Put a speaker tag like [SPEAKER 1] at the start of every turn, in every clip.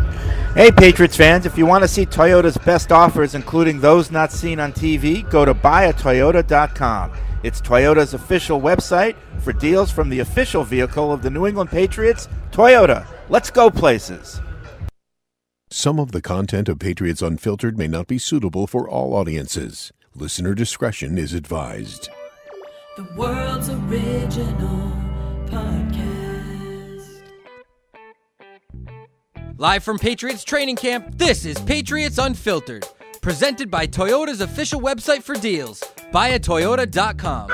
[SPEAKER 1] Hey, Patriots fans, if you want to see Toyota's best offers, including those not seen on TV, go to buyatoyota.com. It's Toyota's official website for deals from the official vehicle of the New England Patriots, Toyota. Let's go places.
[SPEAKER 2] Some of the content of Patriots Unfiltered may not be suitable for all audiences. Listener discretion is advised.
[SPEAKER 3] The world's original podcast.
[SPEAKER 4] Live from Patriots training camp, this is Patriots Unfiltered, presented by Toyota's official website for deals, buyatoyota.com.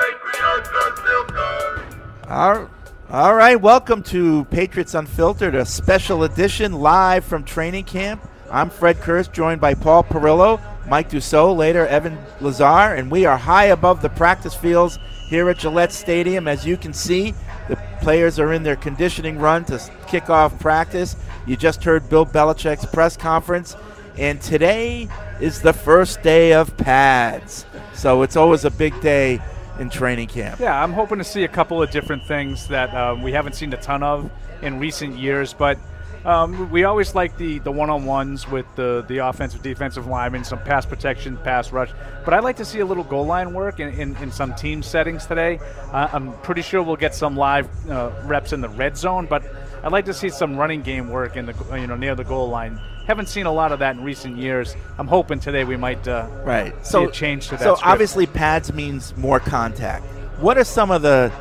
[SPEAKER 1] All, all right, welcome to Patriots Unfiltered, a special edition live from training camp. I'm Fred Kurz, joined by Paul Perillo, Mike Dussault, later Evan Lazar, and we are high above the practice fields here at Gillette Stadium. As you can see, the players are in their conditioning run to s- kick off practice. You just heard Bill Belichick's press conference, and today is the first day of pads. So it's always a big day in training camp.
[SPEAKER 5] Yeah, I'm hoping to see a couple of different things that um, we haven't seen a ton of in recent years, but um, we always like the, the one-on-ones with the, the offensive, defensive linemen, some pass protection, pass rush. But I'd like to see a little goal line work in, in, in some team settings today. Uh, I'm pretty sure we'll get some live uh, reps in the red zone, but I'd like to see some running game work in the you know near the goal line. Haven't seen a lot of that in recent years. I'm hoping today we might uh,
[SPEAKER 1] Right.
[SPEAKER 5] see
[SPEAKER 1] So
[SPEAKER 5] a change to that.
[SPEAKER 1] So
[SPEAKER 5] script.
[SPEAKER 1] obviously, pads means more contact. What are some of the,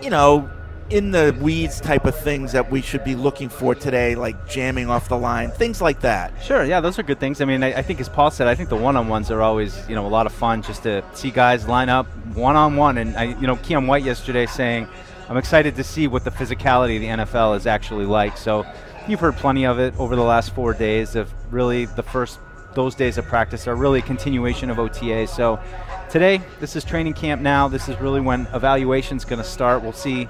[SPEAKER 1] you know, in the weeds type of things that we should be looking for today, like jamming off the line, things like that?
[SPEAKER 6] Sure, yeah, those are good things. I mean, I, I think as Paul said, I think the one-on-ones are always, you know, a lot of fun just to see guys line up one-on-one. And, I, you know, Keon White yesterday saying, I'm excited to see what the physicality of the NFL is actually like. So you've heard plenty of it over the last four days of really the first, those days of practice are really a continuation of OTA. So today, this is training camp now. This is really when evaluation's going to start. We'll see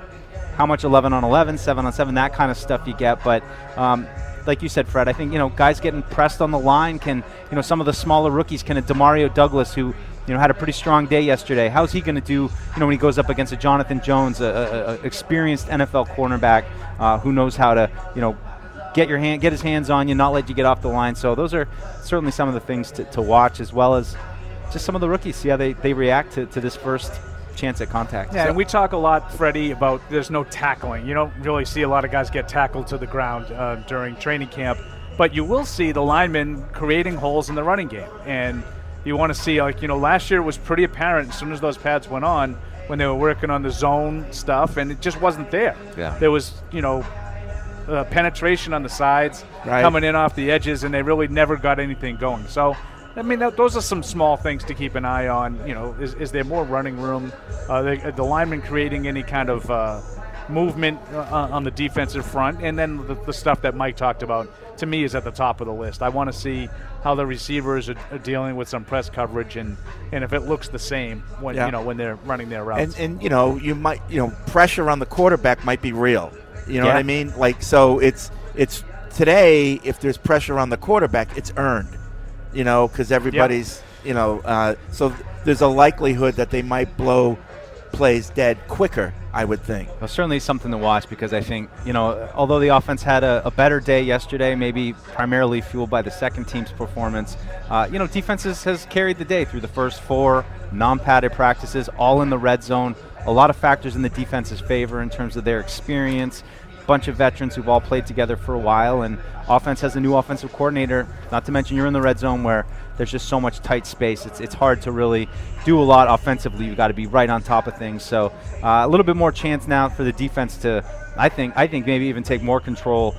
[SPEAKER 6] how much 11 on 11, 7 on 7, that kind of stuff you get. But um, like you said, Fred, I think you know guys getting pressed on the line can you know some of the smaller rookies can a Demario Douglas who you know had a pretty strong day yesterday. How's he going to do you know when he goes up against a Jonathan Jones, a, a, a experienced NFL cornerback uh, who knows how to you know get your hand get his hands on you, not let you get off the line. So those are certainly some of the things to, to watch as well as just some of the rookies see how they, they react to, to this first chance at contact.
[SPEAKER 5] Yeah, and we talk a lot, Freddie, about there's no tackling. You don't really see a lot of guys get tackled to the ground uh, during training camp, but you will see the linemen creating holes in the running game. And you want to see, like, you know, last year was pretty apparent as soon as those pads went on when they were working on the zone stuff, and it just wasn't there.
[SPEAKER 6] Yeah.
[SPEAKER 5] There was, you know, uh, penetration on the sides,
[SPEAKER 1] Right.
[SPEAKER 5] coming in off the edges, and they really never got anything going. So, I mean, that, those are some small things to keep an eye on. You know, is, is there more running room? Uh, the, the linemen creating any kind of uh, movement uh, on the defensive front, and then the, the stuff that Mike talked about to me is at the top of the list. I want to see how the receivers are, are dealing with some press coverage, and, and if it looks the same when
[SPEAKER 1] Yeah.
[SPEAKER 5] you know when they're running their routes.
[SPEAKER 1] And and you know, you might you know, pressure on the quarterback might be real. You know what
[SPEAKER 5] Yeah.
[SPEAKER 1] I mean? Like so, it's it's today. If there's pressure on the quarterback, it's earned. You know, because everybody's you know, uh, so th- there's a likelihood that they might blow plays dead quicker. I would think.
[SPEAKER 6] Well, certainly something to watch because I think, you know, although the offense had a, a better day yesterday, maybe primarily fueled by the second team's performance, uh, you know, defenses has carried the day through the first four non-padded practices, all in the red zone. A lot of factors in the defense's favor in terms of their experience, bunch of veterans who've all played together for a while, and offense has a new offensive coordinator. Not to mention, you're in the red zone where there's just so much tight space. It's, it's hard to really do a lot offensively. You've got to be right on top of things. So uh, a little bit more chance now for the defense to, I think, I think maybe even take more control.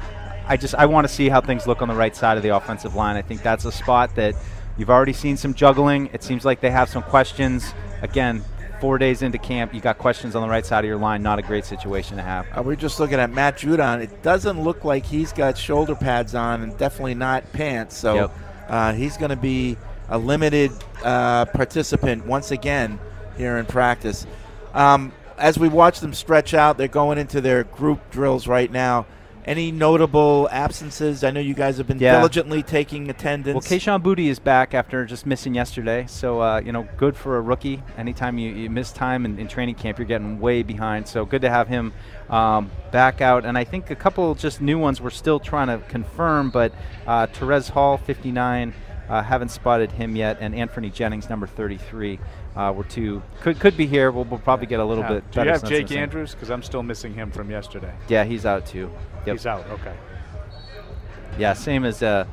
[SPEAKER 6] I just I want to see how things look on the right side of the offensive line. I think that's a spot that you've already seen some juggling. It seems like they have some questions. Again. Four days into camp, you got questions on the right side of your line. Not a great situation to have.
[SPEAKER 1] Uh, we're just looking at Matt Judon. It doesn't look like he's got shoulder pads on and definitely not pants. So
[SPEAKER 6] Yep.
[SPEAKER 1] uh, he's going to be a limited uh, participant once again here in practice. Um, as we watch them stretch out, they're going into their group drills right now. Any notable absences? I know you guys have been
[SPEAKER 6] Yeah.
[SPEAKER 1] diligently taking attendance.
[SPEAKER 6] Well, Kayshawn Booty is back after just missing yesterday, so uh, you know, good for a rookie. Anytime you, you miss time in, in training camp, you're getting way behind. So good to have him um, back out. And I think a couple just new ones we're still trying to confirm, but uh, Therese Hall, 59. Uh, haven't spotted him yet, and Anthony Jennings, number 33, uh, were two could could be here. We'll, we'll probably get a little
[SPEAKER 5] Uh,
[SPEAKER 6] bit.
[SPEAKER 5] Do
[SPEAKER 6] better
[SPEAKER 5] you have
[SPEAKER 6] sense
[SPEAKER 5] Jake
[SPEAKER 6] of him.
[SPEAKER 5] Andrews? Because I'm still missing him from yesterday.
[SPEAKER 6] Yeah, he's out too. Yep.
[SPEAKER 5] He's out. Okay.
[SPEAKER 6] Yeah, same as uh,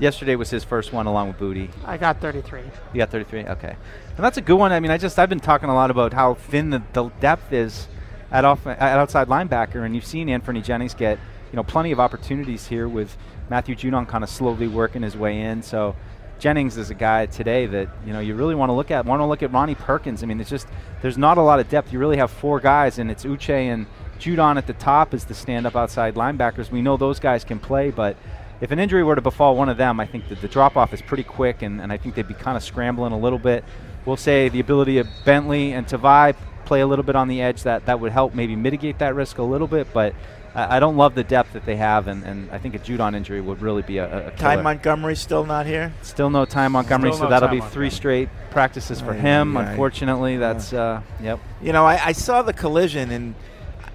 [SPEAKER 6] yesterday was his first one along with Booty.
[SPEAKER 7] I got 33.
[SPEAKER 6] You got 33. Okay, and that's a good one. I mean, I just I've been talking a lot about how thin the, the depth is at off at outside linebacker, and you've seen Anthony Jennings get you know plenty of opportunities here with Matthew Judon kind of slowly working his way in. So Jennings is a guy today that you know you really want to look at. Want to look at Ronnie Perkins. I mean, it's just there's not a lot of depth. You really have four guys, and it's Uche and Judon at the top is the stand-up outside linebackers. We know those guys can play, but if an injury were to befall one of them, I think that the drop off is pretty quick, and, and I think they'd be kind of scrambling a little bit. We'll say the ability of Bentley and Tavai play a little bit on the edge that that would help maybe mitigate that risk a little bit, but I, I don't love the depth that they have, and, and I think a Judon injury would really be a, a- a
[SPEAKER 1] Ty
[SPEAKER 6] killer.
[SPEAKER 1] Montgomery's still not here.
[SPEAKER 6] Still no time Montgomery,
[SPEAKER 5] Still
[SPEAKER 6] so
[SPEAKER 5] no
[SPEAKER 6] that'll
[SPEAKER 5] Ty
[SPEAKER 6] be three
[SPEAKER 5] Montgomery.
[SPEAKER 6] straight practices for
[SPEAKER 1] Aye,
[SPEAKER 6] him.
[SPEAKER 1] aye, aye.
[SPEAKER 6] Unfortunately, that's uh, yep.
[SPEAKER 1] You know, I, I saw the collision, and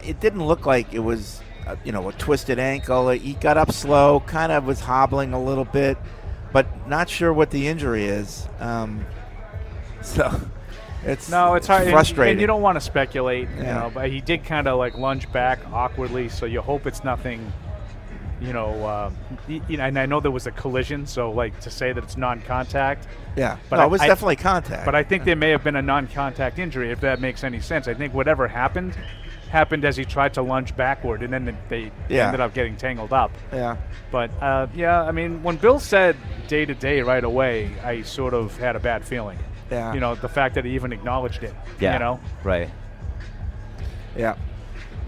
[SPEAKER 1] it didn't look like it was, uh, you know, a twisted ankle. He got up slow, kind of was hobbling a little bit, but not sure what the injury is. Um, so it's
[SPEAKER 5] No, it's hard. and-
[SPEAKER 1] frustrating.
[SPEAKER 5] And you don't want to speculate, you
[SPEAKER 1] Yeah.
[SPEAKER 5] know. But he did kind of like lunge back awkwardly, so you hope it's nothing. You know, um, y- you know, and I know there was a collision, so like to say that it's non-contact,
[SPEAKER 1] yeah,
[SPEAKER 5] but
[SPEAKER 1] no,
[SPEAKER 5] I-
[SPEAKER 1] it was
[SPEAKER 5] I-
[SPEAKER 1] definitely contact.
[SPEAKER 5] but I think there may have been a non-contact injury, if that makes any sense. I think whatever happened happened as he tried to lunge backward, and then they
[SPEAKER 1] Yeah.
[SPEAKER 5] ended up getting tangled up.
[SPEAKER 1] yeah,
[SPEAKER 5] But uh, yeah, I mean, when Bill said day to day right away, I sort of had a bad feeling.
[SPEAKER 1] Yeah.
[SPEAKER 5] You know, the fact that he even acknowledged it.
[SPEAKER 6] Yeah.
[SPEAKER 5] You know.
[SPEAKER 6] Right.
[SPEAKER 1] yeah.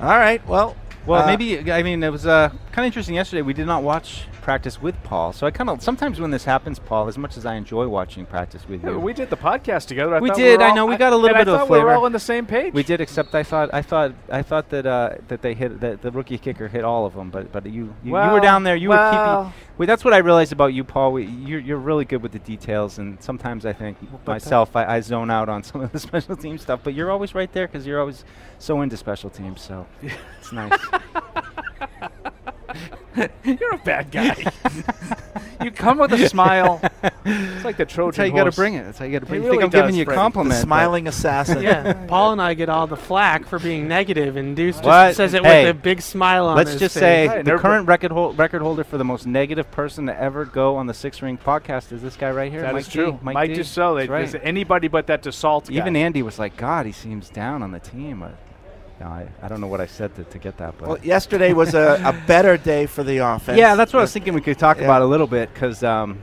[SPEAKER 1] All right, well,
[SPEAKER 6] Well,
[SPEAKER 1] uh,
[SPEAKER 6] maybe I mean it was uh, kind of interesting yesterday. We did not watch practice with Paul, so I kind of sometimes when this happens, Paul, as much as I enjoy watching practice with you,
[SPEAKER 5] We did the podcast together. I
[SPEAKER 6] We
[SPEAKER 5] thought
[SPEAKER 6] did,
[SPEAKER 5] were
[SPEAKER 6] I
[SPEAKER 5] all-
[SPEAKER 6] know, we got a
[SPEAKER 5] and
[SPEAKER 6] little
[SPEAKER 5] I
[SPEAKER 6] bit of a
[SPEAKER 5] thought we were
[SPEAKER 6] flavor.
[SPEAKER 5] all on the same page.
[SPEAKER 6] we did. Except I thought I thought I thought that uh, that they hit that the rookie kicker hit all of them, but but you you, you were
[SPEAKER 5] Well,
[SPEAKER 6] down there. You were
[SPEAKER 5] well.
[SPEAKER 6] keeping. Well, that's what I realized about you, Paul. We, you're you're really good with the details, and sometimes I think myself I, I zone out on some of the special team stuff. But you're always right there because you're always so into special teams. So it's nice.
[SPEAKER 5] You're a bad guy. you come with a smile. It's like the Trojan
[SPEAKER 6] That's how you got to bring it. That's how you got to bring it. You think
[SPEAKER 5] really
[SPEAKER 6] I'm giving
[SPEAKER 5] does,
[SPEAKER 6] you a
[SPEAKER 5] Fred. The
[SPEAKER 1] the
[SPEAKER 6] compliment? but-
[SPEAKER 1] smiling assassin.
[SPEAKER 7] Yeah, Paul and I get all the flack for being negative, and Deuce just
[SPEAKER 6] What?
[SPEAKER 7] says it
[SPEAKER 6] Hey,
[SPEAKER 7] with a big smile on
[SPEAKER 6] Let's
[SPEAKER 7] his
[SPEAKER 6] just
[SPEAKER 7] face.
[SPEAKER 5] Right,
[SPEAKER 6] say the
[SPEAKER 5] everybody-
[SPEAKER 6] current record hol- record holder for the most negative person to ever go on the Six Ring podcast is this guy right here.
[SPEAKER 5] That
[SPEAKER 6] Mike
[SPEAKER 5] is
[SPEAKER 6] D.
[SPEAKER 5] true.
[SPEAKER 6] Mike, D.
[SPEAKER 5] Dussault.
[SPEAKER 6] That's
[SPEAKER 5] There's
[SPEAKER 6] right.
[SPEAKER 5] anybody but that Dassault guy.
[SPEAKER 6] Even Andy was like, "God, he seems down on the team." I, no, I, I don't know what I said to, to get that, but
[SPEAKER 1] Well, yesterday was a, a better day for the offense.
[SPEAKER 6] yeah, that's what I was thinking. We could talk
[SPEAKER 1] Yeah.
[SPEAKER 6] about a little bit because, um,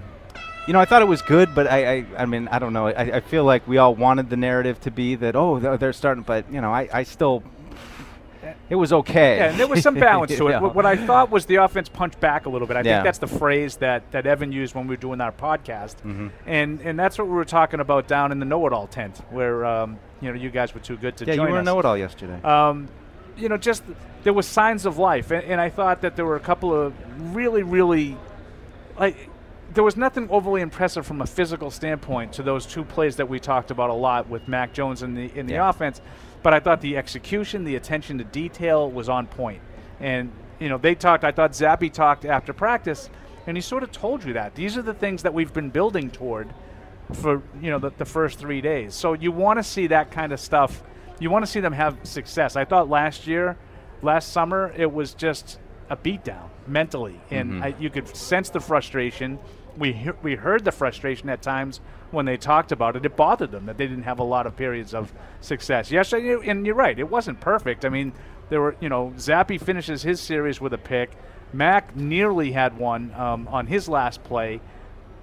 [SPEAKER 6] you know, I thought it was good, but I, I, I mean, I don't know. I, I feel like we all wanted the narrative to be that, oh, they're they're starting, but you know, I, I still, it was okay.
[SPEAKER 5] Yeah, and there was some balance to it.
[SPEAKER 6] Yeah.
[SPEAKER 5] What, what I thought was the offense punched back a little bit. I
[SPEAKER 6] Yeah.
[SPEAKER 5] think that's the phrase that, that Evan used when we were doing our podcast,
[SPEAKER 6] Mm-hmm.
[SPEAKER 5] and and that's what we were talking about down in the know-it-all tent, where um, you know you guys were too good to
[SPEAKER 6] yeah, you
[SPEAKER 5] join
[SPEAKER 6] were
[SPEAKER 5] us.
[SPEAKER 6] know it all yesterday.
[SPEAKER 5] um, you know, just there was signs of life, and, and I thought that there were a couple of really, really, like, there was nothing overly impressive from a physical standpoint to those two plays that we talked about a lot with Mac Jones in the in the
[SPEAKER 6] Yeah.
[SPEAKER 5] offense, but I thought the execution, the attention to detail was on point, and you know they talked. I thought Zappy talked after practice, and he sort of told you that these are the things that we've been building toward for you know the, the first three days. So you want to see that kind of stuff. You want to see them have success. I thought last year, last summer, it was just a beatdown mentally, and I, you could sense the frustration. We he- we heard the frustration at times when they talked about it. It bothered them that they didn't have a lot of periods of success. Yes, and you- and you're right. It wasn't perfect. I mean, there were you know Zappy finishes his series with a pick. Mac nearly had one um, on his last play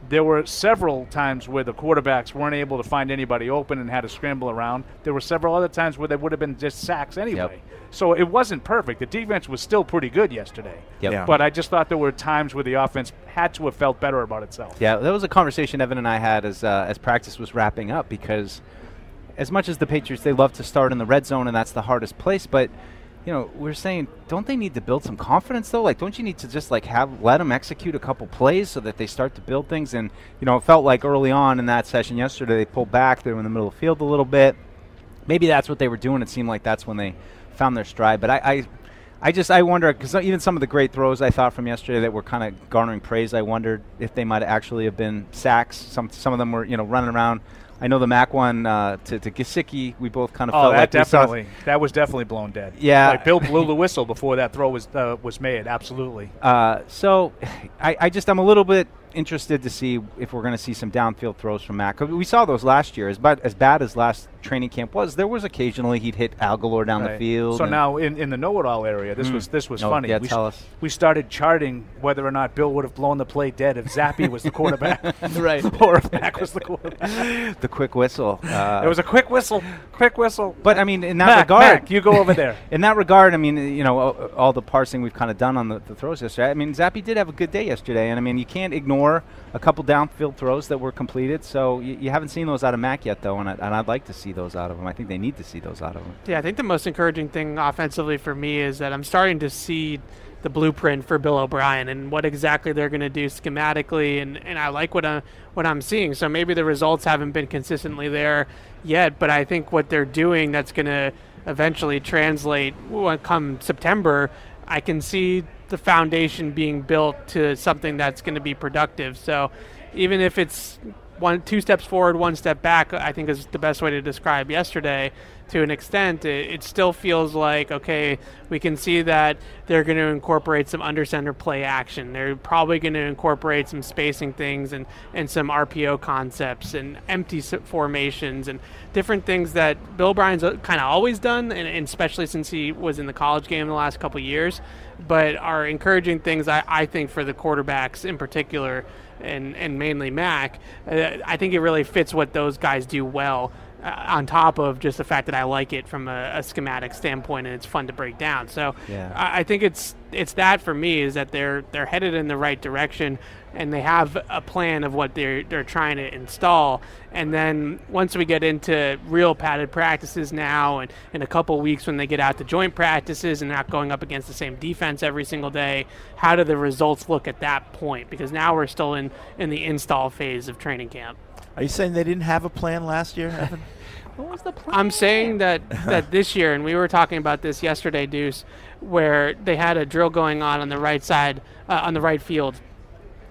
[SPEAKER 5] there were several times where the quarterbacks weren't able to find anybody open and had to scramble around. There were several other times where they would have been just sacks anyway. So it wasn't perfect. The defense was still pretty good yesterday.
[SPEAKER 6] Yep.
[SPEAKER 1] Yeah.
[SPEAKER 5] But I just thought there were times where the offense had to have felt better about itself.
[SPEAKER 6] Yeah, that was a conversation Evan and I had as uh, as practice was wrapping up because as much as the Patriots they love to start in the red zone and that's the hardest place, but you know, we're saying, don't they need to build some confidence though? Like, don't you need to just like have let them execute a couple plays so that they start to build things? And you know, it felt like early on in that session yesterday, they pulled back. They were in the middle of the field a little bit. Maybe that's what they were doing. It seemed like that's when they found their stride. But I, I, I just I wonder because even some of the great throws I thought from yesterday that were kind of garnering praise, I wondered if they might actually have been sacks. Some some of them were you know running around. I know the Mac one uh, to to Gesicki, we both kind of
[SPEAKER 5] Oh,
[SPEAKER 6] felt
[SPEAKER 5] that
[SPEAKER 6] like we saw-
[SPEAKER 5] definitely. That was definitely blown dead.
[SPEAKER 6] Yeah.
[SPEAKER 5] Like Bill blew the whistle before that throw was uh, was made. Absolutely.
[SPEAKER 6] Uh, so I, I just I'm a little bit interested to see if we're going to see some downfield throws from Mac. 'Cause We saw those last year. As bad as bad as last training camp was, there was occasionally he'd hit Algalore down the
[SPEAKER 5] Right.
[SPEAKER 6] field.
[SPEAKER 5] So
[SPEAKER 6] and-
[SPEAKER 5] now in, in the know-it-all area, this was this was
[SPEAKER 6] Oh,
[SPEAKER 5] funny.
[SPEAKER 6] yeah,
[SPEAKER 5] we,
[SPEAKER 6] tell us.
[SPEAKER 5] we started charting whether or not Bill would have blown the play dead if Zappy was the quarterback,
[SPEAKER 6] Right.
[SPEAKER 5] or if Mac was the quarterback.
[SPEAKER 6] the quick whistle. Uh,
[SPEAKER 5] There was a quick whistle, quick whistle.
[SPEAKER 6] but I mean, in that
[SPEAKER 5] Mac,
[SPEAKER 6] regard,
[SPEAKER 5] Mac, you go over there.
[SPEAKER 6] In that regard, I mean, you know, all- all the parsing we've kind of done on the, the throws yesterday. I mean, Zappi did have a good day yesterday, and I mean, you can't ignore a couple downfield throws that were completed. So you, you haven't seen those out of Mac yet, though, and, I, and I'd like to see those out of him. I think they need to see those out of him.
[SPEAKER 7] Yeah, I think the most encouraging thing offensively for me is that I'm starting to see the blueprint for Bill O'Brien and what exactly they're going to do schematically, and, and I like what I'm what I'm seeing. So maybe the results haven't been consistently there yet, but I think what they're doing that's going to eventually translate when come September. I can see the foundation being built to something that's going to be productive. So even if it's one two steps forward, one step back, I think is the best way to describe yesterday. To an extent, it, it still feels like okay, we can see that they're going to incorporate some under center play action. They're probably going to incorporate some spacing things and and some RPO concepts and empty s- formations and different things that Bill Bryan's kind of always done, and, and especially since he was in the college game the last couple years, but are encouraging things I, I think for the quarterbacks in particular and and mainly Mac, uh, I think it really fits what those guys do well. Uh, on top of just the fact that I like it from a, a schematic standpoint, and it's fun to break down. So
[SPEAKER 6] Yeah.
[SPEAKER 7] I, I think it's it's that for me is that they're they're headed in the right direction, and they have a plan of what they're they're trying to install. And then once we get into real padded practices now, and in a couple weeks when they get out to joint practices and not going up against the same defense every single day, how do the results look at that point? Because now we're still in in the install phase of training camp.
[SPEAKER 1] Are you saying they didn't have a plan last year, Evan?
[SPEAKER 6] What was the plan?
[SPEAKER 7] I'm saying that that this year, and we were talking about this yesterday, Deuce, where they had a drill going on on the right side, uh, on the right field,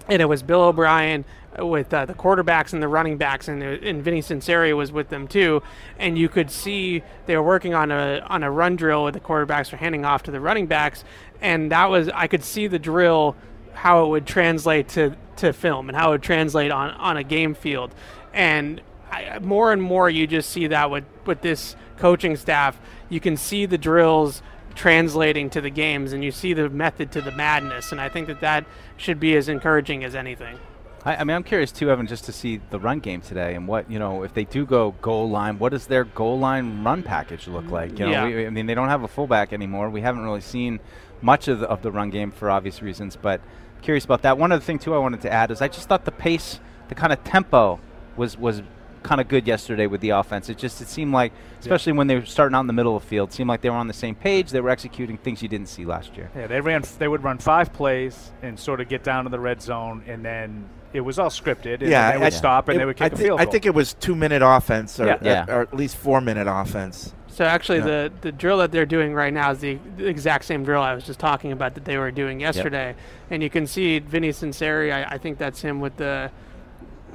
[SPEAKER 7] and it was Bill O'Brien with uh, the quarterbacks and the running backs, and uh, and Vinny Sinceri was with them too, and you could see they were working on a on a run drill where the quarterbacks were handing off to the running backs, and that was I could see the drill how it would translate to to film and how it would translate on on a game field, and I, more and more you just see that with with this coaching staff you can see the drills translating to the games and you see the method to the madness and i think that that should be as encouraging as anything
[SPEAKER 6] I, I mean, I'm curious too, Evan, just to see the run game today and what you know if they do go goal line, what does their goal line run package look like? You know,
[SPEAKER 7] Yeah.
[SPEAKER 6] we, I mean, they don't have a fullback anymore. We haven't really seen much of the, of the run game for obvious reasons, but curious about that. One other thing too, I wanted to add is I just thought the pace, the kind of tempo, was was kind of good yesterday with the offense. It just it seemed like, especially when they were starting out in the middle of the field, seemed like they were on the same page. They were executing things you didn't see last year.
[SPEAKER 5] Yeah, they ran. They would run five plays and sort of get down to the red zone, and then it was all scripted. And
[SPEAKER 1] Yeah,
[SPEAKER 5] then they would
[SPEAKER 1] I-
[SPEAKER 5] stop and
[SPEAKER 1] It-
[SPEAKER 5] they would
[SPEAKER 1] I
[SPEAKER 5] kick the
[SPEAKER 1] thi-
[SPEAKER 5] field
[SPEAKER 1] I
[SPEAKER 5] goal.
[SPEAKER 1] think it was two minute offense, or,
[SPEAKER 5] Yeah.
[SPEAKER 6] Yeah.
[SPEAKER 1] or at least four minute offense.
[SPEAKER 7] so actually the the drill that they're doing right now is the, the exact same drill i was just talking about that they were doing yesterday and you can see vinny sinceri I, I think that's him with the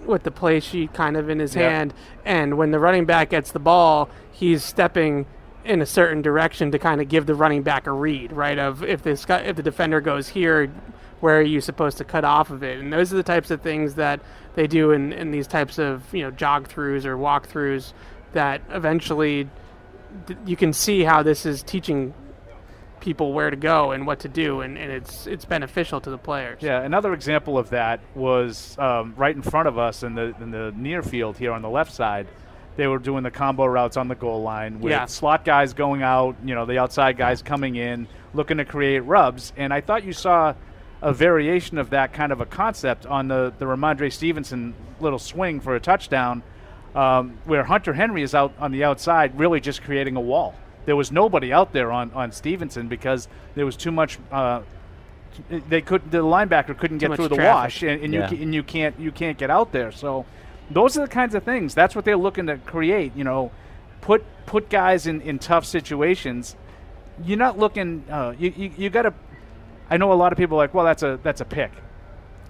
[SPEAKER 7] with the play sheet kind of in his
[SPEAKER 5] Yeah.
[SPEAKER 7] hand. And when the running back gets the ball, he's stepping in a certain direction to kind of give the running back a read, right? Of if this guy, if the defender goes here, where are you supposed to cut off of it? And those are the types of things that they do in, in these types of you know jog throughs or walk throughs that eventually d- you can see how this is teaching people where to go and what to do and, and it's it's beneficial to the players.
[SPEAKER 5] Yeah, another example of that was um, right in front of us in the in the near field here on the left side. They were doing the combo routes on the goal line with
[SPEAKER 7] Yeah.
[SPEAKER 5] slot guys going out, you know, the outside guys coming in, looking to create rubs. And I thought you saw a variation of that kind of a concept on the the Ramondre Stevenson little swing for a touchdown, um, where Hunter Henry is out on the outside, really just creating a wall. there was nobody out there on, on Stevenson because there was too much. Uh, t- they could the linebacker couldn't get
[SPEAKER 7] much
[SPEAKER 5] through the
[SPEAKER 7] traffic.
[SPEAKER 5] wash, and, and
[SPEAKER 6] Yeah.
[SPEAKER 5] you ca- and you can't you can't get out there. So those are the kinds of things. That's what they're looking to create. You know, put put guys in, in tough situations. You're not looking. Uh, you you, you got to. I know a lot of people are like, well, that's a that's a pick.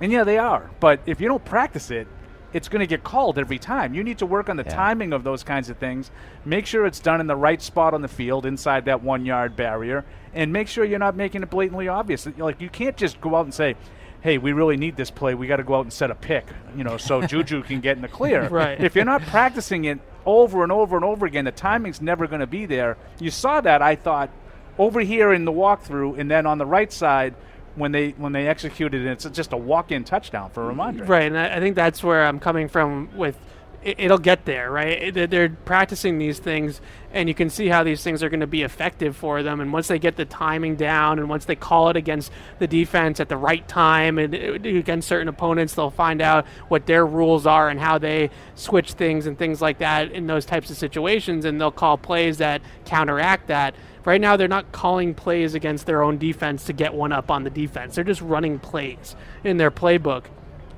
[SPEAKER 5] And yeah, they are. But if you don't practice it, it's going to get called every time. You need to work on the timing of those kinds of things. Make sure it's done in the right spot on the field inside that one yard barrier. And make sure you're not making it blatantly obvious. Like, you can't just go out and say, hey, we really need this play. We got to go out and set a pick, you know, so Juju can get in the clear.
[SPEAKER 7] Right.
[SPEAKER 5] If you're not practicing it over and over and over again, the timing's never going to be there. You saw that, I thought, over here in the walkthrough, and then on the right side when they when they executed it. It's just a walk-in touchdown for Ramondre.
[SPEAKER 7] Right, and I, I think that's where I'm coming from with it, it'll get there, right? It- they're- they're practicing these things, and you can see how these things are going to be effective for them. And once they get the timing down, and once they call it against the defense at the right time and uh, against certain opponents, they'll find out what their rules are and how they switch things and things like that in those types of situations, and they'll call plays that counteract that. Right now, they're not calling plays against their own defense to get one up on the defense. They're just running plays in their playbook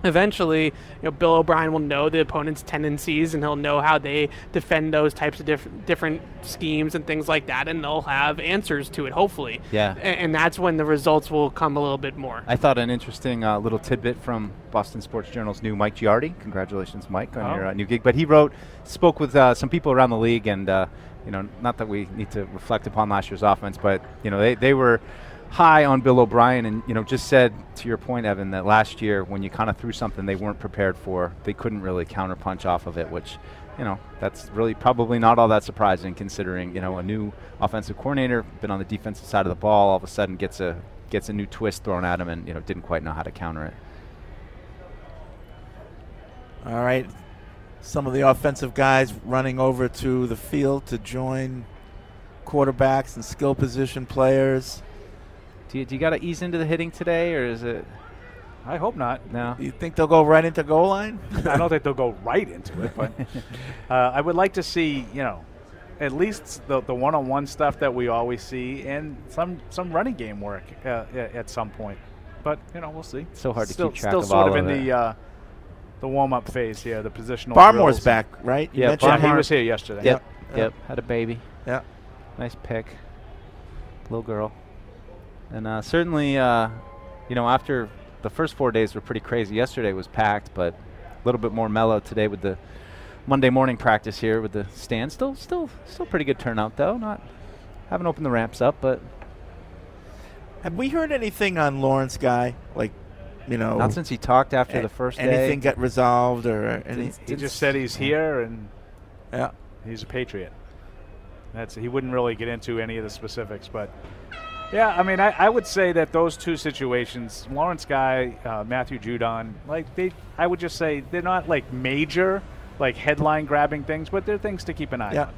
[SPEAKER 7] eventually you know bill o'brien will know the opponent's tendencies and he'll know how they defend those types of diff- different schemes and things like that and they'll have answers to it hopefully
[SPEAKER 6] Yeah.
[SPEAKER 7] A- and, that's when the results will come a little bit more
[SPEAKER 6] I thought an interesting uh, little tidbit from Boston Sports Journal's new Mike Giardi. Congratulations, Mike, on
[SPEAKER 5] Oh.
[SPEAKER 6] your uh, new gig. But he wrote, spoke with uh, some people around the league, and uh, you know, not that we need to reflect upon last year's offense, but you know, they, they were high on Bill O'Brien, and you know, just said to your point, Evan, that last year when you kind of threw something they weren't prepared for, they couldn't really counterpunch off of it, which. You know that's really probably not all that surprising, considering you know a new offensive coordinator been on the defensive side of the ball, all of a sudden gets a gets a new twist thrown at him and you know didn't quite know how to counter it.
[SPEAKER 1] All right. Some of the offensive guys running over to the field to join quarterbacks and skill position players.
[SPEAKER 6] Do you, do you got to ease into the hitting today or is it
[SPEAKER 5] I hope not.
[SPEAKER 6] no?
[SPEAKER 1] You think they'll go right into goal line?
[SPEAKER 5] I don't think they'll go right into it, but uh, I would like to see you know at least the the one-on-one stuff that we always see and some some running game work uh, a- at some point. But you know we'll see.
[SPEAKER 6] So hard to
[SPEAKER 5] still,
[SPEAKER 6] keep track
[SPEAKER 5] still
[SPEAKER 6] of
[SPEAKER 5] sort
[SPEAKER 6] all
[SPEAKER 5] of
[SPEAKER 6] of
[SPEAKER 5] in the
[SPEAKER 6] it.
[SPEAKER 5] uh, the warm-up phase here, the positional.
[SPEAKER 1] Barmore's
[SPEAKER 5] drills.
[SPEAKER 1] back, right? You
[SPEAKER 6] Yeah,
[SPEAKER 1] mentioned
[SPEAKER 5] Yeah,
[SPEAKER 1] him.
[SPEAKER 5] he was here yesterday.
[SPEAKER 1] Yep,
[SPEAKER 6] yep, Had a baby.
[SPEAKER 1] Yeah.
[SPEAKER 6] Nice pick, little girl, and uh, certainly uh, you know after the first four days were pretty crazy. Yesterday was packed, but a little bit more mellow today with the Monday morning practice here with the stand. Still, still, still pretty good turnout though. Not haven't opened the ramps up, but
[SPEAKER 1] Have we heard anything on Lawrence Guy? Like, you know,
[SPEAKER 6] not since he talked after
[SPEAKER 1] Oh. a-
[SPEAKER 6] the first
[SPEAKER 1] anything
[SPEAKER 6] day.
[SPEAKER 1] got resolved or any?
[SPEAKER 5] He just said he's here and
[SPEAKER 1] Yeah.
[SPEAKER 5] He's a patriot. That's he wouldn't really get into any of the specifics, but yeah, I mean, I, I would say that those two situations, Lawrence Guy, uh, Matthew Judon, like they, I would just say they're not like major, like headline grabbing things, but they're things to keep an eye
[SPEAKER 1] Yeah.
[SPEAKER 5] on.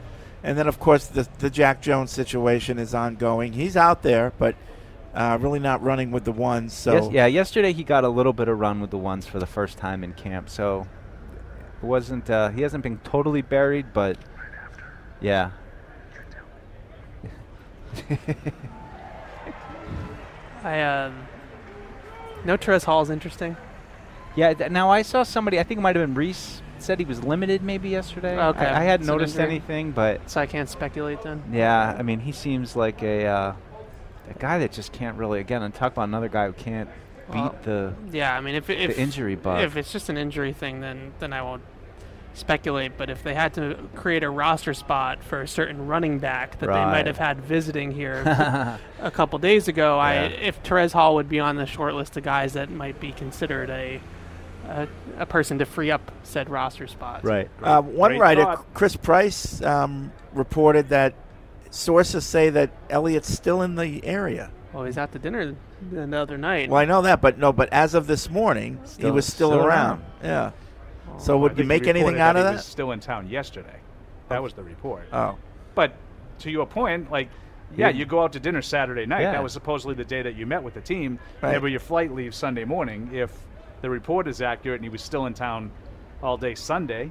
[SPEAKER 1] And then, of course, the, the Jack Jones situation is ongoing. He's out there, but uh, really not running with the ones. So
[SPEAKER 6] Yes, yeah, yesterday he got a little bit of run with the ones for the first time in camp, so it wasn't. Uh, he hasn't been totally buried, but yeah.
[SPEAKER 7] i um no Therese hall is interesting
[SPEAKER 6] Yeah, th- now I saw somebody, I think it might have been Reese, said he was limited maybe yesterday. I-
[SPEAKER 7] Okay,
[SPEAKER 6] I, hadn't
[SPEAKER 7] it's an
[SPEAKER 6] noticed
[SPEAKER 7] injury.
[SPEAKER 6] anything, but
[SPEAKER 7] so i can't speculate then
[SPEAKER 6] yeah, I mean, he seems like a, uh, a guy that just can't really, again, and talk about another guy who can't beat
[SPEAKER 7] Well,
[SPEAKER 6] the,
[SPEAKER 7] yeah i mean if, if
[SPEAKER 6] the injury bug.
[SPEAKER 7] If it's just an injury thing, then then I won't speculate. But if they had to create a roster spot for a certain running back that they
[SPEAKER 6] Right.
[SPEAKER 7] might have had visiting here a couple days ago, I
[SPEAKER 6] Yeah.
[SPEAKER 7] if Therese Hall would be on the short list of guys that might be considered a a, a person to free up said roster spot.
[SPEAKER 1] Uh, one
[SPEAKER 5] Great
[SPEAKER 1] writer,
[SPEAKER 5] thought.
[SPEAKER 1] Chris Price, um, reported that sources say that Elliott's still in the area.
[SPEAKER 7] Well, he's out to dinner the the other night.
[SPEAKER 1] Well, I know that, but no, but as of this morning, he
[SPEAKER 6] Still-
[SPEAKER 1] was still,
[SPEAKER 6] still
[SPEAKER 1] around. Yeah. So
[SPEAKER 5] I
[SPEAKER 1] would you
[SPEAKER 5] think he
[SPEAKER 1] make anything
[SPEAKER 5] reported
[SPEAKER 1] out of
[SPEAKER 5] he
[SPEAKER 1] that?
[SPEAKER 5] was still in town yesterday. That was the report.
[SPEAKER 1] oh,
[SPEAKER 5] But to your point, like, yeah, you go out to dinner Saturday night.
[SPEAKER 6] Yeah.
[SPEAKER 5] That was supposedly the day that you met with the team.
[SPEAKER 1] Right.
[SPEAKER 5] And where your flight leaves Sunday morning. If the report is accurate and he was still in town all day Sunday,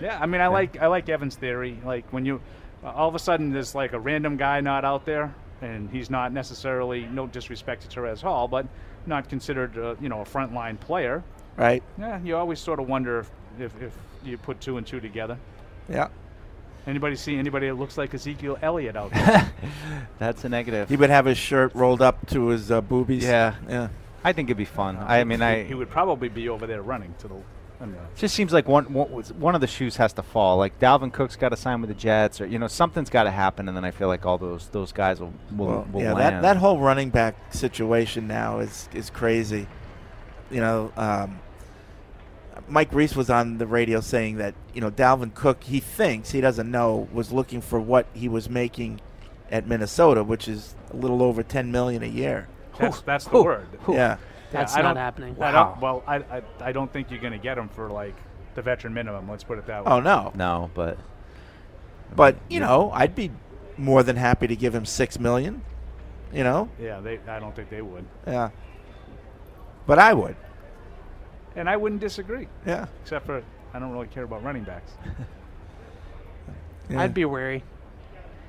[SPEAKER 5] yeah. I mean, I like I like Evan's theory. Like when you uh, all of a sudden there's like a random guy not out there, and he's not necessarily no disrespect to Therese Hall, but not considered uh, you know a frontline player.
[SPEAKER 1] right?
[SPEAKER 5] Yeah, you always sort of wonder if, if, if you put two and two together.
[SPEAKER 1] Yeah.
[SPEAKER 5] Anybody see anybody that looks like Ezekiel Elliott out there?
[SPEAKER 6] That's a negative.
[SPEAKER 1] He would have his shirt rolled up to his uh, boobies.
[SPEAKER 6] Yeah.
[SPEAKER 1] Yeah.
[SPEAKER 6] I think it'd be fun. I mean, I
[SPEAKER 5] Uh, he would probably be over there running to the. I don't know.
[SPEAKER 6] just seems like one, one one of the shoes has to fall. Like Dalvin Cook's got to sign with the Jets, or you know something's got to happen, and then I feel like all those those guys will will,
[SPEAKER 1] Well,
[SPEAKER 6] will
[SPEAKER 1] yeah,
[SPEAKER 6] land.
[SPEAKER 1] that, that whole running back situation now is is crazy. You know, um, Mike Reese was on the radio saying that you know Dalvin Cook, he thinks he doesn't know, was looking for what he was making at Minnesota, which is a little over ten million a year.
[SPEAKER 5] That's, that's the
[SPEAKER 7] Whew.
[SPEAKER 5] word.
[SPEAKER 1] Yeah,
[SPEAKER 7] That's
[SPEAKER 5] I
[SPEAKER 7] not
[SPEAKER 5] don't-
[SPEAKER 7] happening.
[SPEAKER 5] I
[SPEAKER 6] Wow.
[SPEAKER 5] don't, well, I, I, I don't think you're going to get him for like the veteran minimum. Let's put it that way.
[SPEAKER 1] Oh no,
[SPEAKER 6] no, but
[SPEAKER 1] but you know, I'd be more than happy to give him six million. You know,
[SPEAKER 5] Yeah, they, I don't think they would,
[SPEAKER 1] yeah. But I would.
[SPEAKER 5] and I wouldn't disagree.
[SPEAKER 1] Yeah.
[SPEAKER 5] Except for I don't really care about running backs.
[SPEAKER 1] yeah.
[SPEAKER 7] I'd be wary.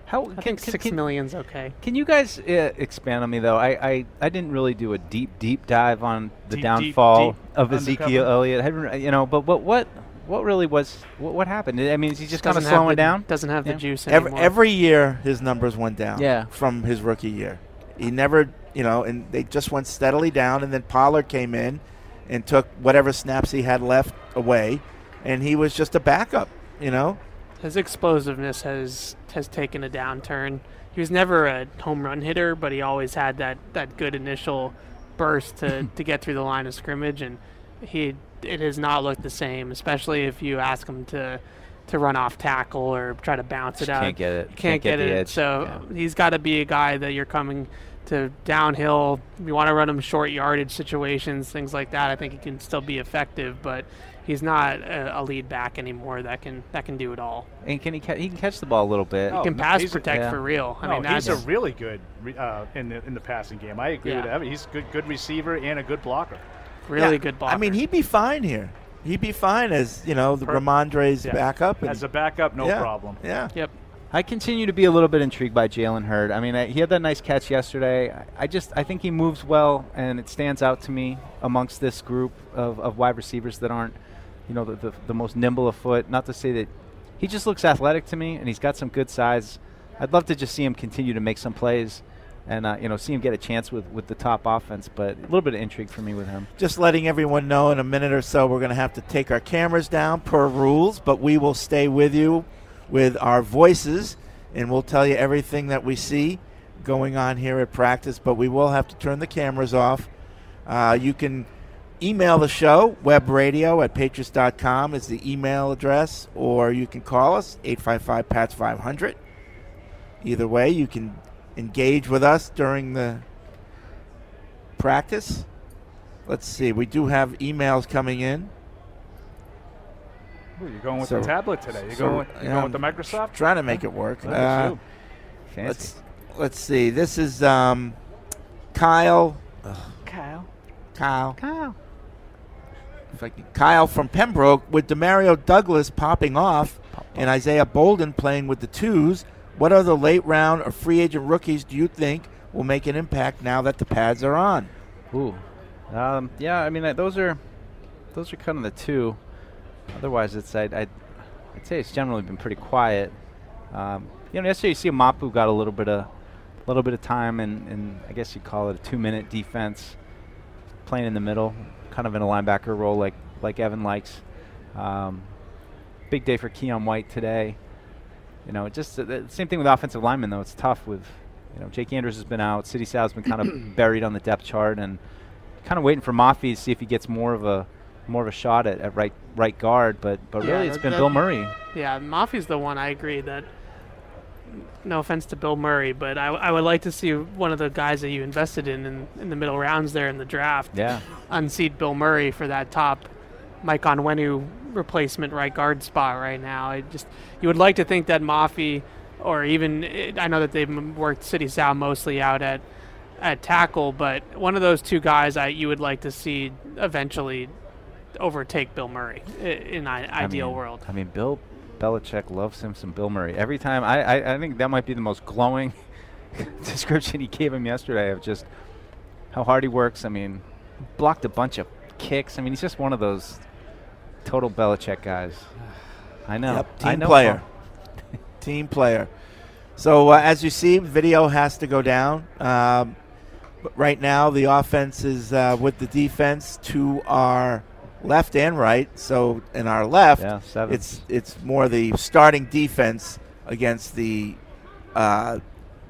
[SPEAKER 6] how
[SPEAKER 7] I think six million's okay.
[SPEAKER 6] Can you guys uh, expand on me though? I, I, I didn't really do a deep deep dive on
[SPEAKER 5] Deep,
[SPEAKER 6] the
[SPEAKER 5] deep,
[SPEAKER 6] downfall
[SPEAKER 5] deep
[SPEAKER 6] of
[SPEAKER 5] undercover.
[SPEAKER 6] Ezekiel Elliott. I haven't, you know, but what what what really was what, what happened? I mean, is he just kind of
[SPEAKER 7] Doesn't have
[SPEAKER 6] slowing
[SPEAKER 7] the-
[SPEAKER 6] down?
[SPEAKER 7] Doesn't have
[SPEAKER 6] Yeah.
[SPEAKER 7] the juice
[SPEAKER 1] Every,
[SPEAKER 7] anymore.
[SPEAKER 1] every year, his numbers went down.
[SPEAKER 6] Yeah.
[SPEAKER 1] From his rookie year, he never, you know, and they just went steadily down. And then Pollard came in, and took whatever snaps he had left away, and he was just a backup. You know.
[SPEAKER 7] His explosiveness has has taken a downturn. He was never a home run hitter, but he always had that, that good initial burst to, to get through the line of scrimmage, and he it has not looked the same. Especially if you ask him to to run off tackle or try to bounce it
[SPEAKER 6] Just
[SPEAKER 7] out.
[SPEAKER 6] can't get it.
[SPEAKER 7] Can't,
[SPEAKER 6] Can't get
[SPEAKER 7] get,
[SPEAKER 6] the
[SPEAKER 7] it.
[SPEAKER 6] edge.
[SPEAKER 7] So he's got to be a guy that you're coming to downhill. You want to run him short yardage situations, things like that. I think he can still be effective, but he's not a, a lead back anymore that can that can do it all
[SPEAKER 6] and can he ca- he can catch the ball a little bit?
[SPEAKER 5] Oh,
[SPEAKER 7] can
[SPEAKER 5] no,
[SPEAKER 7] pass
[SPEAKER 5] he's a-
[SPEAKER 7] protect
[SPEAKER 6] yeah.
[SPEAKER 7] for real. I
[SPEAKER 5] no,
[SPEAKER 7] mean,
[SPEAKER 5] he's
[SPEAKER 7] that's
[SPEAKER 5] a really good re- uh, in the in the passing game. I agree
[SPEAKER 7] Yeah.
[SPEAKER 5] with that. He's a good good receiver and a good blocker.
[SPEAKER 7] really
[SPEAKER 1] Yeah.
[SPEAKER 7] good blocker.
[SPEAKER 1] I mean, he'd be fine here. He'd be fine as you know the
[SPEAKER 5] Perfect.
[SPEAKER 1] Ramondre's
[SPEAKER 5] Yeah.
[SPEAKER 1] backup. and-
[SPEAKER 5] As a backup, no
[SPEAKER 1] yeah,
[SPEAKER 5] problem.
[SPEAKER 1] Yeah.
[SPEAKER 7] yep.
[SPEAKER 6] I continue to be a little bit intrigued by Jalen Hurd. I mean, I, he had that nice catch yesterday. I, I just I think he moves well, and it stands out to me amongst this group of, of wide receivers that aren't, you know, the, the, the most nimble of foot. Not to say that he just looks athletic to me, and he's got some good size. I'd love to just see him continue to make some plays, and uh, you know, see him get a chance with, with the top offense. But a little bit of intrigue for me with him.
[SPEAKER 1] Just letting everyone know in a minute or so, we're going to have to take our cameras down per rules, but we will stay with you with our voices and we'll tell you everything that we see going on here at practice, but we will have to turn the cameras off. Uh, you can email the show, webradio at patriots.com is the email address, or you can call us, 855 PATS 500. Either way, you can engage with us during the practice. Let's see. We do have emails coming in.
[SPEAKER 5] Ooh, you're going with
[SPEAKER 1] So-
[SPEAKER 5] the tablet today. You're
[SPEAKER 1] so,
[SPEAKER 5] going with, you're
[SPEAKER 1] yeah,
[SPEAKER 5] going with the
[SPEAKER 1] I'm
[SPEAKER 5] Microsoft.
[SPEAKER 1] Trying to make it work.
[SPEAKER 5] Look at
[SPEAKER 1] Uh,
[SPEAKER 5] you.
[SPEAKER 6] Fancy.
[SPEAKER 1] let's let's see. This is um, Kyle.
[SPEAKER 6] Kyle.
[SPEAKER 1] Kyle.
[SPEAKER 6] Kyle.
[SPEAKER 1] If I can- Kyle from Pembroke with Demario Douglas popping off and Isaiah Bolden playing with the twos. What other late round or free agent rookies do you think will make an impact now that the pads are on?
[SPEAKER 6] Ooh. Um, yeah, I mean uh, those are those are kind of the two. Otherwise, it's I'd, I'd, I'd say it's generally been pretty quiet. Um, you know, yesterday you see Mapu got a little bit of a little bit of time, and, and I guess you'd call it a two-minute defense, playing in the middle, kind of in a linebacker role like like Evan likes. Um, big day for Keon White today. You know, just the- the same thing with offensive linemen though. It's tough with you know Jake Andrews has been out, City Sal's been kind of buried on the depth chart, and kind of waiting for Mafi to see if he gets more of a more of a shot at, at right right guard. But but
[SPEAKER 7] Yeah,
[SPEAKER 6] really, it's
[SPEAKER 7] that-
[SPEAKER 6] been
[SPEAKER 7] that-
[SPEAKER 6] Bill Murray.
[SPEAKER 7] Yeah, Mafi's the one I agree that. No offense to Bill Murray, but I, I would like to see one of the guys that you invested in, in in the middle rounds there in the draft
[SPEAKER 6] Yeah,
[SPEAKER 7] unseat Bill Murray for that top Mike Onwenu replacement right guard spot right now. I just you would like to think that Mafi, or even I know that they've m- worked City Sal mostly out at at tackle, but one of those two guys I you would like to see eventually overtake Bill Murray i- in an
[SPEAKER 6] I
[SPEAKER 7] ideal
[SPEAKER 6] mean-
[SPEAKER 7] world.
[SPEAKER 6] I mean, Bill Belichick loves him some Bill Murray. Every time, I, I, I think that might be the most glowing description he gave him yesterday of just how hard he works. I mean, blocked a bunch of kicks. I mean, he's just one of those total Belichick guys. I know.
[SPEAKER 1] Yep,
[SPEAKER 6] I
[SPEAKER 1] team
[SPEAKER 6] know
[SPEAKER 1] player.
[SPEAKER 6] Paul.
[SPEAKER 1] team player. So uh, as you see, video has to go down. Um, but right now, the offense is uh, with the defense to our left and right. So in our left,
[SPEAKER 6] Yeah, seven.
[SPEAKER 1] it's it's more the starting defense against the uh,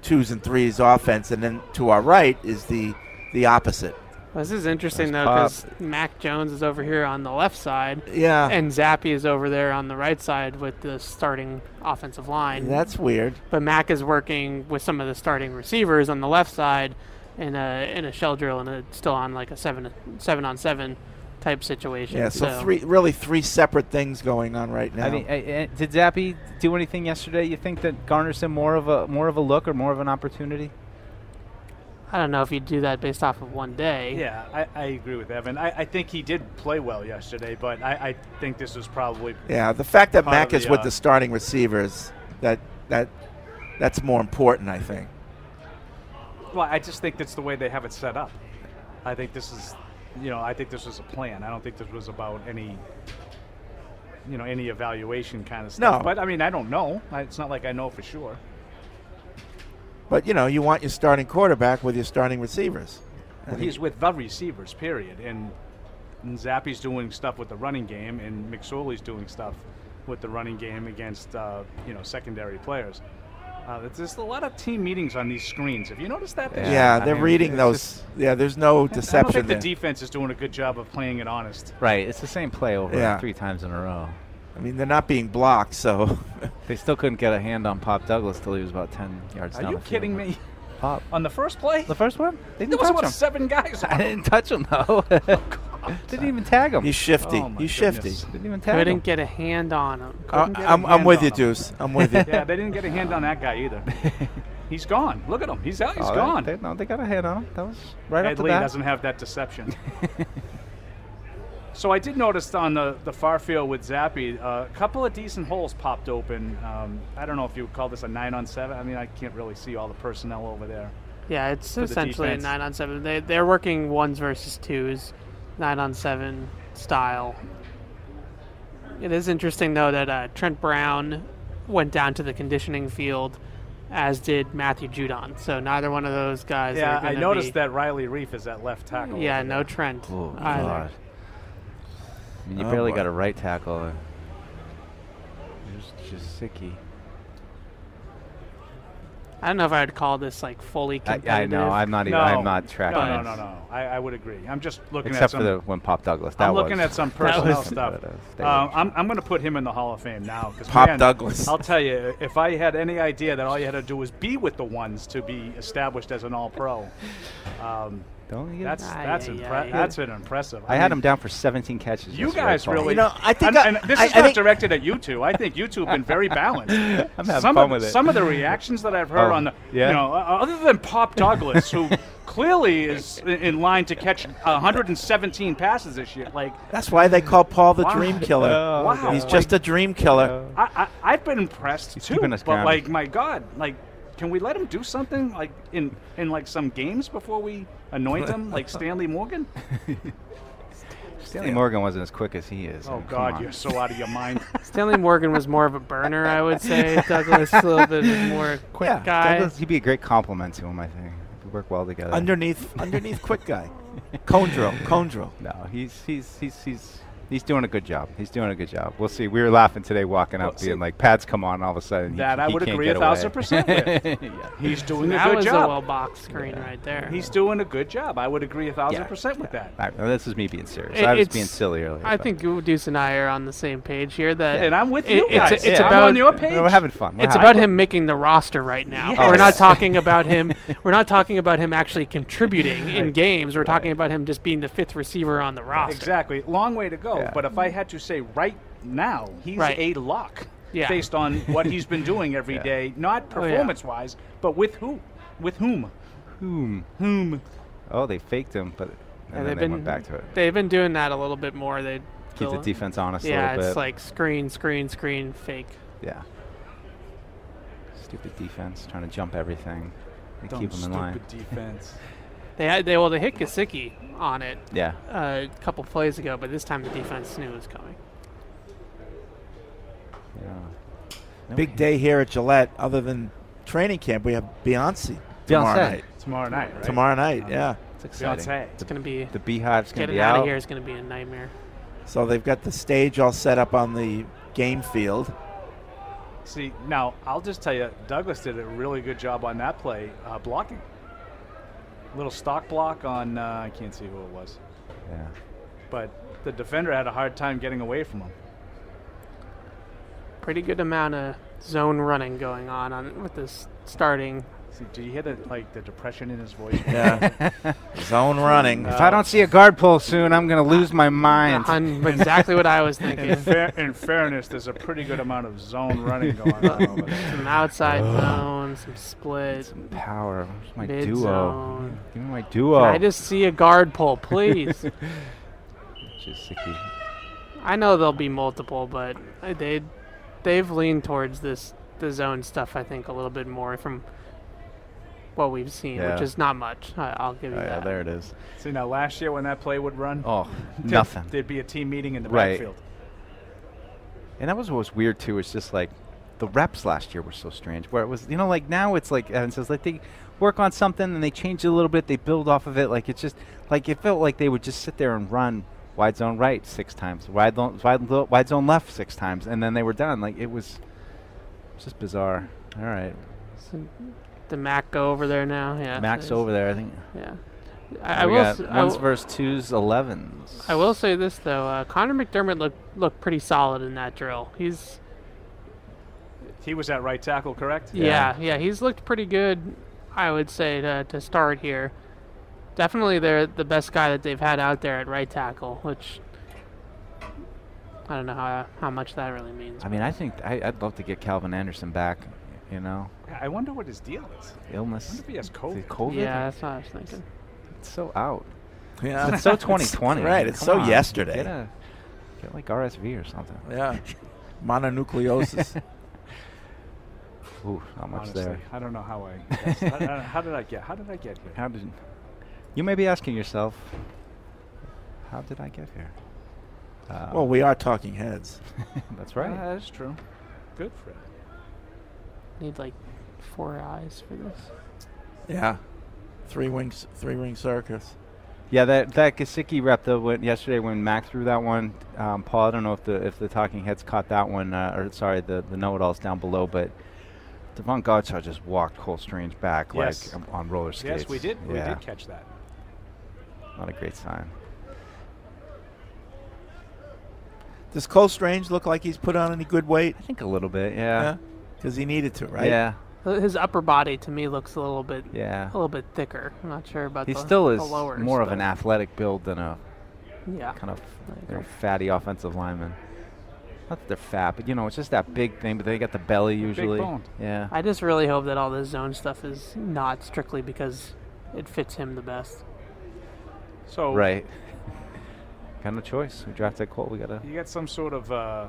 [SPEAKER 1] twos and threes offense, and then to our right is the the opposite.
[SPEAKER 7] Well, this is interesting though,
[SPEAKER 6] Nice
[SPEAKER 7] 'cause though, because Mac Jones is over here on the left side,
[SPEAKER 1] Yeah,
[SPEAKER 7] and Zappy is over there on the right side with the starting offensive line.
[SPEAKER 1] that's weird.
[SPEAKER 7] but Mac is working with some of the starting receivers on the left side in a in a shell drill and it's still on like a seven seven on seven type situation.
[SPEAKER 1] Yeah, so, three really three separate things going on right now.
[SPEAKER 6] I mean, I, I, did Zappy do anything yesterday? You think that garners him more of a more of a look or more of an opportunity?
[SPEAKER 7] I don't know if you do that based off of one day.
[SPEAKER 5] Yeah, I, I agree with Evan. I, I think he did play well yesterday, but I, I think this was probably
[SPEAKER 1] Yeah, the fact that
[SPEAKER 5] Part
[SPEAKER 1] Mac
[SPEAKER 5] of
[SPEAKER 1] is
[SPEAKER 5] the,
[SPEAKER 1] with
[SPEAKER 5] uh,
[SPEAKER 1] the starting receivers that that that's more important, I think.
[SPEAKER 5] Well, I just think that's the way they have it set up. I think this is, you know, I think this was a plan. I don't think this was about any, you know, any evaluation kind of stuff.
[SPEAKER 1] No.
[SPEAKER 5] But I mean, I don't know. I- It's not like I know for sure.
[SPEAKER 1] But you know, you want your starting quarterback with your starting receivers.
[SPEAKER 5] Well, he's with the receivers, period. And, and Zappy's doing stuff with the running game, and McSorley's doing stuff with the running game against, uh, you know, secondary players. Uh, there's- there's a lot of team meetings on these screens. Have you noticed that? this
[SPEAKER 1] Yeah,
[SPEAKER 5] year?
[SPEAKER 6] I
[SPEAKER 1] they're
[SPEAKER 6] mean,
[SPEAKER 1] reading
[SPEAKER 6] it's
[SPEAKER 1] those.
[SPEAKER 6] just-
[SPEAKER 1] yeah, there's no
[SPEAKER 5] I don't
[SPEAKER 1] deception
[SPEAKER 5] think the
[SPEAKER 1] there.
[SPEAKER 5] defense is doing a good job of playing it honest.
[SPEAKER 6] Right. It's the same play over
[SPEAKER 1] Yeah.
[SPEAKER 6] three times in a row.
[SPEAKER 1] I mean, they're not being blocked, so
[SPEAKER 6] They still couldn't get a hand on Pop Douglas till he was about ten yards
[SPEAKER 5] Are
[SPEAKER 6] down.
[SPEAKER 5] you
[SPEAKER 6] the field.
[SPEAKER 5] kidding me?
[SPEAKER 6] Pop.
[SPEAKER 5] On the first play?
[SPEAKER 6] The first one? They
[SPEAKER 5] there
[SPEAKER 6] didn't
[SPEAKER 5] was
[SPEAKER 6] touch
[SPEAKER 5] about
[SPEAKER 6] him.
[SPEAKER 5] seven guys.
[SPEAKER 6] I didn't touch him though. Oh, didn't even tag him.
[SPEAKER 1] he's shifty.
[SPEAKER 5] Oh, my
[SPEAKER 1] he's shifty.
[SPEAKER 5] goodness.
[SPEAKER 6] didn't even tag him.
[SPEAKER 7] Couldn't get a hand on him.
[SPEAKER 1] I,
[SPEAKER 5] get a
[SPEAKER 1] I'm, I'm
[SPEAKER 5] hand
[SPEAKER 1] with
[SPEAKER 5] on
[SPEAKER 1] you,
[SPEAKER 5] him.
[SPEAKER 1] Deuce. I'm with you.
[SPEAKER 5] yeah, they didn't get a hand on that guy either. He's gone. Look at him. He's out. He's
[SPEAKER 6] Oh, they-
[SPEAKER 5] gone.
[SPEAKER 6] They, no, they got a hand on him. That was right off
[SPEAKER 5] Ed
[SPEAKER 6] the
[SPEAKER 5] Lee
[SPEAKER 6] bat.
[SPEAKER 5] doesn't have that deception. so I did notice on the, the far field with Zappy, uh, a couple of decent holes popped open. Um, I don't know if you would call this a nine on seven. I mean, I can't really see all the personnel over there.
[SPEAKER 7] Yeah, it's
[SPEAKER 5] the
[SPEAKER 7] essentially a
[SPEAKER 5] defense.
[SPEAKER 7] nine on seven. They they're working ones versus twos, nine on seven style. It is interesting though that uh, Trent Brown went down to the conditioning field, as did Matthew Judon. So neither one of those guys. are
[SPEAKER 5] Yeah, I
[SPEAKER 7] gonna
[SPEAKER 5] noticed
[SPEAKER 7] be-
[SPEAKER 5] that Riley Reef is at left tackle.
[SPEAKER 7] Yeah, no Trent
[SPEAKER 6] Oh,
[SPEAKER 7] either.
[SPEAKER 6] God. I mean, you
[SPEAKER 1] Oh,
[SPEAKER 6] barely
[SPEAKER 1] boy.
[SPEAKER 6] got a right tackle. and There's just sicky.
[SPEAKER 7] I don't know if I would call this like fully
[SPEAKER 6] I,
[SPEAKER 7] competitive.
[SPEAKER 6] I know. I'm not. Even,
[SPEAKER 5] No.
[SPEAKER 6] I'm not
[SPEAKER 5] No,
[SPEAKER 6] tracking.
[SPEAKER 5] no,
[SPEAKER 6] it.
[SPEAKER 5] no, no. I, I would agree. I'm just looking at
[SPEAKER 6] Except
[SPEAKER 5] some
[SPEAKER 6] for the when Pop Douglas. That
[SPEAKER 5] I'm looking
[SPEAKER 6] was-
[SPEAKER 5] at some
[SPEAKER 6] that
[SPEAKER 5] personnel
[SPEAKER 6] was-
[SPEAKER 5] stuff.
[SPEAKER 6] that was- that
[SPEAKER 5] Um,
[SPEAKER 6] was-
[SPEAKER 5] I'm, I'm going to put him in the Hall of Fame now. 'cause,
[SPEAKER 1] Pop
[SPEAKER 5] man,
[SPEAKER 1] Douglas.
[SPEAKER 5] I'll tell you, if I had any idea that all you had to do was be with the ones to be established as an All Pro, um,
[SPEAKER 6] Don't you-
[SPEAKER 5] that's
[SPEAKER 7] Aye,
[SPEAKER 5] that's
[SPEAKER 7] aye,
[SPEAKER 5] impre-
[SPEAKER 7] aye.
[SPEAKER 5] that's an impressive.
[SPEAKER 6] I had
[SPEAKER 5] mean,
[SPEAKER 6] him down for 17 catches.
[SPEAKER 5] You
[SPEAKER 6] yesterday,
[SPEAKER 5] guys
[SPEAKER 6] Paul.
[SPEAKER 5] really.
[SPEAKER 1] You know, I think
[SPEAKER 5] and,
[SPEAKER 1] I-
[SPEAKER 5] and this
[SPEAKER 1] I-
[SPEAKER 5] is
[SPEAKER 1] I
[SPEAKER 5] not
[SPEAKER 1] think-
[SPEAKER 5] directed at you two. I think you two have been very balanced. I'm
[SPEAKER 6] having
[SPEAKER 5] some
[SPEAKER 6] fun
[SPEAKER 5] of,
[SPEAKER 6] with it.
[SPEAKER 5] Some of the reactions that I've heard
[SPEAKER 6] Oh,
[SPEAKER 5] on the,
[SPEAKER 6] yeah?
[SPEAKER 5] you know, uh, other than Pop Douglas, who clearly is i- in line to catch 117 passes this year, like.
[SPEAKER 1] That's why they call Paul the
[SPEAKER 5] Wow.
[SPEAKER 1] Dream Killer.
[SPEAKER 6] Oh,
[SPEAKER 5] Wow.
[SPEAKER 1] He's just a dream killer.
[SPEAKER 5] I, I I've been impressed
[SPEAKER 6] He's
[SPEAKER 5] too,
[SPEAKER 6] keeping us
[SPEAKER 5] but
[SPEAKER 6] grounded.
[SPEAKER 5] like my God, like can we let him do something like in in like some games before we anoint him like Stanley Morgan?
[SPEAKER 6] Stanley Morgan wasn't as quick as he is. I
[SPEAKER 5] Oh
[SPEAKER 6] mean, come
[SPEAKER 5] God,
[SPEAKER 6] on.
[SPEAKER 5] you're so out of your mind.
[SPEAKER 7] Stanley Morgan was more of a burner, I would say. Douglas a little bit more quick
[SPEAKER 1] Yeah,
[SPEAKER 7] guy.
[SPEAKER 6] Douglas, he'd be a great compliment to him. I think we work well
[SPEAKER 5] uh,
[SPEAKER 6] together.
[SPEAKER 1] Underneath, underneath, quick guy, cone drill, cone drill.
[SPEAKER 6] No, he's he's he's he's he's doing a good job. He's doing a good job. We'll see. We were laughing today walking up,
[SPEAKER 5] Well, see-
[SPEAKER 6] being like, "Pads, come on!" All of a sudden, he-
[SPEAKER 5] That I
[SPEAKER 6] he
[SPEAKER 5] would
[SPEAKER 6] can't
[SPEAKER 5] agree
[SPEAKER 6] get
[SPEAKER 5] a thousand
[SPEAKER 6] away.
[SPEAKER 5] percent with. He's doing a
[SPEAKER 7] that
[SPEAKER 5] good
[SPEAKER 7] was a well
[SPEAKER 5] job.
[SPEAKER 7] boxed screen right there.
[SPEAKER 5] He's doing a good job. I would agree a thousand
[SPEAKER 6] Yeah,
[SPEAKER 5] percent with that.
[SPEAKER 6] I- no, this is me being serious.
[SPEAKER 7] It-
[SPEAKER 6] I was
[SPEAKER 7] it's-
[SPEAKER 6] being silly earlier.
[SPEAKER 7] I
[SPEAKER 6] but-
[SPEAKER 7] think you, Deuce and I are on the same page here. That
[SPEAKER 5] And I'm with
[SPEAKER 7] it-
[SPEAKER 5] you
[SPEAKER 7] it's-
[SPEAKER 5] guys.
[SPEAKER 7] it's
[SPEAKER 5] I'm
[SPEAKER 7] about-
[SPEAKER 5] on your page.
[SPEAKER 6] No, we're having fun. We're Oh.
[SPEAKER 7] it's
[SPEAKER 6] having
[SPEAKER 7] about
[SPEAKER 6] fun.
[SPEAKER 7] him making the roster right now.
[SPEAKER 5] Yes.
[SPEAKER 7] We're not
[SPEAKER 6] Yes.
[SPEAKER 7] talking about him. We're not talking about him actually contributing in games. We're talking about him just being the fifth receiver on the roster.
[SPEAKER 5] Exactly. Long way to go.
[SPEAKER 6] Yeah.
[SPEAKER 5] But if I had to say right now, he's
[SPEAKER 7] Right.
[SPEAKER 5] a lock
[SPEAKER 7] Yeah. Oh,
[SPEAKER 5] based on what he's been doing every day, not
[SPEAKER 7] yeah.
[SPEAKER 5] performance wise, but with who? With whom?
[SPEAKER 6] Whom?
[SPEAKER 5] Whom?
[SPEAKER 6] Oh, they faked him, but and
[SPEAKER 7] And
[SPEAKER 6] then
[SPEAKER 7] they've
[SPEAKER 6] they
[SPEAKER 7] been
[SPEAKER 6] went back to it.
[SPEAKER 7] They've been doing that a little bit more. They
[SPEAKER 6] keep the
[SPEAKER 7] They'll-
[SPEAKER 6] defense honest a
[SPEAKER 7] Yeah,
[SPEAKER 6] little bit.
[SPEAKER 7] it's like screen, screen, screen, fake.
[SPEAKER 6] yeah. Stupid defense trying to jump everything. and
[SPEAKER 5] Dumb,
[SPEAKER 6] keep them in
[SPEAKER 5] stupid
[SPEAKER 6] line.
[SPEAKER 5] defense.
[SPEAKER 7] They had they well they hit Gasicki on it
[SPEAKER 6] Yeah.
[SPEAKER 7] uh, a couple plays ago, but this time the defense knew it was coming.
[SPEAKER 6] yeah. No
[SPEAKER 1] Big day here at Gillette. Other than training camp, we have Beyonce tomorrow
[SPEAKER 6] Beyonce.
[SPEAKER 1] night.
[SPEAKER 5] Tomorrow night, right?
[SPEAKER 1] Tomorrow night, yeah.
[SPEAKER 6] It's exciting.
[SPEAKER 5] Beyonce.
[SPEAKER 7] It's gonna be
[SPEAKER 6] The Beehive's going to
[SPEAKER 7] getting
[SPEAKER 6] be
[SPEAKER 7] out
[SPEAKER 6] out.
[SPEAKER 7] of here is gonna be a nightmare.
[SPEAKER 1] So they've got the stage all set up on the game field.
[SPEAKER 5] See, now I'll just tell you, Douglas did a really good job on that play uh, blocking. Little stock block on uh, I can't see who it was,
[SPEAKER 6] Yeah.
[SPEAKER 5] but the defender had a hard time getting away from him.
[SPEAKER 7] Pretty good amount of zone running going on on with this starting.
[SPEAKER 5] See, do you hear the like the depression in his voice?
[SPEAKER 1] Yeah. Uh, Zone running.
[SPEAKER 6] If I don't see a guard pull soon, I'm going to lose my mind.
[SPEAKER 7] on exactly what I was thinking.
[SPEAKER 5] in, fair, in fairness, there's a pretty good amount of zone running going on over there.
[SPEAKER 7] Some outside zone, some split.
[SPEAKER 6] Power. Where's my
[SPEAKER 7] Mid
[SPEAKER 6] duo? Oh.
[SPEAKER 7] zone.
[SPEAKER 6] Give me my duo.
[SPEAKER 7] Can I just see a guard pull, please.
[SPEAKER 6] Just sticky.
[SPEAKER 7] I know there'll be multiple, but I- they they've leaned towards this the zone stuff. I think a little bit more from what we've seen,
[SPEAKER 6] Yeah.
[SPEAKER 7] which is not much. I, I'll give you
[SPEAKER 6] Oh, yeah,
[SPEAKER 7] that.
[SPEAKER 6] there it is.
[SPEAKER 5] See, now last year when that play would run,
[SPEAKER 6] Oh,
[SPEAKER 5] there'd-
[SPEAKER 6] nothing.
[SPEAKER 5] There'd be a team meeting in the
[SPEAKER 6] Right.
[SPEAKER 5] backfield.
[SPEAKER 6] And that was what was weird too. It's just like the reps last year were so strange. Where it was, you know, like now it's like Evan says, like they work on something and they change it a little bit. They build off of it. Like it's just like it felt like they would just sit there and run wide zone right six times, wide lo- wide, lo- wide zone left six times, and then they were done. Like it was just bizarre. All right,
[SPEAKER 7] So, the Mac go over there now. Yeah,
[SPEAKER 6] Max
[SPEAKER 7] so
[SPEAKER 6] over there. I think
[SPEAKER 7] he's- Yeah, I, I
[SPEAKER 6] we
[SPEAKER 7] will.
[SPEAKER 6] got
[SPEAKER 7] s- I
[SPEAKER 6] ones
[SPEAKER 7] will-
[SPEAKER 6] versus twos, elevens.
[SPEAKER 7] I will say this though, uh, Connor McDermott looked looked pretty solid in that drill. He's
[SPEAKER 5] He was at right tackle, correct?
[SPEAKER 7] yeah, yeah, he's looked pretty good. I would say to to start here. Definitely, they're the best guy that they've had out there at right tackle, which I don't know how how much that really means.
[SPEAKER 6] I mean, I think I, I'd love to get Calvin Anderson back. You know,
[SPEAKER 5] I wonder what his deal is. I
[SPEAKER 6] illness.
[SPEAKER 5] wonder if he has
[SPEAKER 6] Is
[SPEAKER 5] COVID.
[SPEAKER 6] it COVID?
[SPEAKER 7] yeah, that's what I was thinking.
[SPEAKER 6] It's so out.
[SPEAKER 1] yeah.
[SPEAKER 6] It's so 2020.
[SPEAKER 1] right, it's
[SPEAKER 6] Come
[SPEAKER 1] so
[SPEAKER 6] on.
[SPEAKER 1] yesterday.
[SPEAKER 6] Get, a, get like RSV or something.
[SPEAKER 1] yeah. Mononucleosis.
[SPEAKER 6] Ooh, not much
[SPEAKER 5] Honestly,
[SPEAKER 6] there.
[SPEAKER 5] I don't know how I. guessed. I- I- how did I get? How did I get here?
[SPEAKER 6] How did you may be asking yourself, how did I get here? Uh,
[SPEAKER 1] well, we are talking heads.
[SPEAKER 6] that's right.
[SPEAKER 5] that is true. Good for him.
[SPEAKER 7] Need like four eyes for this.
[SPEAKER 1] Yeah. Three wings, three ring circus.
[SPEAKER 6] Yeah, that that Gasicki rep though went yesterday when Mac threw that one. Um, Paul, I don't know if the if the talking heads caught that one uh, or sorry the the know it alls down below, but Devon Godshaw just walked Cole Strange back
[SPEAKER 5] Yes.
[SPEAKER 6] like um, on roller skates.
[SPEAKER 5] Yes, we did. We
[SPEAKER 6] Yeah,
[SPEAKER 5] did catch that.
[SPEAKER 6] not a great sign.
[SPEAKER 1] Does Cole Strange look like he's put on any good weight?
[SPEAKER 6] I think a little bit. Yeah.
[SPEAKER 1] Because he needed to, right?
[SPEAKER 6] Yeah.
[SPEAKER 7] Uh, His upper body to me looks a little bit
[SPEAKER 6] Yeah.
[SPEAKER 7] a little bit thicker. I'm not sure about
[SPEAKER 6] He
[SPEAKER 7] the,
[SPEAKER 6] still is
[SPEAKER 7] the lowers,
[SPEAKER 6] more of an
[SPEAKER 7] but-
[SPEAKER 6] athletic build than a
[SPEAKER 7] yeah.
[SPEAKER 6] kind of you know,
[SPEAKER 7] agree.
[SPEAKER 6] fatty offensive lineman. Not that they're fat, but you know, it's just that big thing. But they got the belly usually.
[SPEAKER 5] boned.
[SPEAKER 6] Yeah,
[SPEAKER 7] I just really hope that all this zone stuff is not strictly because it fits him the best.
[SPEAKER 5] So
[SPEAKER 6] right. got no choice. We drafted Colt. We gotta.
[SPEAKER 5] you got some sort of uh,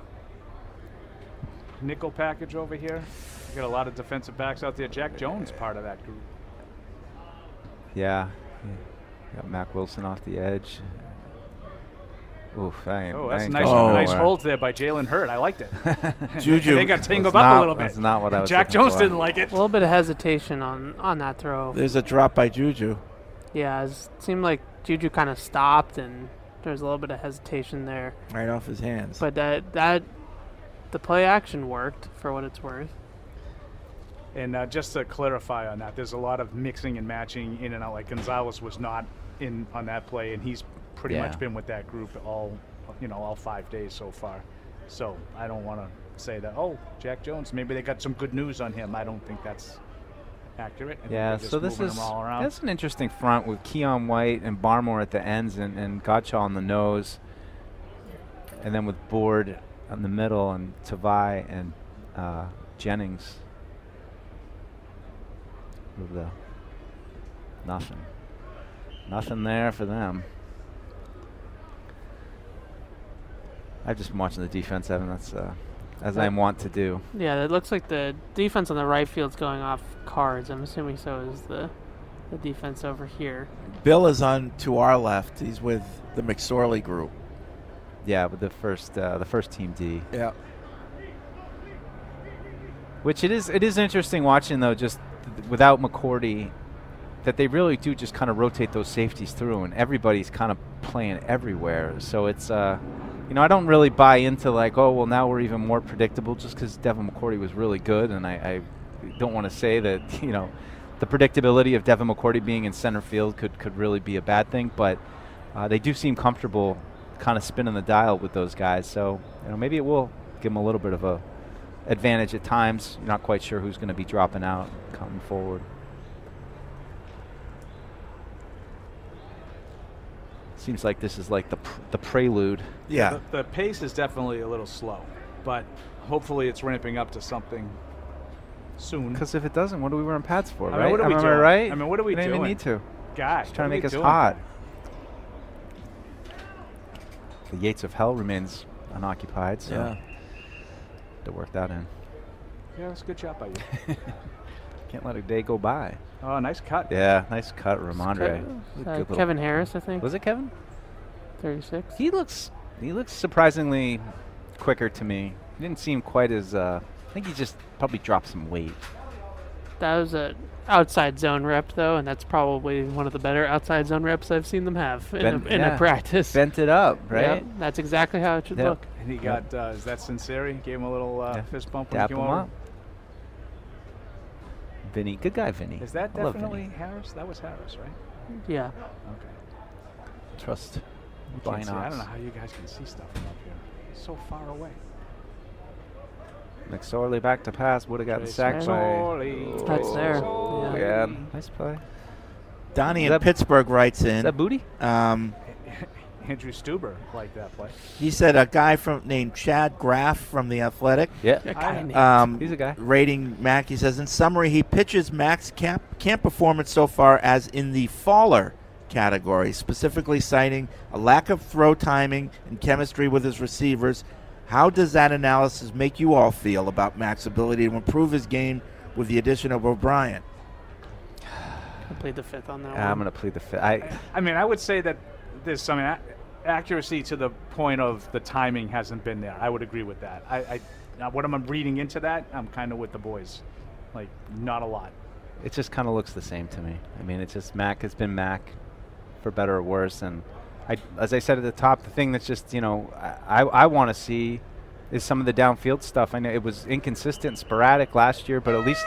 [SPEAKER 5] nickel package over here. You got a lot of defensive backs out there. Jack Jones part of that group.
[SPEAKER 6] Yeah. Got Mac Wilson off the edge. Oof, I ain't.
[SPEAKER 5] Oh,
[SPEAKER 6] I
[SPEAKER 5] that's a
[SPEAKER 6] ain't
[SPEAKER 5] nice,
[SPEAKER 6] going
[SPEAKER 1] Oh.
[SPEAKER 5] nice
[SPEAKER 6] nowhere.
[SPEAKER 5] hold there by Jalen Hurd. I liked it.
[SPEAKER 1] Juju.
[SPEAKER 5] they got
[SPEAKER 6] That's
[SPEAKER 5] tangled up
[SPEAKER 6] not-
[SPEAKER 5] a little bit.
[SPEAKER 6] That's not what I was.
[SPEAKER 5] Jack
[SPEAKER 6] looking
[SPEAKER 5] Jones
[SPEAKER 6] for.
[SPEAKER 5] didn't like it.
[SPEAKER 7] A little bit of hesitation on on that throw.
[SPEAKER 1] There's a drop by Juju.
[SPEAKER 7] Yeah, it seemed like Juju kind of stopped and there was a little bit of hesitation there.
[SPEAKER 1] Right off his hands.
[SPEAKER 7] But that that the play action worked for what it's worth.
[SPEAKER 5] And uh, just to clarify on that, there's a lot of mixing and matching in and out. Like Gonzalez was not in on that play, and he's pretty
[SPEAKER 6] Yeah.
[SPEAKER 5] much been with that group all, you know, all five days so far. So I don't want to say that. Oh, Jack Jones. Maybe they got some good news on him. I don't think that's accurate. I think
[SPEAKER 6] Yeah,
[SPEAKER 5] they're just
[SPEAKER 6] so this
[SPEAKER 5] moving
[SPEAKER 6] is
[SPEAKER 5] them all around.
[SPEAKER 6] that's an interesting front with Keon White and Barmore at the ends and, and Gotcha on the nose, and then with Board on the middle and Tavai and uh, Jennings. Over there. Nothing. Nothing there for them. I've just been watching the defense, Evan. That's uh, as I am wont to do.
[SPEAKER 7] Yeah, it looks like the defense on the right field's going off cards. I'm assuming so is the the defense over here.
[SPEAKER 1] Bill is on to our left. He's with the McSorley group.
[SPEAKER 6] Yeah, with the first uh, the first team D,
[SPEAKER 1] Yeah.
[SPEAKER 6] which it is it is interesting watching though, just th- without McCourty, that they really do just kind of rotate those safeties through, and everybody's kind of playing everywhere. So it's uh, you know I don't really buy into like oh well now we're even more predictable just because Devin McCourty was really good, and I, I don't want to say that you know the predictability of Devin McCourty being in center field could could really be a bad thing, but uh, they do seem comfortable kind of spinning the dial with those guys. So you know maybe it will give them a little bit of a advantage at times. You're not quite sure who's going to be dropping out coming forward. Seems like this is like the pr- the prelude.
[SPEAKER 1] Yeah.
[SPEAKER 5] The, the pace is definitely a little slow, but hopefully it's ramping up to something soon.
[SPEAKER 6] Because if it doesn't, what are we wearing pads for,
[SPEAKER 5] I mean,
[SPEAKER 6] right?
[SPEAKER 5] what are we
[SPEAKER 6] Am I
[SPEAKER 5] doing?
[SPEAKER 6] right?
[SPEAKER 5] I mean, what are we
[SPEAKER 6] We don't even
[SPEAKER 5] doing?
[SPEAKER 6] need to.
[SPEAKER 5] Gosh,
[SPEAKER 6] Just trying
[SPEAKER 5] what
[SPEAKER 6] to
[SPEAKER 5] are
[SPEAKER 6] make
[SPEAKER 5] we
[SPEAKER 6] us
[SPEAKER 5] doing?
[SPEAKER 6] hot. The Yates of Hell remains unoccupied, so
[SPEAKER 1] Yeah.
[SPEAKER 6] to work that in.
[SPEAKER 5] Yeah, that's a good shot by you.
[SPEAKER 6] Can't let a day go by.
[SPEAKER 5] Oh, nice cut.
[SPEAKER 6] Yeah, nice cut, Ramondre. Good
[SPEAKER 7] Uh,
[SPEAKER 6] little-
[SPEAKER 7] Kevin Harris, I think,
[SPEAKER 6] Was it Kevin?
[SPEAKER 7] 36.
[SPEAKER 6] He looks he looks surprisingly quicker to me. He didn't seem quite as uh, I think he just probably dropped some weight.
[SPEAKER 7] That was a outside zone rep though, and that's probably one of the better outside zone reps I've seen them have in,
[SPEAKER 6] Bent-
[SPEAKER 7] a, in
[SPEAKER 6] yeah.
[SPEAKER 7] a practice.
[SPEAKER 6] Bent it up,
[SPEAKER 7] Yeah,
[SPEAKER 6] right?
[SPEAKER 7] that's exactly how it should
[SPEAKER 6] Yep.
[SPEAKER 7] look.
[SPEAKER 5] And he got, uh, is that Sinceri? Gave him a little uh,
[SPEAKER 6] Yeah.
[SPEAKER 5] fist bump when
[SPEAKER 6] Dap
[SPEAKER 5] he
[SPEAKER 6] him
[SPEAKER 5] came over.
[SPEAKER 6] up. Vinny, good guy Vinny.
[SPEAKER 5] Is that
[SPEAKER 6] I love
[SPEAKER 5] definitely Harris? That was Harris, right?
[SPEAKER 7] Yeah.
[SPEAKER 5] Okay.
[SPEAKER 6] Vinny. trust?
[SPEAKER 5] Can't
[SPEAKER 6] Blind
[SPEAKER 5] see- I don't know
[SPEAKER 6] ox.
[SPEAKER 5] how you guys can see stuff from up here. It's so far away.
[SPEAKER 6] McSorley back to pass would have gotten
[SPEAKER 5] Trace
[SPEAKER 6] sacked by.
[SPEAKER 5] McSorley.
[SPEAKER 6] Oh,
[SPEAKER 7] That's there.
[SPEAKER 5] Oh,
[SPEAKER 7] Yeah.
[SPEAKER 6] Yeah, nice play.
[SPEAKER 1] Donnie
[SPEAKER 6] Is
[SPEAKER 1] in
[SPEAKER 6] that-
[SPEAKER 1] Pittsburgh writes
[SPEAKER 6] Is
[SPEAKER 1] in.
[SPEAKER 6] that booty?
[SPEAKER 1] Um,
[SPEAKER 5] Andrew Stuber liked that play.
[SPEAKER 1] he said a guy from named Chad Graff from the Athletic.
[SPEAKER 6] Yeah.
[SPEAKER 5] I,
[SPEAKER 1] Um,
[SPEAKER 6] He's a guy.
[SPEAKER 1] Rating Mac, he says, in summary, he pitches Mac's camp, camp performance so far as in the faller category, specifically citing a lack of throw timing and chemistry with his receivers. How does that analysis make you all feel about Mac's ability to improve his game with the addition of O'Brien?
[SPEAKER 7] I played the fifth on that
[SPEAKER 6] Ah, I'm
[SPEAKER 7] one.
[SPEAKER 6] gonna plead the fifth. I
[SPEAKER 5] I mean, I would say that there's some ac accuracy to the point of the timing hasn't been there. I would agree with that. I, I now what I'm reading into that, I'm kind of with the boys. Like, not a lot.
[SPEAKER 6] it just kind of looks the same to me. I mean, it's just Mac has been Mac for better or worse. And I, as I said at the top, the thing that's just you know I, I want to see is some of the downfield stuff. I know it was inconsistent, sporadic last year, but at least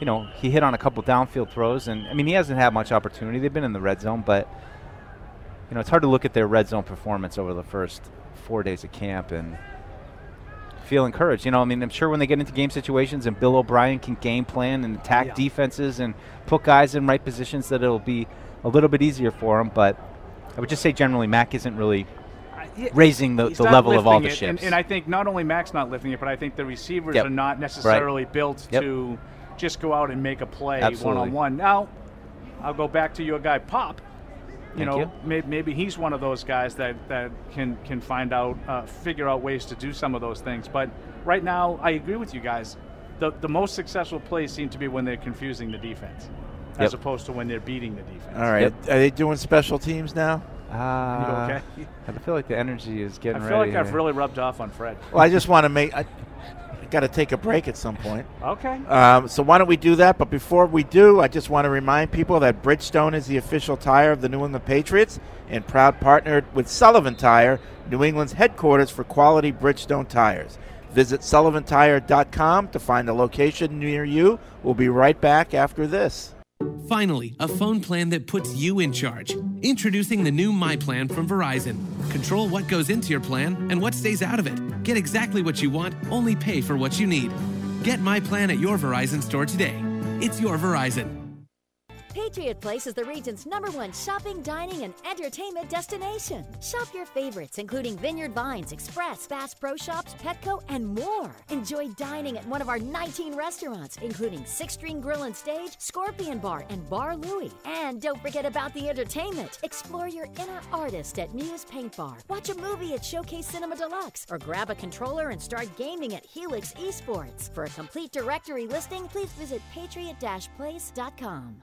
[SPEAKER 6] you know he hit on a couple downfield throws. And I mean, he hasn't had much opportunity. They've been in the red zone, but you know it's hard to look at their red zone performance over the first four days of camp and feel encouraged. You know, I mean, I'm sure when they get into game situations and Bill O'Brien can game plan and attack
[SPEAKER 5] Yeah.
[SPEAKER 6] defenses and put guys in right positions, that it'll be a little bit easier for him. But I would just say generally, Mac isn't really
[SPEAKER 5] I- yeah,
[SPEAKER 6] raising the,
[SPEAKER 5] he's
[SPEAKER 6] the
[SPEAKER 5] not
[SPEAKER 6] level of all the
[SPEAKER 5] lifting it, and-
[SPEAKER 6] ships.
[SPEAKER 5] And, I think not only Mac's not lifting it, but I think the receivers
[SPEAKER 6] Yep.
[SPEAKER 5] are not necessarily built
[SPEAKER 6] Yep.
[SPEAKER 5] to just go out and make a play one
[SPEAKER 6] Absolutely.
[SPEAKER 5] on one. Now, I'll go back to your guy Pop. You
[SPEAKER 6] Thank
[SPEAKER 5] know,
[SPEAKER 6] you.
[SPEAKER 5] May, maybe he's one of those guys that, that can can find out, uh, figure out ways to do some of those things. But right now, I agree with you guys. The the most successful plays seem to be when they're confusing the defense, as
[SPEAKER 6] Yep.
[SPEAKER 5] opposed to when they're beating the defense.
[SPEAKER 1] All right.
[SPEAKER 6] Yep.
[SPEAKER 1] Are they doing special teams now?
[SPEAKER 5] You
[SPEAKER 6] Uh,
[SPEAKER 5] okay?
[SPEAKER 6] I feel like the energy is
[SPEAKER 5] I
[SPEAKER 6] getting
[SPEAKER 5] feel like
[SPEAKER 6] ready
[SPEAKER 5] I've
[SPEAKER 6] here.
[SPEAKER 5] really rubbed off on Fred.
[SPEAKER 1] Well, I just want to make. I, I got to take a break at some point.
[SPEAKER 5] Okay.
[SPEAKER 6] Uh,
[SPEAKER 1] Um, so why don't we do that? But before we do, I just want to remind people that Bridgestone is the official tire of the New England Patriots and proud partner with Sullivan Tire, New England's headquarters for quality Bridgestone tires. Visit sullivantire.com to find a location near you. We'll be right back after this.
[SPEAKER 8] Finally, a phone plan that puts you in charge. Introducing the new My Plan from Verizon. Control what goes into your plan and what stays out of it. Get exactly what you want, only pay for what you need. Get My Plan at your Verizon store today. It's your Verizon.
[SPEAKER 9] Patriot Place is the region's number one shopping, dining, and entertainment destination. Shop your favorites, including Vineyard Vines, Express, Bass Pro Shops, Petco, and more. Enjoy dining at one of our 19 restaurants, including Six String Grill and Stage, Scorpion Bar, and Bar Louie. And don't forget about the entertainment. Explore your inner artist at Muse Paint Bar. Watch a movie at Showcase Cinema Deluxe, or grab a controller and start gaming at Helix Esports. For a complete directory listing, please visit patriot-place.com.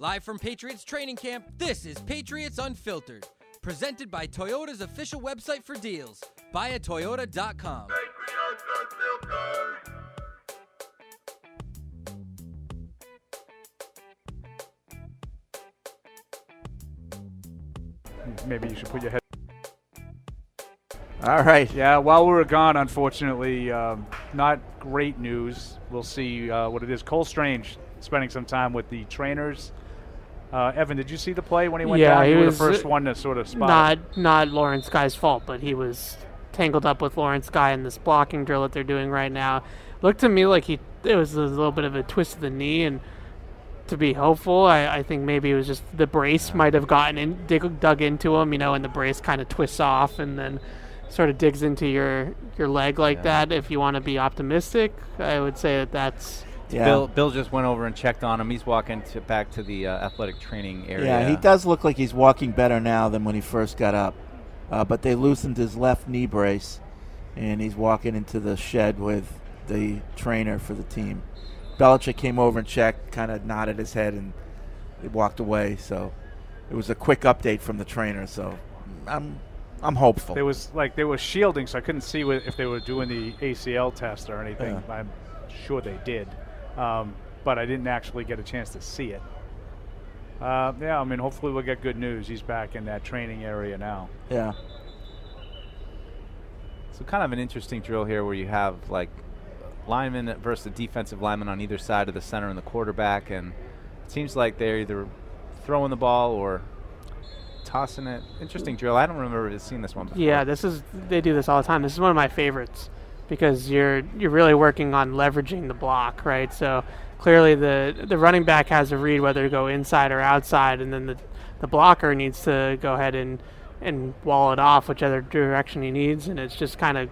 [SPEAKER 4] Live from Patriots training camp, this is Patriots Unfiltered, presented by Toyota's official website for deals, buyatoyota.com.
[SPEAKER 5] Maybe you should put your head.
[SPEAKER 1] All right.
[SPEAKER 5] Yeah, while we were gone, unfortunately, um, not great news. We'll see uh, what it is. Cole Strange spending some time with the trainers. Uh, Evan, did you see the play when he went
[SPEAKER 7] Yeah,
[SPEAKER 5] down?
[SPEAKER 7] he
[SPEAKER 5] you were the
[SPEAKER 7] was, uh,
[SPEAKER 5] first one to sort of spot. it.
[SPEAKER 7] Not not Lawrence Guy's fault, but he was tangled up with Lawrence Guy in this blocking drill that they're doing right now. Looked to me like he it was a little bit of a twist of the knee, and to be hopeful, I, I think maybe it was just the brace might have gotten in dig, dug into him, you know, and the brace kind of twists off and then sort of digs into your your leg like that. If you want to be optimistic, I would say that that's.
[SPEAKER 1] Yeah.
[SPEAKER 6] Bill, Bill just went over and checked on him. He's walking to, back to the uh, athletic training area.
[SPEAKER 1] Yeah, he does look like he's walking better now than when he first got up. Uh, but they loosened his left knee brace, and he's walking into the shed with the trainer for the team. Belichick came over and checked, kind of nodded his head, and he walked away. So it was a quick update from the trainer. So I'm, I'm hopeful.
[SPEAKER 5] There was like they were shielding, so I couldn't see wh- if they were doing the ACL test or anything. I'm sure they did, um, but I didn't actually get a chance to see it. Uh, yeah, I mean, hopefully we'll get good news. He's back in that training area now.
[SPEAKER 1] yeah.
[SPEAKER 6] So kind of an interesting drill here where you have like linemen versus the defensive lineman on either side of the center and the quarterback, and it seems like they're either throwing the ball or tossing it. Interesting drill. I don't remember seeing this one before.
[SPEAKER 7] Yeah, this is they do this all the time. This is one of my favorites because you're you're really working on leveraging the block, right? So clearly the the running back has a read whether to go inside or outside, and then the the blocker needs to go ahead and and wall it off whichever direction he needs, and it's just kind of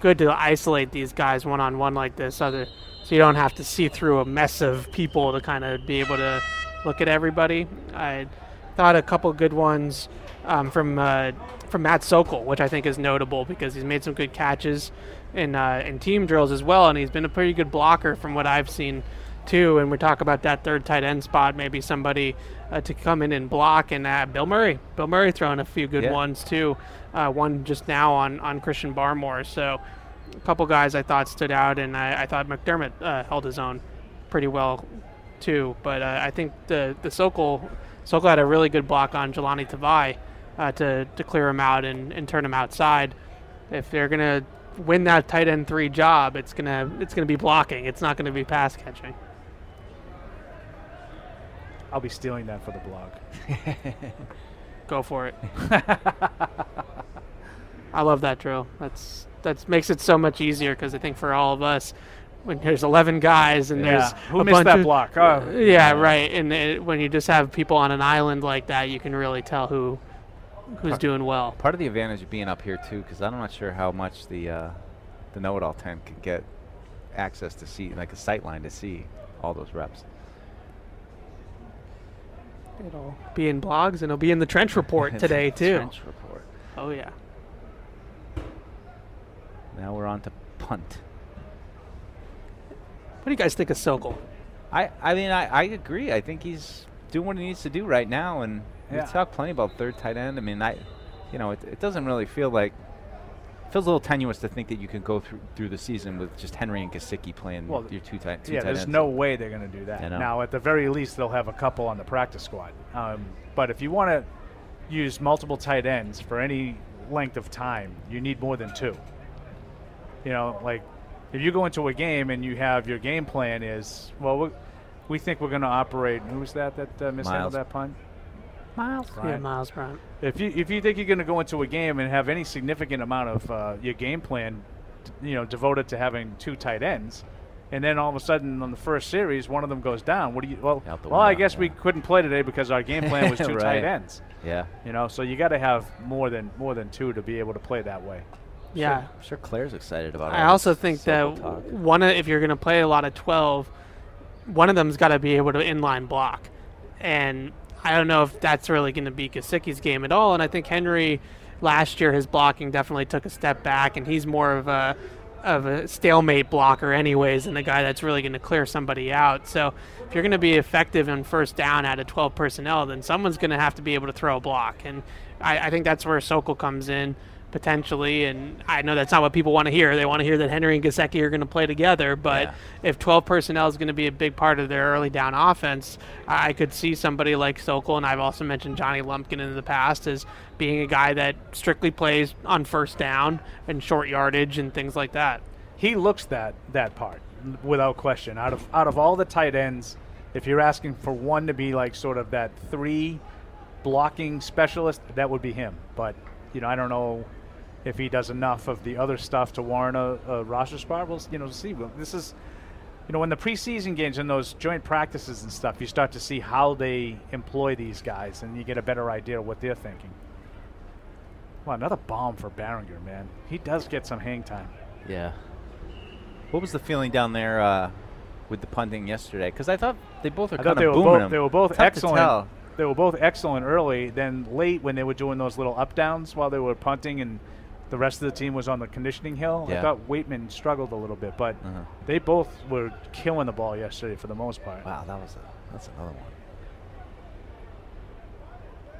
[SPEAKER 7] good to isolate these guys one on one like this, other so you don't have to see through a mess of people to kind of be able to look at everybody. I thought a couple good ones um, from uh, from Matt Sokol, which I think is notable because he's made some good catches in uh, in team drills as well, and he's been a pretty good blocker from what I've seen too. And we talk about that third tight end spot, maybe somebody uh, to come in and block, and uh, Bill Murray, Bill Murray throwing a few good
[SPEAKER 6] Yeah.
[SPEAKER 7] ones too, uh, one just now on on Christian Barmore. So a couple guys I thought stood out, and I, I thought McDermott uh, held his own pretty well too. But uh, I think the the Sokol Sokol had a really good block on Jelani Tavai uh, to to clear him out and, and turn him outside. If they're gonna win that tight end three job, it's gonna it's gonna be blocking. It's not gonna be pass catching.
[SPEAKER 5] I'll be stealing that for the blog.
[SPEAKER 7] Go for it. I love that drill. That's that makes it so much easier because I think for all of us, when there's 11 guys and there's
[SPEAKER 5] Yeah. Who
[SPEAKER 7] a
[SPEAKER 5] missed
[SPEAKER 7] bunch
[SPEAKER 5] that
[SPEAKER 7] of-
[SPEAKER 5] block? Oh.
[SPEAKER 7] yeah, right. And it, when you just have people on an island like that, you can really tell who who's doing well.
[SPEAKER 6] Part of the advantage of being up here too, because I'm not sure how much the uh, the know-it-all tent can get access to see, like a sight line to see all those reps.
[SPEAKER 7] It'll be in blogs and it'll be in the trench report today too.
[SPEAKER 6] Trench report.
[SPEAKER 7] Oh yeah.
[SPEAKER 6] Now we're on to punt.
[SPEAKER 7] What do you guys think of Sokol?
[SPEAKER 6] I, I mean, I, I agree. I think he's doing what he needs to do right now, and
[SPEAKER 7] Yeah.
[SPEAKER 6] we talked plenty about third tight end. I mean, I, you know, it, it doesn't really feel like feels a little tenuous to think that you can go through through the season with just Henry and Gasicki playing
[SPEAKER 5] Well,
[SPEAKER 6] your two tight two
[SPEAKER 5] yeah,
[SPEAKER 6] tight
[SPEAKER 5] there's
[SPEAKER 6] ends.
[SPEAKER 5] no way they're going to do that.
[SPEAKER 6] I know.
[SPEAKER 5] Now, at the very least, they'll have a couple on the practice squad. Um, but if you want to use multiple tight ends for any length of time, you need more than two. You know, like if you go into a game and you have your game plan is well, we, we think we're going to operate. Who was that that uh, mishandled
[SPEAKER 6] Miles.
[SPEAKER 5] that punt?
[SPEAKER 7] Miles. Yeah,
[SPEAKER 5] Bryant.
[SPEAKER 7] Miles Bryant.
[SPEAKER 5] If you if you think you're going to go into a game and have any significant amount of uh, your game plan, you know, devoted to having two tight ends, and then all of a sudden on the first series one of them goes down, what do you? Well, well,
[SPEAKER 6] the
[SPEAKER 5] I
[SPEAKER 6] window,
[SPEAKER 5] guess we couldn't play today because our game plan was two tight
[SPEAKER 6] Right.
[SPEAKER 5] ends.
[SPEAKER 6] Yeah.
[SPEAKER 5] You know, so you got to have more than more than two to be able to play that way.
[SPEAKER 7] Yeah.
[SPEAKER 6] I'm sure Claire's excited about it.
[SPEAKER 7] I also think that one of, if you're going to play a lot of 12, one of them's got to be able to inline block. And I don't know if that's really going to be Kasicki's game at all. And I think Henry last year his blocking definitely took a step back and he's more of a of a stalemate blocker anyways and the guy that's really going to clear somebody out. So if you're going to be effective in first down out of 12 personnel, then someone's going to have to be able to throw a block. And I, I think that's where Sokol comes in potentially. And I know that's not what people want to hear. They want to hear that Henry and Gasecki are going to play together. But if 12 personnel is going to be a big part of their early down offense, I I could see somebody like Sokol, and I've also mentioned Johnny Lumpkin in the past as being a guy that strictly plays on first down and short yardage and things like that.
[SPEAKER 5] He looks that that part n- without question. Out of out of all the tight ends, if you're asking for one to be like sort of that three blocking specialist, that would be him. But you know, I don't know if he does enough of the other stuff to warrant a, a roster spot. We'll s- you know see. Well, This is you know when the preseason games and those joint practices and stuff, you start to see how they employ these guys, and you get a better idea of what they're thinking. Well, another bomb for Barringer, man. He does get some hang time.
[SPEAKER 6] Yeah. What was the feeling down there uh, with the punting yesterday? Because I thought they both are
[SPEAKER 5] I
[SPEAKER 6] kind
[SPEAKER 5] thought they
[SPEAKER 6] of
[SPEAKER 5] were
[SPEAKER 6] booming
[SPEAKER 5] both
[SPEAKER 6] them.
[SPEAKER 5] they were both
[SPEAKER 6] Tough to tell.
[SPEAKER 5] excellent. They were both excellent early. Then late when they were doing those little up downs while they were punting and the rest of the team was on the conditioning hill. I
[SPEAKER 6] Yeah.
[SPEAKER 5] thought Waitman struggled a little bit, but
[SPEAKER 6] Uh-huh.
[SPEAKER 5] they both were killing the ball yesterday for the most part.
[SPEAKER 6] Wow, that was a, that's another one.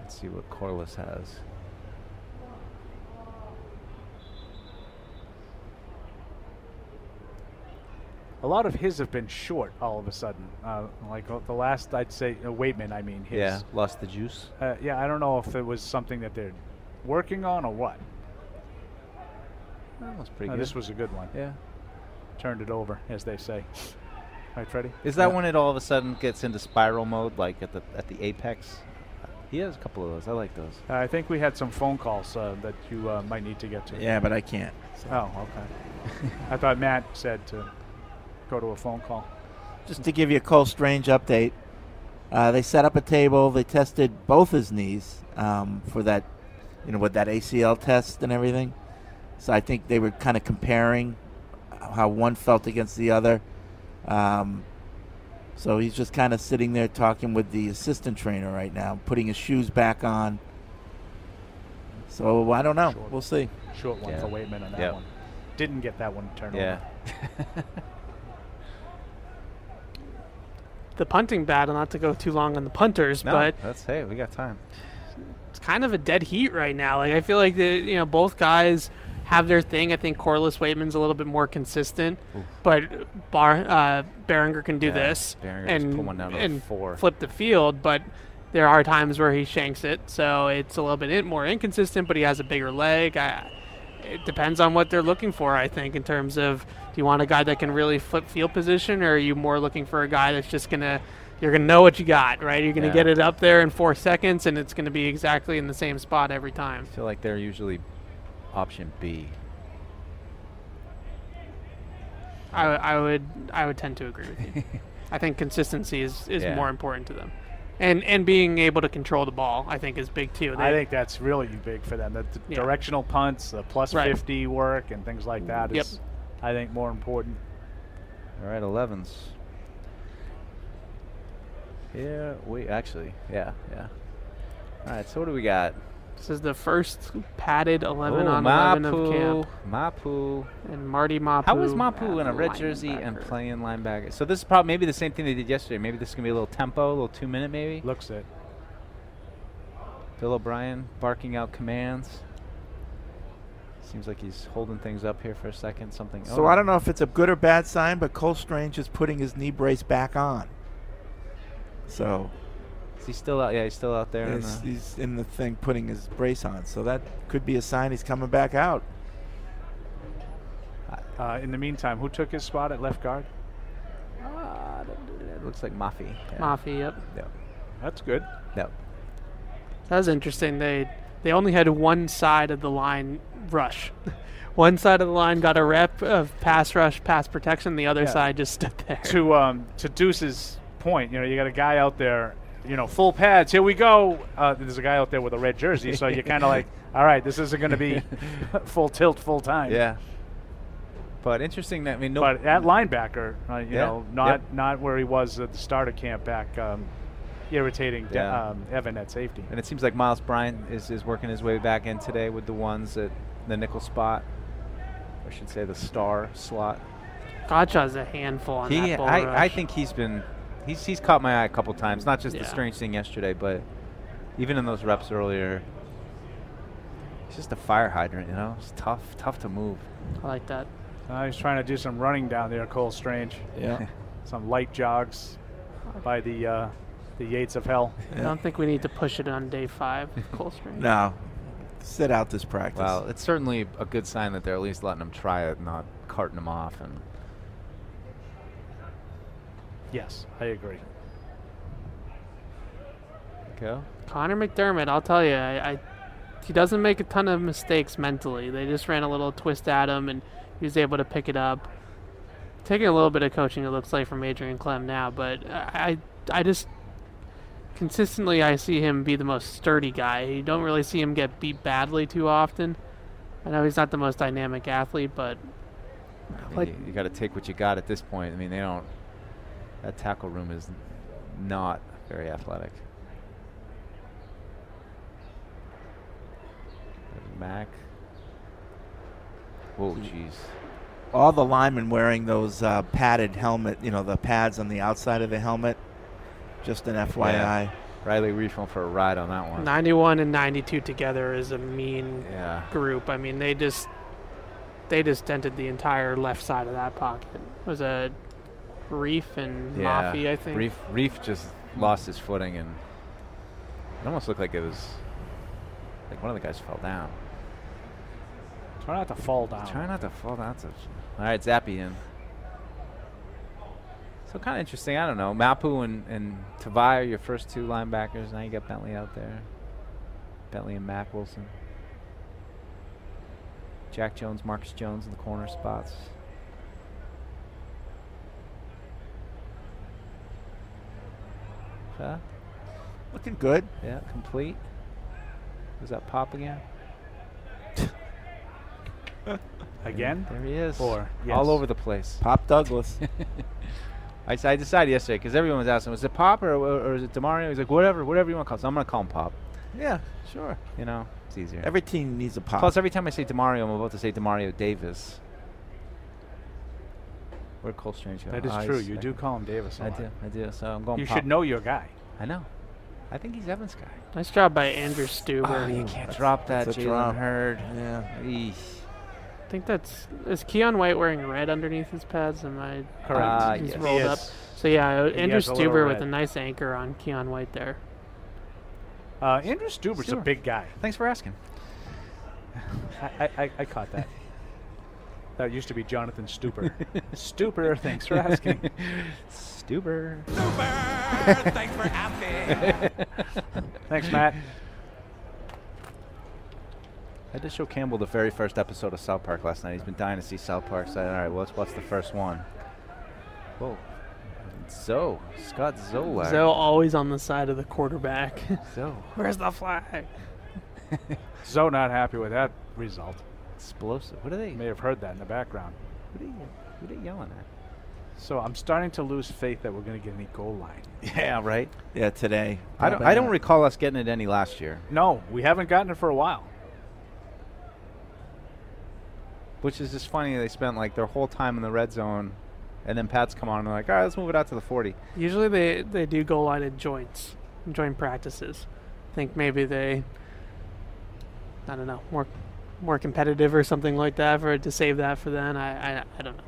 [SPEAKER 6] Let's see what Corliss has.
[SPEAKER 5] A lot of his have been short all of a sudden. Uh, like uh, the last, I'd say uh, Waitman. I mean, his.
[SPEAKER 6] Yeah, lost the juice.
[SPEAKER 5] Uh, yeah, I don't know if it was something that they're working on or what.
[SPEAKER 6] That was pretty
[SPEAKER 5] Uh,
[SPEAKER 6] good.
[SPEAKER 5] This was a good one.
[SPEAKER 6] Yeah.
[SPEAKER 5] Turned it over, as they say. Right, Freddie?
[SPEAKER 6] Is that
[SPEAKER 5] Yeah.
[SPEAKER 6] when it all of a sudden gets into spiral mode, like at the at the apex? He has a couple of those. I like those.
[SPEAKER 5] Uh, I think we had some phone calls uh, that you uh, might need to get to.
[SPEAKER 1] Yeah, but I can't.
[SPEAKER 5] Oh, okay. I thought Matt said to go to a phone call.
[SPEAKER 1] Just to give you a Cole Strange update, uh, they set up a table. They tested both his knees um, for that, you know, with that ACL test and everything. So I think they were kind of comparing how one felt against the other. Um, so he's just kind of sitting there talking with the assistant trainer right now, putting his shoes back on. So I don't know. We'll see.
[SPEAKER 5] Short one
[SPEAKER 1] Yeah.
[SPEAKER 5] for Waitman on that
[SPEAKER 1] Yep.
[SPEAKER 5] one. Didn't get that one turned
[SPEAKER 6] Yeah.
[SPEAKER 5] over.
[SPEAKER 7] The punting battle, not to go too long on the punters,
[SPEAKER 6] No,
[SPEAKER 7] but
[SPEAKER 6] that's hey, we got time.
[SPEAKER 7] it's kind of a dead heat right now. Like I feel like the you know both guys have their thing. I think Corliss Waitman's a little bit more consistent, but Bar uh, Beringer can do
[SPEAKER 6] Yeah,
[SPEAKER 7] this
[SPEAKER 6] Behringer just
[SPEAKER 7] and
[SPEAKER 6] put one down to
[SPEAKER 7] and
[SPEAKER 6] four.
[SPEAKER 7] flip the field. But there are times where he shanks it, so it's a little bit in- more inconsistent. But he has a bigger leg. I, it depends on what they're looking for, I think, in terms of do you want a guy that can really flip field position, or are you more looking for a guy that's just gonna you're gonna know what you got, right? You're gonna
[SPEAKER 6] Yeah.
[SPEAKER 7] get it up there in four seconds, and it's gonna be exactly in the same spot every time.
[SPEAKER 6] I feel like they're usually option B.
[SPEAKER 7] I, I would I would tend to agree with you. I think consistency is, is
[SPEAKER 5] Yeah.
[SPEAKER 7] more important to them, and and being able to control the ball I think is big too.
[SPEAKER 5] I think that's really big for them. The d-
[SPEAKER 7] Yeah.
[SPEAKER 5] directional punts, the plus
[SPEAKER 7] Right.
[SPEAKER 5] 50 work, and things like that is,
[SPEAKER 7] Yep.
[SPEAKER 5] I think, more important.
[SPEAKER 6] All right, 11s. Yeah, we actually, yeah, yeah. All right, so what do we got?
[SPEAKER 7] this is the first padded eleven
[SPEAKER 6] Ooh,
[SPEAKER 7] on eleven of camp.
[SPEAKER 6] Mapu.
[SPEAKER 7] And Marty Mapu.
[SPEAKER 6] How is Mapu
[SPEAKER 7] at
[SPEAKER 6] in a red jersey and playing linebacker? So this is probably maybe the same thing they did yesterday. Maybe this is gonna be a little tempo, a little two minute maybe.
[SPEAKER 5] Looks it.
[SPEAKER 6] Bill O'Brien barking out commands. Seems like he's holding things up here for a second. Something. oh.
[SPEAKER 1] So I don't know if it's a good or bad sign, but Cole Strange is putting his knee brace back on. So
[SPEAKER 6] Is he still out? Yeah, he's still out there. in
[SPEAKER 1] he's,
[SPEAKER 6] the-
[SPEAKER 1] he's in the thing putting his brace on. So that could be a sign he's coming back out.
[SPEAKER 5] Uh, in the meantime, who took his spot at left guard?
[SPEAKER 6] it looks like Mafi. Yeah.
[SPEAKER 7] Mafi, yep.
[SPEAKER 6] Yep.
[SPEAKER 5] That's good.
[SPEAKER 6] Yep.
[SPEAKER 7] That was interesting. They they only had one side of the line rush. one side of the line got a rep of pass rush, pass protection. The other
[SPEAKER 5] Yeah.
[SPEAKER 7] side just stood there.
[SPEAKER 5] To um, to Deuce's point, you know, you got a guy out there, you know, full pads. Here we go. Uh, there's a guy out there with a red jersey, so you're kind of like, all right, this isn't going to be full tilt, full time.
[SPEAKER 6] Yeah. But interesting that I mean, no.
[SPEAKER 5] But at linebacker, uh, you
[SPEAKER 6] Yeah,
[SPEAKER 5] know, not not where he was at the start of camp back, um, irritating De-
[SPEAKER 6] Yeah.
[SPEAKER 5] um, Evan at safety.
[SPEAKER 6] And it seems like Miles Bryant is, is working his way back in today with the ones at the nickel spot, or I should say the star slot.
[SPEAKER 7] Gotcha's a handful on
[SPEAKER 6] He,
[SPEAKER 7] that bull rush.
[SPEAKER 6] I, I think he's been, he's, he's caught my eye a couple times. Not just the
[SPEAKER 7] Yeah.
[SPEAKER 6] strange thing yesterday, but even in those reps earlier, he's just a fire hydrant. You know, it's tough, tough to move.
[SPEAKER 7] I like that.
[SPEAKER 5] Uh, he's trying to do some running down there, Cole Strange.
[SPEAKER 6] Yeah.
[SPEAKER 5] some light jogs by the uh, the Yates of Hell.
[SPEAKER 7] I don't think we need to push it on day five, Colstring.
[SPEAKER 1] No. Sit out this practice.
[SPEAKER 6] Well, it's certainly a good sign that they're at least letting him try it, not carting him off. And
[SPEAKER 5] Yes, I agree.
[SPEAKER 6] go.
[SPEAKER 7] Connor McDermott, I'll tell you, I, I he doesn't make a ton of mistakes mentally. They just ran a little twist at him, and he was able to pick it up. Taking a little bit of coaching, it looks like from Adrian Clem now, but I I just consistently I see him be the most sturdy guy. You don't really see him get beat badly too often. I know he's not the most dynamic athlete, but
[SPEAKER 6] I mean,
[SPEAKER 7] like-
[SPEAKER 6] you, got to take what you got at this point. I mean, they don't. That tackle room is n- not very athletic. Mac. Whoa, jeez.
[SPEAKER 1] all the linemen wearing those uh, padded helmet, you know, the pads on the outside of the helmet. Just an FYI.
[SPEAKER 6] Yeah. Riley Reef went for a ride on that one.
[SPEAKER 7] 91 and 92 together is a mean
[SPEAKER 6] Yeah.
[SPEAKER 7] group. I mean, they just they just dented the entire left side of that pocket. It was a Reef and
[SPEAKER 6] Yeah.
[SPEAKER 7] Mafi, I think.
[SPEAKER 6] Reef, Reef just lost his footing and it almost looked like it was like one of the guys fell down.
[SPEAKER 5] Try not to fall down.
[SPEAKER 6] Try not to fall down. To All right, Zappy in. So kind of interesting. I don't know. Mapu and, and Tavai are your first two linebackers. Now you got Bentley out there. Bentley and Mac Wilson. Jack Jones, Marcus Jones in the corner spots. Huh?
[SPEAKER 1] Looking good.
[SPEAKER 6] Yeah, complete. Was that pop again?
[SPEAKER 5] Again?
[SPEAKER 6] There he is.
[SPEAKER 5] Or
[SPEAKER 6] All over the place.
[SPEAKER 1] Pop Douglas.
[SPEAKER 6] I, s- I decided yesterday because everyone was asking, was it Pop or, or, or is it Demario? He's like, whatever, whatever you want to call. It. So I'm gonna call him Pop.
[SPEAKER 1] yeah, sure.
[SPEAKER 6] You know, it's easier.
[SPEAKER 1] Every team needs a pop.
[SPEAKER 6] Plus, every time I say Demario, I'm about to say Demario Davis. Where'd Cole Strange go?
[SPEAKER 5] That is
[SPEAKER 6] Ah,
[SPEAKER 5] true.
[SPEAKER 6] he's
[SPEAKER 5] You
[SPEAKER 6] back.
[SPEAKER 5] do call him Davis. a
[SPEAKER 6] I
[SPEAKER 5] lot.
[SPEAKER 6] do. I do. So I'm going.
[SPEAKER 5] You
[SPEAKER 6] Pop.
[SPEAKER 5] should know your guy.
[SPEAKER 6] I know. I think he's Evans guy.
[SPEAKER 7] Nice job by Andrew Stuber.
[SPEAKER 6] Oh, you can't drop that,
[SPEAKER 1] that's a
[SPEAKER 6] Jalen
[SPEAKER 1] drop.
[SPEAKER 6] Hurd.
[SPEAKER 1] Yeah.
[SPEAKER 6] Eesh.
[SPEAKER 7] I think that's is Keon White wearing red underneath his pads? Am I
[SPEAKER 5] Correct.
[SPEAKER 6] Ah,
[SPEAKER 7] He's
[SPEAKER 6] yes.
[SPEAKER 7] rolled
[SPEAKER 5] He
[SPEAKER 7] up.
[SPEAKER 5] is.
[SPEAKER 7] So yeah,
[SPEAKER 5] He
[SPEAKER 7] Andrew
[SPEAKER 5] has a little
[SPEAKER 7] Stuber with
[SPEAKER 5] red.
[SPEAKER 7] a nice anchor on Keon White there.
[SPEAKER 5] Uh, Andrew Stuber's a
[SPEAKER 6] Stuber.
[SPEAKER 5] big guy.
[SPEAKER 6] Thanks for asking.
[SPEAKER 5] I, I, I- I caught that. that used to be Jonathan Stuber. Stuber, thanks for asking.
[SPEAKER 6] Stuber.
[SPEAKER 10] Thanks for asking.
[SPEAKER 5] thanks, Matt.
[SPEAKER 6] I did show Campbell the very first episode of South Park last night. He's been dying to see South Park. So, all right, well, let's watch the first one. Whoa. Zo. Scott Zola.
[SPEAKER 7] Zoe always on the side of the quarterback.
[SPEAKER 6] Zoe.
[SPEAKER 7] Where's the flag?
[SPEAKER 5] So not happy with that result.
[SPEAKER 6] Explosive. What are they?
[SPEAKER 5] May have heard that in the background.
[SPEAKER 6] What are you, what are you yelling at?
[SPEAKER 5] So I'm starting to lose faith that we're going to get any goal line.
[SPEAKER 6] Yeah, right?
[SPEAKER 1] Yeah, today.
[SPEAKER 6] I don't,
[SPEAKER 1] Probably
[SPEAKER 6] I don't
[SPEAKER 1] not.
[SPEAKER 6] recall us getting it any last year,
[SPEAKER 5] No, we haven't gotten it for a while.
[SPEAKER 6] which is just funny. They spent like their whole time in the red zone, and then Pats come on and they're like, all right, let's move it out to the 40.
[SPEAKER 7] Usually they, they do goal line in joints, joint practices. I think maybe they, I don't know, more more competitive or something like that for to save that for then. I I, I don't know.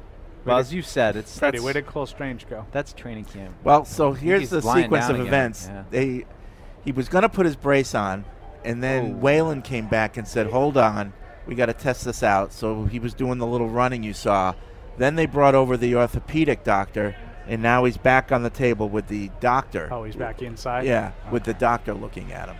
[SPEAKER 6] Well, as you said, it's
[SPEAKER 5] Freddie,
[SPEAKER 6] that's,
[SPEAKER 5] where did Cole Strange go?
[SPEAKER 6] that's training camp.
[SPEAKER 1] Well, so
[SPEAKER 6] I think
[SPEAKER 1] here's
[SPEAKER 6] he's
[SPEAKER 1] the
[SPEAKER 6] lying
[SPEAKER 1] sequence
[SPEAKER 6] down
[SPEAKER 1] of
[SPEAKER 6] again.
[SPEAKER 1] events.
[SPEAKER 6] Yeah.
[SPEAKER 1] They, he was going to put his brace on, and
[SPEAKER 6] Oh.
[SPEAKER 1] then Whalen came back and said, "Hold on, we got to test this out." So he was doing the little running you saw. Then they brought over the orthopedic doctor, and now he's back on the table with the doctor.
[SPEAKER 5] Oh, he's back inside?
[SPEAKER 1] Yeah, with the doctor looking at him.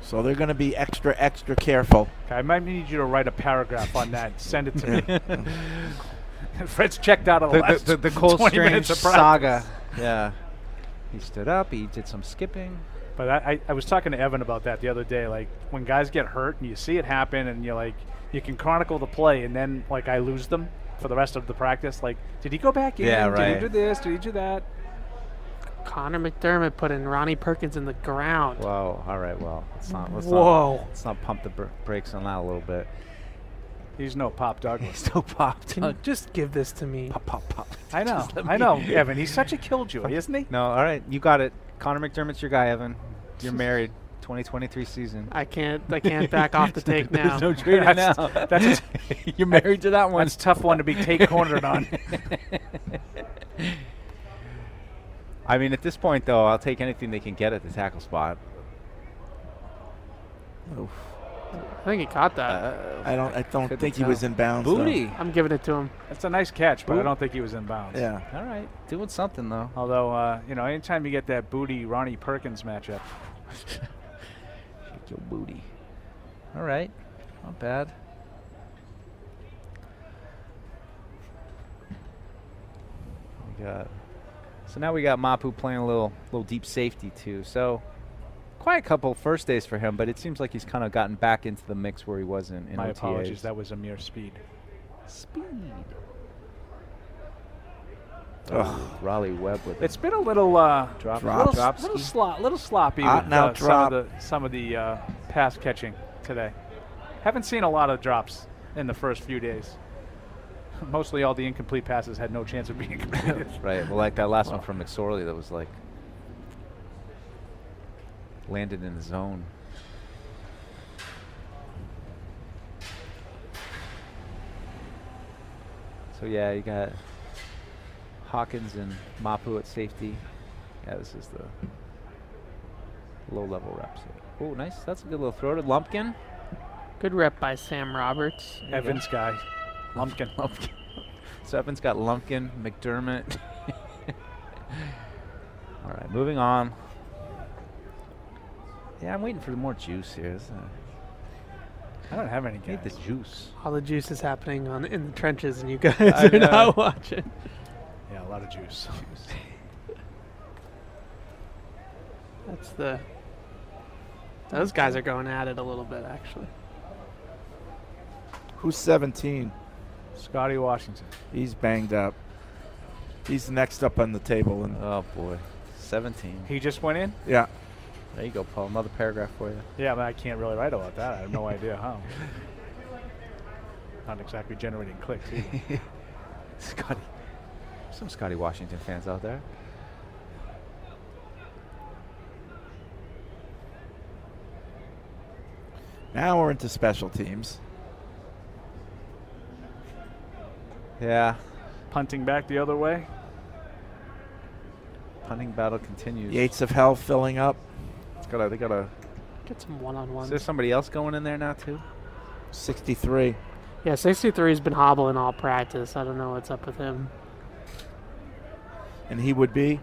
[SPEAKER 1] So they're going to be extra, extra careful.
[SPEAKER 5] Okay, I might need you to write a paragraph on that. Send it to me. Fred's checked out of the,
[SPEAKER 6] the,
[SPEAKER 5] last
[SPEAKER 6] the, the Cole
[SPEAKER 5] 20
[SPEAKER 6] Strange
[SPEAKER 5] minutes of practice.
[SPEAKER 6] saga. Yeah. He stood up. He did some skipping.
[SPEAKER 5] But I, I, I was talking to Evan about that the other day. Like when guys get hurt and you see it happen, and you're like, you can chronicle the play, and then like I lose them for the rest of the practice. Like, did he go back in?
[SPEAKER 6] Yeah,
[SPEAKER 5] Did
[SPEAKER 6] right.
[SPEAKER 5] he do this? Did he do that?
[SPEAKER 7] Connor McDermott putting Ronnie Perkins in the ground.
[SPEAKER 6] Whoa. All right. Well, let's not. Let's
[SPEAKER 7] Whoa.
[SPEAKER 6] Not, let's not pump the br- brakes on that a little bit.
[SPEAKER 5] He's no Pop Douglas.
[SPEAKER 6] He's so popped.
[SPEAKER 7] Can you just give this to me?
[SPEAKER 6] Pop, pop, pop.
[SPEAKER 5] I know.
[SPEAKER 6] let
[SPEAKER 5] I
[SPEAKER 6] me-
[SPEAKER 5] know, Evan. He's such a killjoy, isn't he?
[SPEAKER 6] No. All right. You got it. Connor McDermott's your guy, Evan. You're married. 2023 season.
[SPEAKER 7] I can't I can't back off the take now.
[SPEAKER 6] There's no trading
[SPEAKER 5] That's-
[SPEAKER 6] now.
[SPEAKER 5] that's-
[SPEAKER 6] You're married to that one.
[SPEAKER 5] That's a tough one to be take cornered on.
[SPEAKER 6] I mean, at this point, though, I'll take anything they can get at the tackle spot.
[SPEAKER 7] I think he caught that.
[SPEAKER 6] Uh,
[SPEAKER 1] I don't, I don't
[SPEAKER 6] Couldn't
[SPEAKER 1] think he
[SPEAKER 6] tell.
[SPEAKER 1] was in bounds. though.
[SPEAKER 6] Booty.
[SPEAKER 7] I'm giving it to him.
[SPEAKER 5] That's a nice catch, but I don't think he was in bounds.
[SPEAKER 1] Yeah.
[SPEAKER 6] All right. Doing something, though.
[SPEAKER 5] Although, uh, you know, anytime you get that booty Ronnie Perkins matchup,
[SPEAKER 6] Shake your booty. All right. Not bad. We got. So now we got Mapu playing a little, little deep safety too. So, quite a couple first days for him, but it seems like he's kind of gotten back into the mix where he was in. in
[SPEAKER 5] my
[SPEAKER 6] OTAs.
[SPEAKER 5] apologies, that was a mere speed.
[SPEAKER 6] speed. Oh, Raleigh Webb with
[SPEAKER 5] It's been a little uh,
[SPEAKER 6] Drop-
[SPEAKER 5] little,
[SPEAKER 6] drop
[SPEAKER 5] little,
[SPEAKER 6] ski.
[SPEAKER 5] slo- little sloppy
[SPEAKER 1] Out
[SPEAKER 5] with
[SPEAKER 1] and out
[SPEAKER 5] uh, some
[SPEAKER 1] drop.
[SPEAKER 5] of the some of the uh, pass catching today. Haven't seen a lot of drops in the first few days. Mostly all the incomplete passes had no chance of being completed.
[SPEAKER 6] Right. Well, like that last one from McSorley that was like landed in the zone. So yeah, you got Hawkins and Mapu at safety. Yeah, this is the low-level reps. Oh, nice. That's a good little throw to Lumpkin.
[SPEAKER 7] Good rep by Sam Roberts.
[SPEAKER 5] Evans guy, Lumpkin.
[SPEAKER 6] Lumpkin. so Evans got Lumpkin, McDermott. All right, moving on. Yeah, I'm waiting for more juice here. This is-
[SPEAKER 5] I don't have any
[SPEAKER 6] I need the
[SPEAKER 5] guys.
[SPEAKER 6] juice.
[SPEAKER 7] All the juice is happening on in the trenches, and you guys
[SPEAKER 6] I
[SPEAKER 7] are
[SPEAKER 6] know.
[SPEAKER 7] not watching.
[SPEAKER 5] Yeah, a lot of juice.
[SPEAKER 7] That's the. Those guys are going at it a little bit, actually.
[SPEAKER 1] Who's 17?
[SPEAKER 5] Scotty Washington.
[SPEAKER 1] He's banged up. He's next up on the table, and
[SPEAKER 6] Oh boy, 17.
[SPEAKER 5] He just went in.
[SPEAKER 1] yeah,
[SPEAKER 6] There you go, Paul. Another paragraph for you.
[SPEAKER 5] Yeah, but I can't really write about that. I have no idea how. Not exactly generating clicks. either.
[SPEAKER 6] Scotty. Some Scotty Washington fans out there.
[SPEAKER 1] now we're into special teams.
[SPEAKER 6] Yeah.
[SPEAKER 5] Punting back the other way.
[SPEAKER 6] Punting battle continues.
[SPEAKER 1] Yates of Hell filling up.
[SPEAKER 6] It's gotta, they gotta.
[SPEAKER 7] Get some one-on-ones.
[SPEAKER 6] Is there somebody else going in there now too?
[SPEAKER 1] 63.
[SPEAKER 7] yeah, 63's been hobbling all practice. I don't know what's up with him.
[SPEAKER 1] And he would be?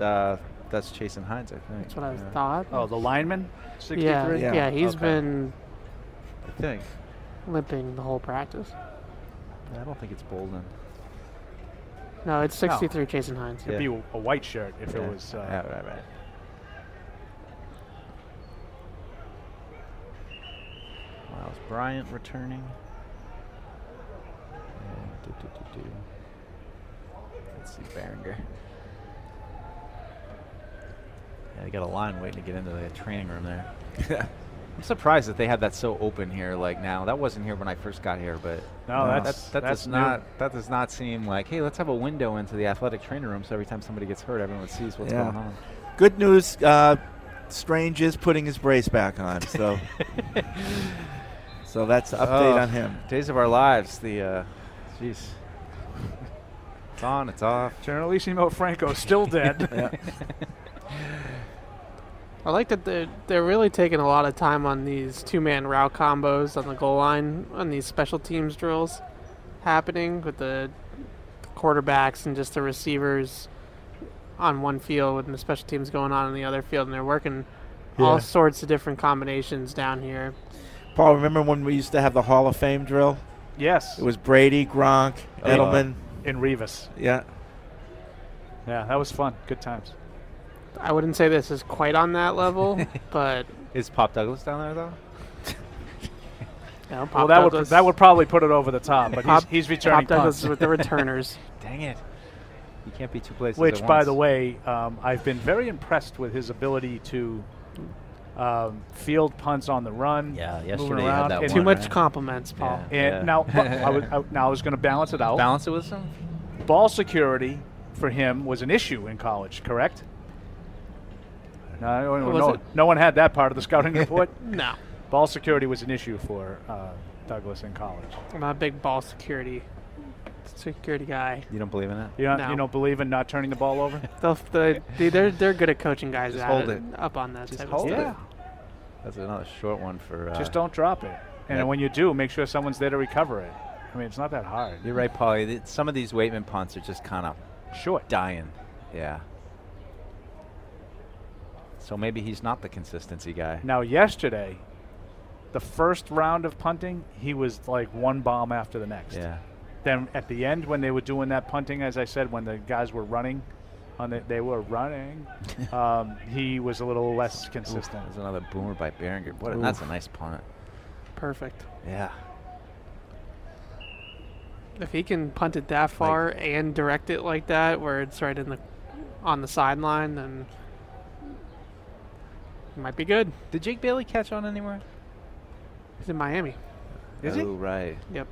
[SPEAKER 6] Uh, that's Chasing Hines, I think.
[SPEAKER 7] That's what I was
[SPEAKER 6] Yeah.
[SPEAKER 7] thought.
[SPEAKER 5] Oh, the lineman.
[SPEAKER 7] yeah,
[SPEAKER 5] 63.
[SPEAKER 7] yeah,
[SPEAKER 1] Yeah,
[SPEAKER 7] he's
[SPEAKER 6] okay.
[SPEAKER 7] been
[SPEAKER 6] I would think.
[SPEAKER 7] limping the whole practice.
[SPEAKER 6] I don't think it's Bolden.
[SPEAKER 7] No, it's
[SPEAKER 5] No.
[SPEAKER 7] 63 Jason Hines.
[SPEAKER 5] It'd be a white shirt if
[SPEAKER 6] Yeah.
[SPEAKER 5] it was. Uh,
[SPEAKER 6] Yeah, right, right. Miles Bryant returning. And do, do, do, do. Let's see Barringer. Yeah, they got a line waiting to get into the training room there. Yeah. I'm surprised that they had that so open here like now. That wasn't here when I first got here, but
[SPEAKER 5] No, that's-
[SPEAKER 6] that, that
[SPEAKER 5] that's
[SPEAKER 6] does
[SPEAKER 5] new.
[SPEAKER 6] not that does not seem like, hey, let's have a window into the athletic training room so every time somebody gets hurt everyone sees what's
[SPEAKER 1] Yeah.
[SPEAKER 6] going on.
[SPEAKER 1] Good news. Uh, Strange is putting his brace back on, so so that's an update
[SPEAKER 6] Oh,
[SPEAKER 1] on him.
[SPEAKER 6] Days of Our Lives. The, uh, jeez, it's on, it's off.
[SPEAKER 5] Generalissimo Franco still dead.
[SPEAKER 7] I like that they're, they're really taking a lot of time on these two man route combos on the goal line, on these special teams drills happening with the quarterbacks and just the receivers on one field and the special teams going on in the other field. And they're working
[SPEAKER 1] Yeah.
[SPEAKER 7] all sorts of different combinations down here.
[SPEAKER 1] Paul, remember when we used to have the Hall of Fame drill?
[SPEAKER 5] Yes.
[SPEAKER 1] It was Brady, Gronk,
[SPEAKER 5] Oh, yeah.
[SPEAKER 1] Edelman.
[SPEAKER 5] And Revis.
[SPEAKER 1] Yeah.
[SPEAKER 5] Yeah, that was fun. Good times.
[SPEAKER 7] I wouldn't say this is quite on that level, but.
[SPEAKER 6] Is Pop Douglas down there, though?
[SPEAKER 7] you know, Pop
[SPEAKER 5] well, that would
[SPEAKER 7] Douglas-
[SPEAKER 5] that would probably put it over the top, but
[SPEAKER 7] Pop-
[SPEAKER 5] he's, he's returning
[SPEAKER 7] Pop Douglas
[SPEAKER 5] punts.
[SPEAKER 7] is with the returners.
[SPEAKER 6] Dang it. You can't be two places.
[SPEAKER 5] Which,
[SPEAKER 6] at
[SPEAKER 5] by
[SPEAKER 6] once.
[SPEAKER 5] the way, um, I've been very impressed with his ability to um, field punts on the run. Yeah,
[SPEAKER 6] yesterday he had that
[SPEAKER 7] Too much compliments, Paul.
[SPEAKER 5] And now, but I was, I, now I was going to balance it out.
[SPEAKER 6] Balance it with some.
[SPEAKER 5] Ball security for him was an issue in college, correct? No, I don't-
[SPEAKER 7] Was
[SPEAKER 5] no,
[SPEAKER 7] it?
[SPEAKER 5] no one had that part of the scouting report.
[SPEAKER 7] No.
[SPEAKER 5] Ball security was an issue for uh, Douglas in college.
[SPEAKER 7] I'm not a big ball security security guy.
[SPEAKER 6] You don't believe in that?
[SPEAKER 5] You don't,
[SPEAKER 7] No.
[SPEAKER 5] you don't believe in not turning the ball over?
[SPEAKER 7] They'll, they, they- they're they're good at coaching guys
[SPEAKER 6] Just
[SPEAKER 7] out
[SPEAKER 6] hold
[SPEAKER 7] at-
[SPEAKER 6] it.
[SPEAKER 7] up on that.
[SPEAKER 6] Just
[SPEAKER 7] type
[SPEAKER 6] hold
[SPEAKER 7] of
[SPEAKER 6] it.
[SPEAKER 7] stuff.
[SPEAKER 6] That's another short one for. Uh,
[SPEAKER 5] Just don't drop it. And
[SPEAKER 6] yeah.
[SPEAKER 5] when you do, make sure someone's there to recover it. I mean, it's not that hard.
[SPEAKER 6] You're right, Paul. Th- Some of these Waitman punts are just kind of
[SPEAKER 5] short,
[SPEAKER 6] dying. Yeah. So maybe he's not the consistency guy.
[SPEAKER 5] Now, yesterday, the first round of punting, he was like one bomb after the next.
[SPEAKER 6] Yeah.
[SPEAKER 5] Then at the end, when they were doing that punting, as I said, when the guys were running, on the, they were running, um, he was a little less consistent.
[SPEAKER 6] There's another boomer by Behringer. What? a-
[SPEAKER 5] Oof.
[SPEAKER 6] That's a nice punt.
[SPEAKER 7] Perfect.
[SPEAKER 6] Yeah.
[SPEAKER 7] If he can punt it that far and direct it like that, where it's right in the on the sideline, then it might be good.
[SPEAKER 6] Did Jake Bailey catch on anywhere?
[SPEAKER 7] He's in Miami.
[SPEAKER 1] Is
[SPEAKER 6] oh,
[SPEAKER 1] he?
[SPEAKER 6] right.
[SPEAKER 7] Yep.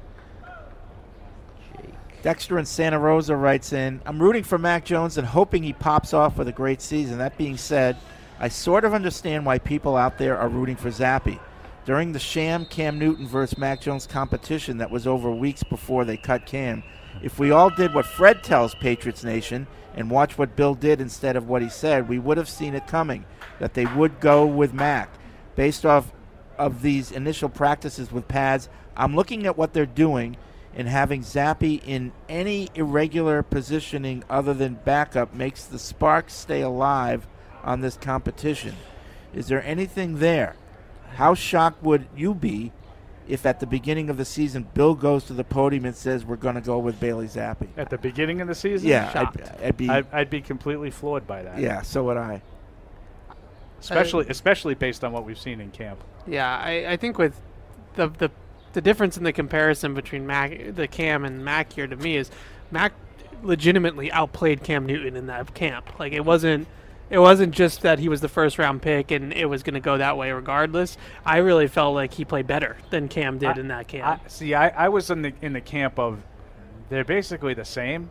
[SPEAKER 1] Dexter in Santa Rosa writes in I'm rooting for Mac Jones and hoping he pops off with a great season. That being said, I sort of understand why people out there are rooting for Zappy. During the sham Cam Newton versus Mac Jones competition that was over weeks before they cut Cam, if we all did what Fred tells Patriots Nation and watch what Bill did instead of what he said, we would have seen it coming that they would go with Mac. Based off of these initial practices with pads, I'm looking at what they're doing and having Zappy in any irregular positioning other than backup makes the spark stay alive on this competition. Is there anything there? How shocked would you be if at the beginning of the season Bill goes to the podium and says we're going to go with Bailey Zappi?
[SPEAKER 5] At the beginning of the season,
[SPEAKER 1] Yeah, I'd-
[SPEAKER 5] Shocked.
[SPEAKER 1] I'd be-
[SPEAKER 5] I'd, I'd be completely floored by that.
[SPEAKER 1] Yeah, so would I.
[SPEAKER 5] especially especially based on what we've seen in camp.
[SPEAKER 7] Yeah, I, I think with the, the the difference in the comparison between Mac, the Cam and Mac here to me is Mac legitimately outplayed Cam Newton in that camp. Like it wasn't it wasn't just that he was the first round pick and it was going to go that way regardless. I really felt like he played better than Cam did
[SPEAKER 5] I-
[SPEAKER 7] in that camp.
[SPEAKER 5] I, see, I, I was in the in the camp of they're basically the same,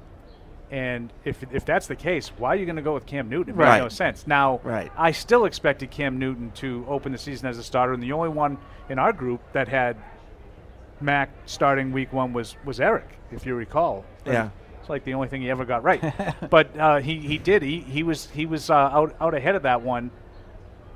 [SPEAKER 5] and if if that's the case, why are you going to go with Cam Newton? It made
[SPEAKER 1] Right.
[SPEAKER 5] no sense. Now,
[SPEAKER 1] Right.
[SPEAKER 5] I still expected Cam Newton to open the season as a starter, and the only one in our group that had Mac starting week one was was Eric, if you recall.
[SPEAKER 1] Yeah.
[SPEAKER 5] It's like the only thing he ever got right, but uh, he he did he he was he was uh, out out ahead of that one.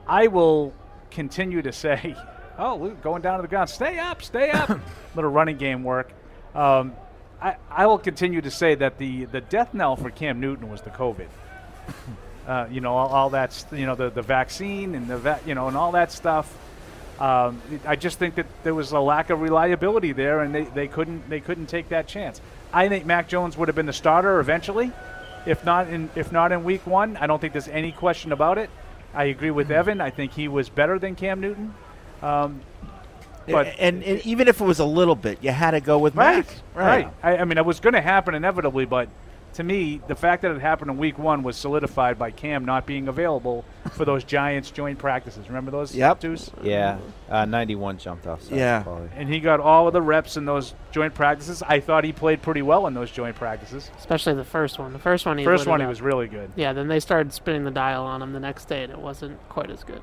[SPEAKER 5] I will continue to say, oh, we're going down to the ground. Stay up, stay up. Little running game work. Um, I, I will continue to say that the, the death knell for Cam Newton was the COVID. Uh, you know, all, all that's, you know, the, the vaccine and the, va- you know, and all that stuff. Um, I just think that there was a lack of reliability there, and they, they couldn't they couldn't take that chance. I think Mac Jones would have been the starter eventually, if not in if not in Week One. I don't think there's any question about it. I agree with Evan. I think he was better than Cam Newton. Um, but
[SPEAKER 1] and, and even if it was a little bit, you had to go with
[SPEAKER 5] right,
[SPEAKER 1] Mac.
[SPEAKER 5] right. I, I mean, it was going to happen inevitably, but to me, the fact that it happened in Week One was solidified by Cam not being available for those Giants joint practices. Remember those?
[SPEAKER 6] Yep.
[SPEAKER 5] twos?
[SPEAKER 6] Yeah, uh, 91 jumped off. Sorry, Paulie.
[SPEAKER 5] And he got all of the reps in those joint practices. I thought he played pretty well in those joint practices.
[SPEAKER 7] Especially the first one. The first one he
[SPEAKER 5] First
[SPEAKER 7] lit it
[SPEAKER 5] one, he
[SPEAKER 7] up.
[SPEAKER 5] was really good.
[SPEAKER 7] Yeah, then they started spinning the dial on him the next day, and it wasn't quite as good.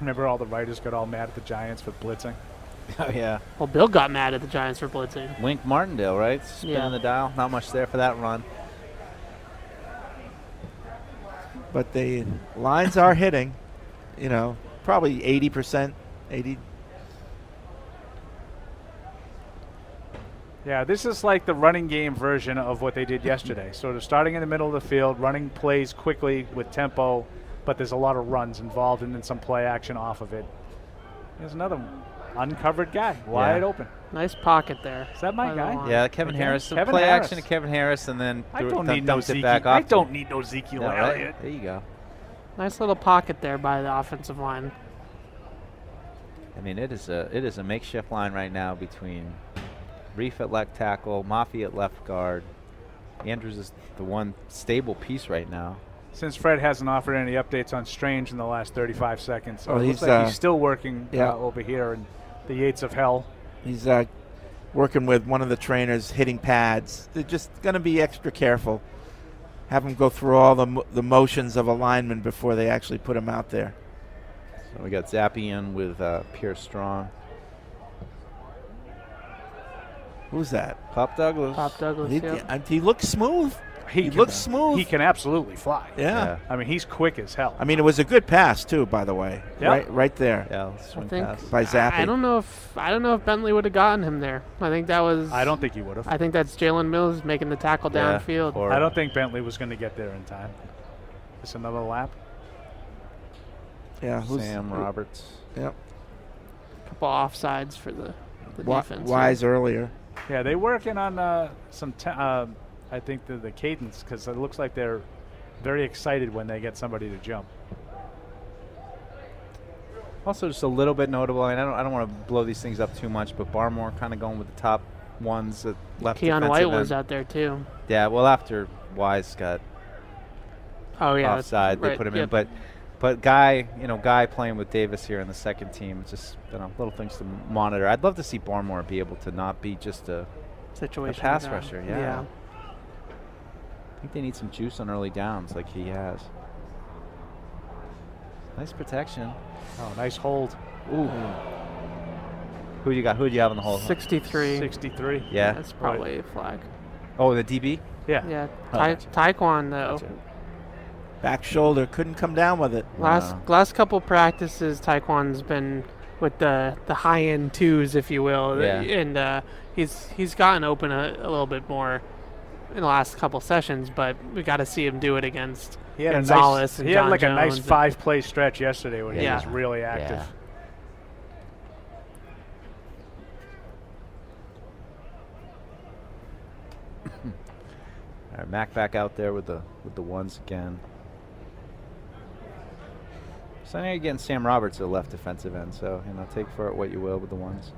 [SPEAKER 5] Remember, all the writers got all mad at the Giants with blitzing.
[SPEAKER 6] Oh yeah.
[SPEAKER 7] Well, Bill got mad at the Giants for blitzing.
[SPEAKER 6] Wink Martindale, right? Spinning
[SPEAKER 7] Yeah.
[SPEAKER 6] the dial. Not much there for that run.
[SPEAKER 1] But the lines are hitting, you know, probably 80%, 80.
[SPEAKER 5] Yeah, this is like the running game version of what they did yesterday. sort of starting in the middle of the field, running plays quickly with tempo, but there's a lot of runs involved and then some play action off of it. There's another uncovered guy, wide
[SPEAKER 6] Yeah.
[SPEAKER 5] open.
[SPEAKER 7] Nice pocket there.
[SPEAKER 5] Is that my guy?
[SPEAKER 6] Yeah, Kevin Harris. Some
[SPEAKER 5] Kevin
[SPEAKER 6] play
[SPEAKER 5] Harris.
[SPEAKER 6] action to Kevin Harris, and then
[SPEAKER 5] I
[SPEAKER 6] threw it-
[SPEAKER 5] don't
[SPEAKER 6] dum-
[SPEAKER 5] need no
[SPEAKER 6] dumped it
[SPEAKER 5] Zeke.
[SPEAKER 6] back
[SPEAKER 5] I
[SPEAKER 6] off. to
[SPEAKER 5] don't
[SPEAKER 6] him.
[SPEAKER 5] need no Ezekiel
[SPEAKER 6] Yeah, right.
[SPEAKER 5] Elliott.
[SPEAKER 6] There you go.
[SPEAKER 7] Nice little pocket there by the offensive line.
[SPEAKER 6] I mean, it is a it is a makeshift line right now between Reef at left tackle, Mafi at left guard. Andrews is the one stable piece right now.
[SPEAKER 5] Since Fred hasn't offered any updates on Strange in the last 35 seconds, so
[SPEAKER 1] Oh,
[SPEAKER 5] it looks
[SPEAKER 1] he's,
[SPEAKER 5] like
[SPEAKER 1] uh,
[SPEAKER 5] he's still working
[SPEAKER 1] yeah.
[SPEAKER 5] uh, over here in the Yates of Hell.
[SPEAKER 1] He's uh, working with one of the trainers, hitting pads. They're just going to be extra careful. Have him go through all the, mo- the motions of a lineman before they actually put him out there.
[SPEAKER 6] So we got Zappi in with uh, Pierce Strong.
[SPEAKER 1] Who's that?
[SPEAKER 6] Pop Douglas.
[SPEAKER 7] Pop Douglas.
[SPEAKER 1] He,
[SPEAKER 7] yeah.
[SPEAKER 1] and he looks smooth. He,
[SPEAKER 5] can,
[SPEAKER 1] looks
[SPEAKER 5] uh,
[SPEAKER 1] smooth.
[SPEAKER 5] He can absolutely fly.
[SPEAKER 1] Yeah. Yeah.
[SPEAKER 5] I mean, he's quick as hell.
[SPEAKER 1] I mean, it was a good pass, too, by the way.
[SPEAKER 5] Yeah.
[SPEAKER 1] Right, right there.
[SPEAKER 6] Yeah,
[SPEAKER 7] I think
[SPEAKER 1] By Zappi.
[SPEAKER 7] I, I don't know if I don't know if Bentley would have gotten him there. I think that was.
[SPEAKER 5] I don't think he would have.
[SPEAKER 7] I think that's Jalen Mills making the tackle
[SPEAKER 6] Yeah,
[SPEAKER 7] downfield.
[SPEAKER 6] or-
[SPEAKER 5] I don't think Bentley was going to get there in time. Just another lap.
[SPEAKER 1] Yeah, who's-
[SPEAKER 6] Sam
[SPEAKER 1] who-
[SPEAKER 6] Roberts.
[SPEAKER 1] Yep.
[SPEAKER 7] couple offsides for the, the
[SPEAKER 1] Wi-
[SPEAKER 7] defense.
[SPEAKER 1] Wise earlier.
[SPEAKER 5] Yeah, they working on uh, some. Te- uh, I think the, the cadence because it looks like they're very excited when they get somebody to jump.
[SPEAKER 6] Also, just a little bit notable, and I don't, I don't want to blow these things up too much, but Barmore kind of going with the top ones at left.
[SPEAKER 7] Keon
[SPEAKER 6] defensive
[SPEAKER 7] White was
[SPEAKER 6] end.
[SPEAKER 7] out there too.
[SPEAKER 6] Yeah, well, after Wise got
[SPEAKER 7] Oh yeah, that's
[SPEAKER 6] offside, they
[SPEAKER 7] right,
[SPEAKER 6] put him in.
[SPEAKER 7] yep.
[SPEAKER 6] But, but Guy, you know, Guy playing with Davis here in the second team, it's just you know, little things to monitor. I'd love to see Barmore be able to not be just a
[SPEAKER 7] situation
[SPEAKER 6] a pass
[SPEAKER 7] guy.
[SPEAKER 6] rusher. Yeah.
[SPEAKER 7] Yeah.
[SPEAKER 6] I think they need some juice on early downs, like he has. Nice protection.
[SPEAKER 5] Oh, nice hold.
[SPEAKER 6] Ooh. Who you got? Who do you have in the hole?
[SPEAKER 7] 63.
[SPEAKER 5] 63.
[SPEAKER 6] Yeah.
[SPEAKER 7] That's probably a flag.
[SPEAKER 6] Oh, the DB.
[SPEAKER 5] Yeah.
[SPEAKER 7] Yeah.
[SPEAKER 6] Oh,
[SPEAKER 7] Tai- Taekwon though.
[SPEAKER 1] Back shoulder. Couldn't come down with it.
[SPEAKER 7] Last last couple practices, Taekwon's been with the the high end twos, if you will,
[SPEAKER 6] Yeah.
[SPEAKER 7] and uh, he's he's gotten open a, a little bit more in the last couple sessions. But we got to see him do it against
[SPEAKER 5] He had a
[SPEAKER 7] Gonzalez
[SPEAKER 5] nice,
[SPEAKER 7] and
[SPEAKER 5] He had
[SPEAKER 7] John
[SPEAKER 5] like a nice
[SPEAKER 7] Jones and-
[SPEAKER 5] five-play stretch yesterday when he
[SPEAKER 7] Yeah.
[SPEAKER 5] was really active.
[SPEAKER 6] Yeah. All right, Mac back out there with the with the ones again. So now you're getting Sam Roberts at left defensive end. So you know, take for it what you will with the ones.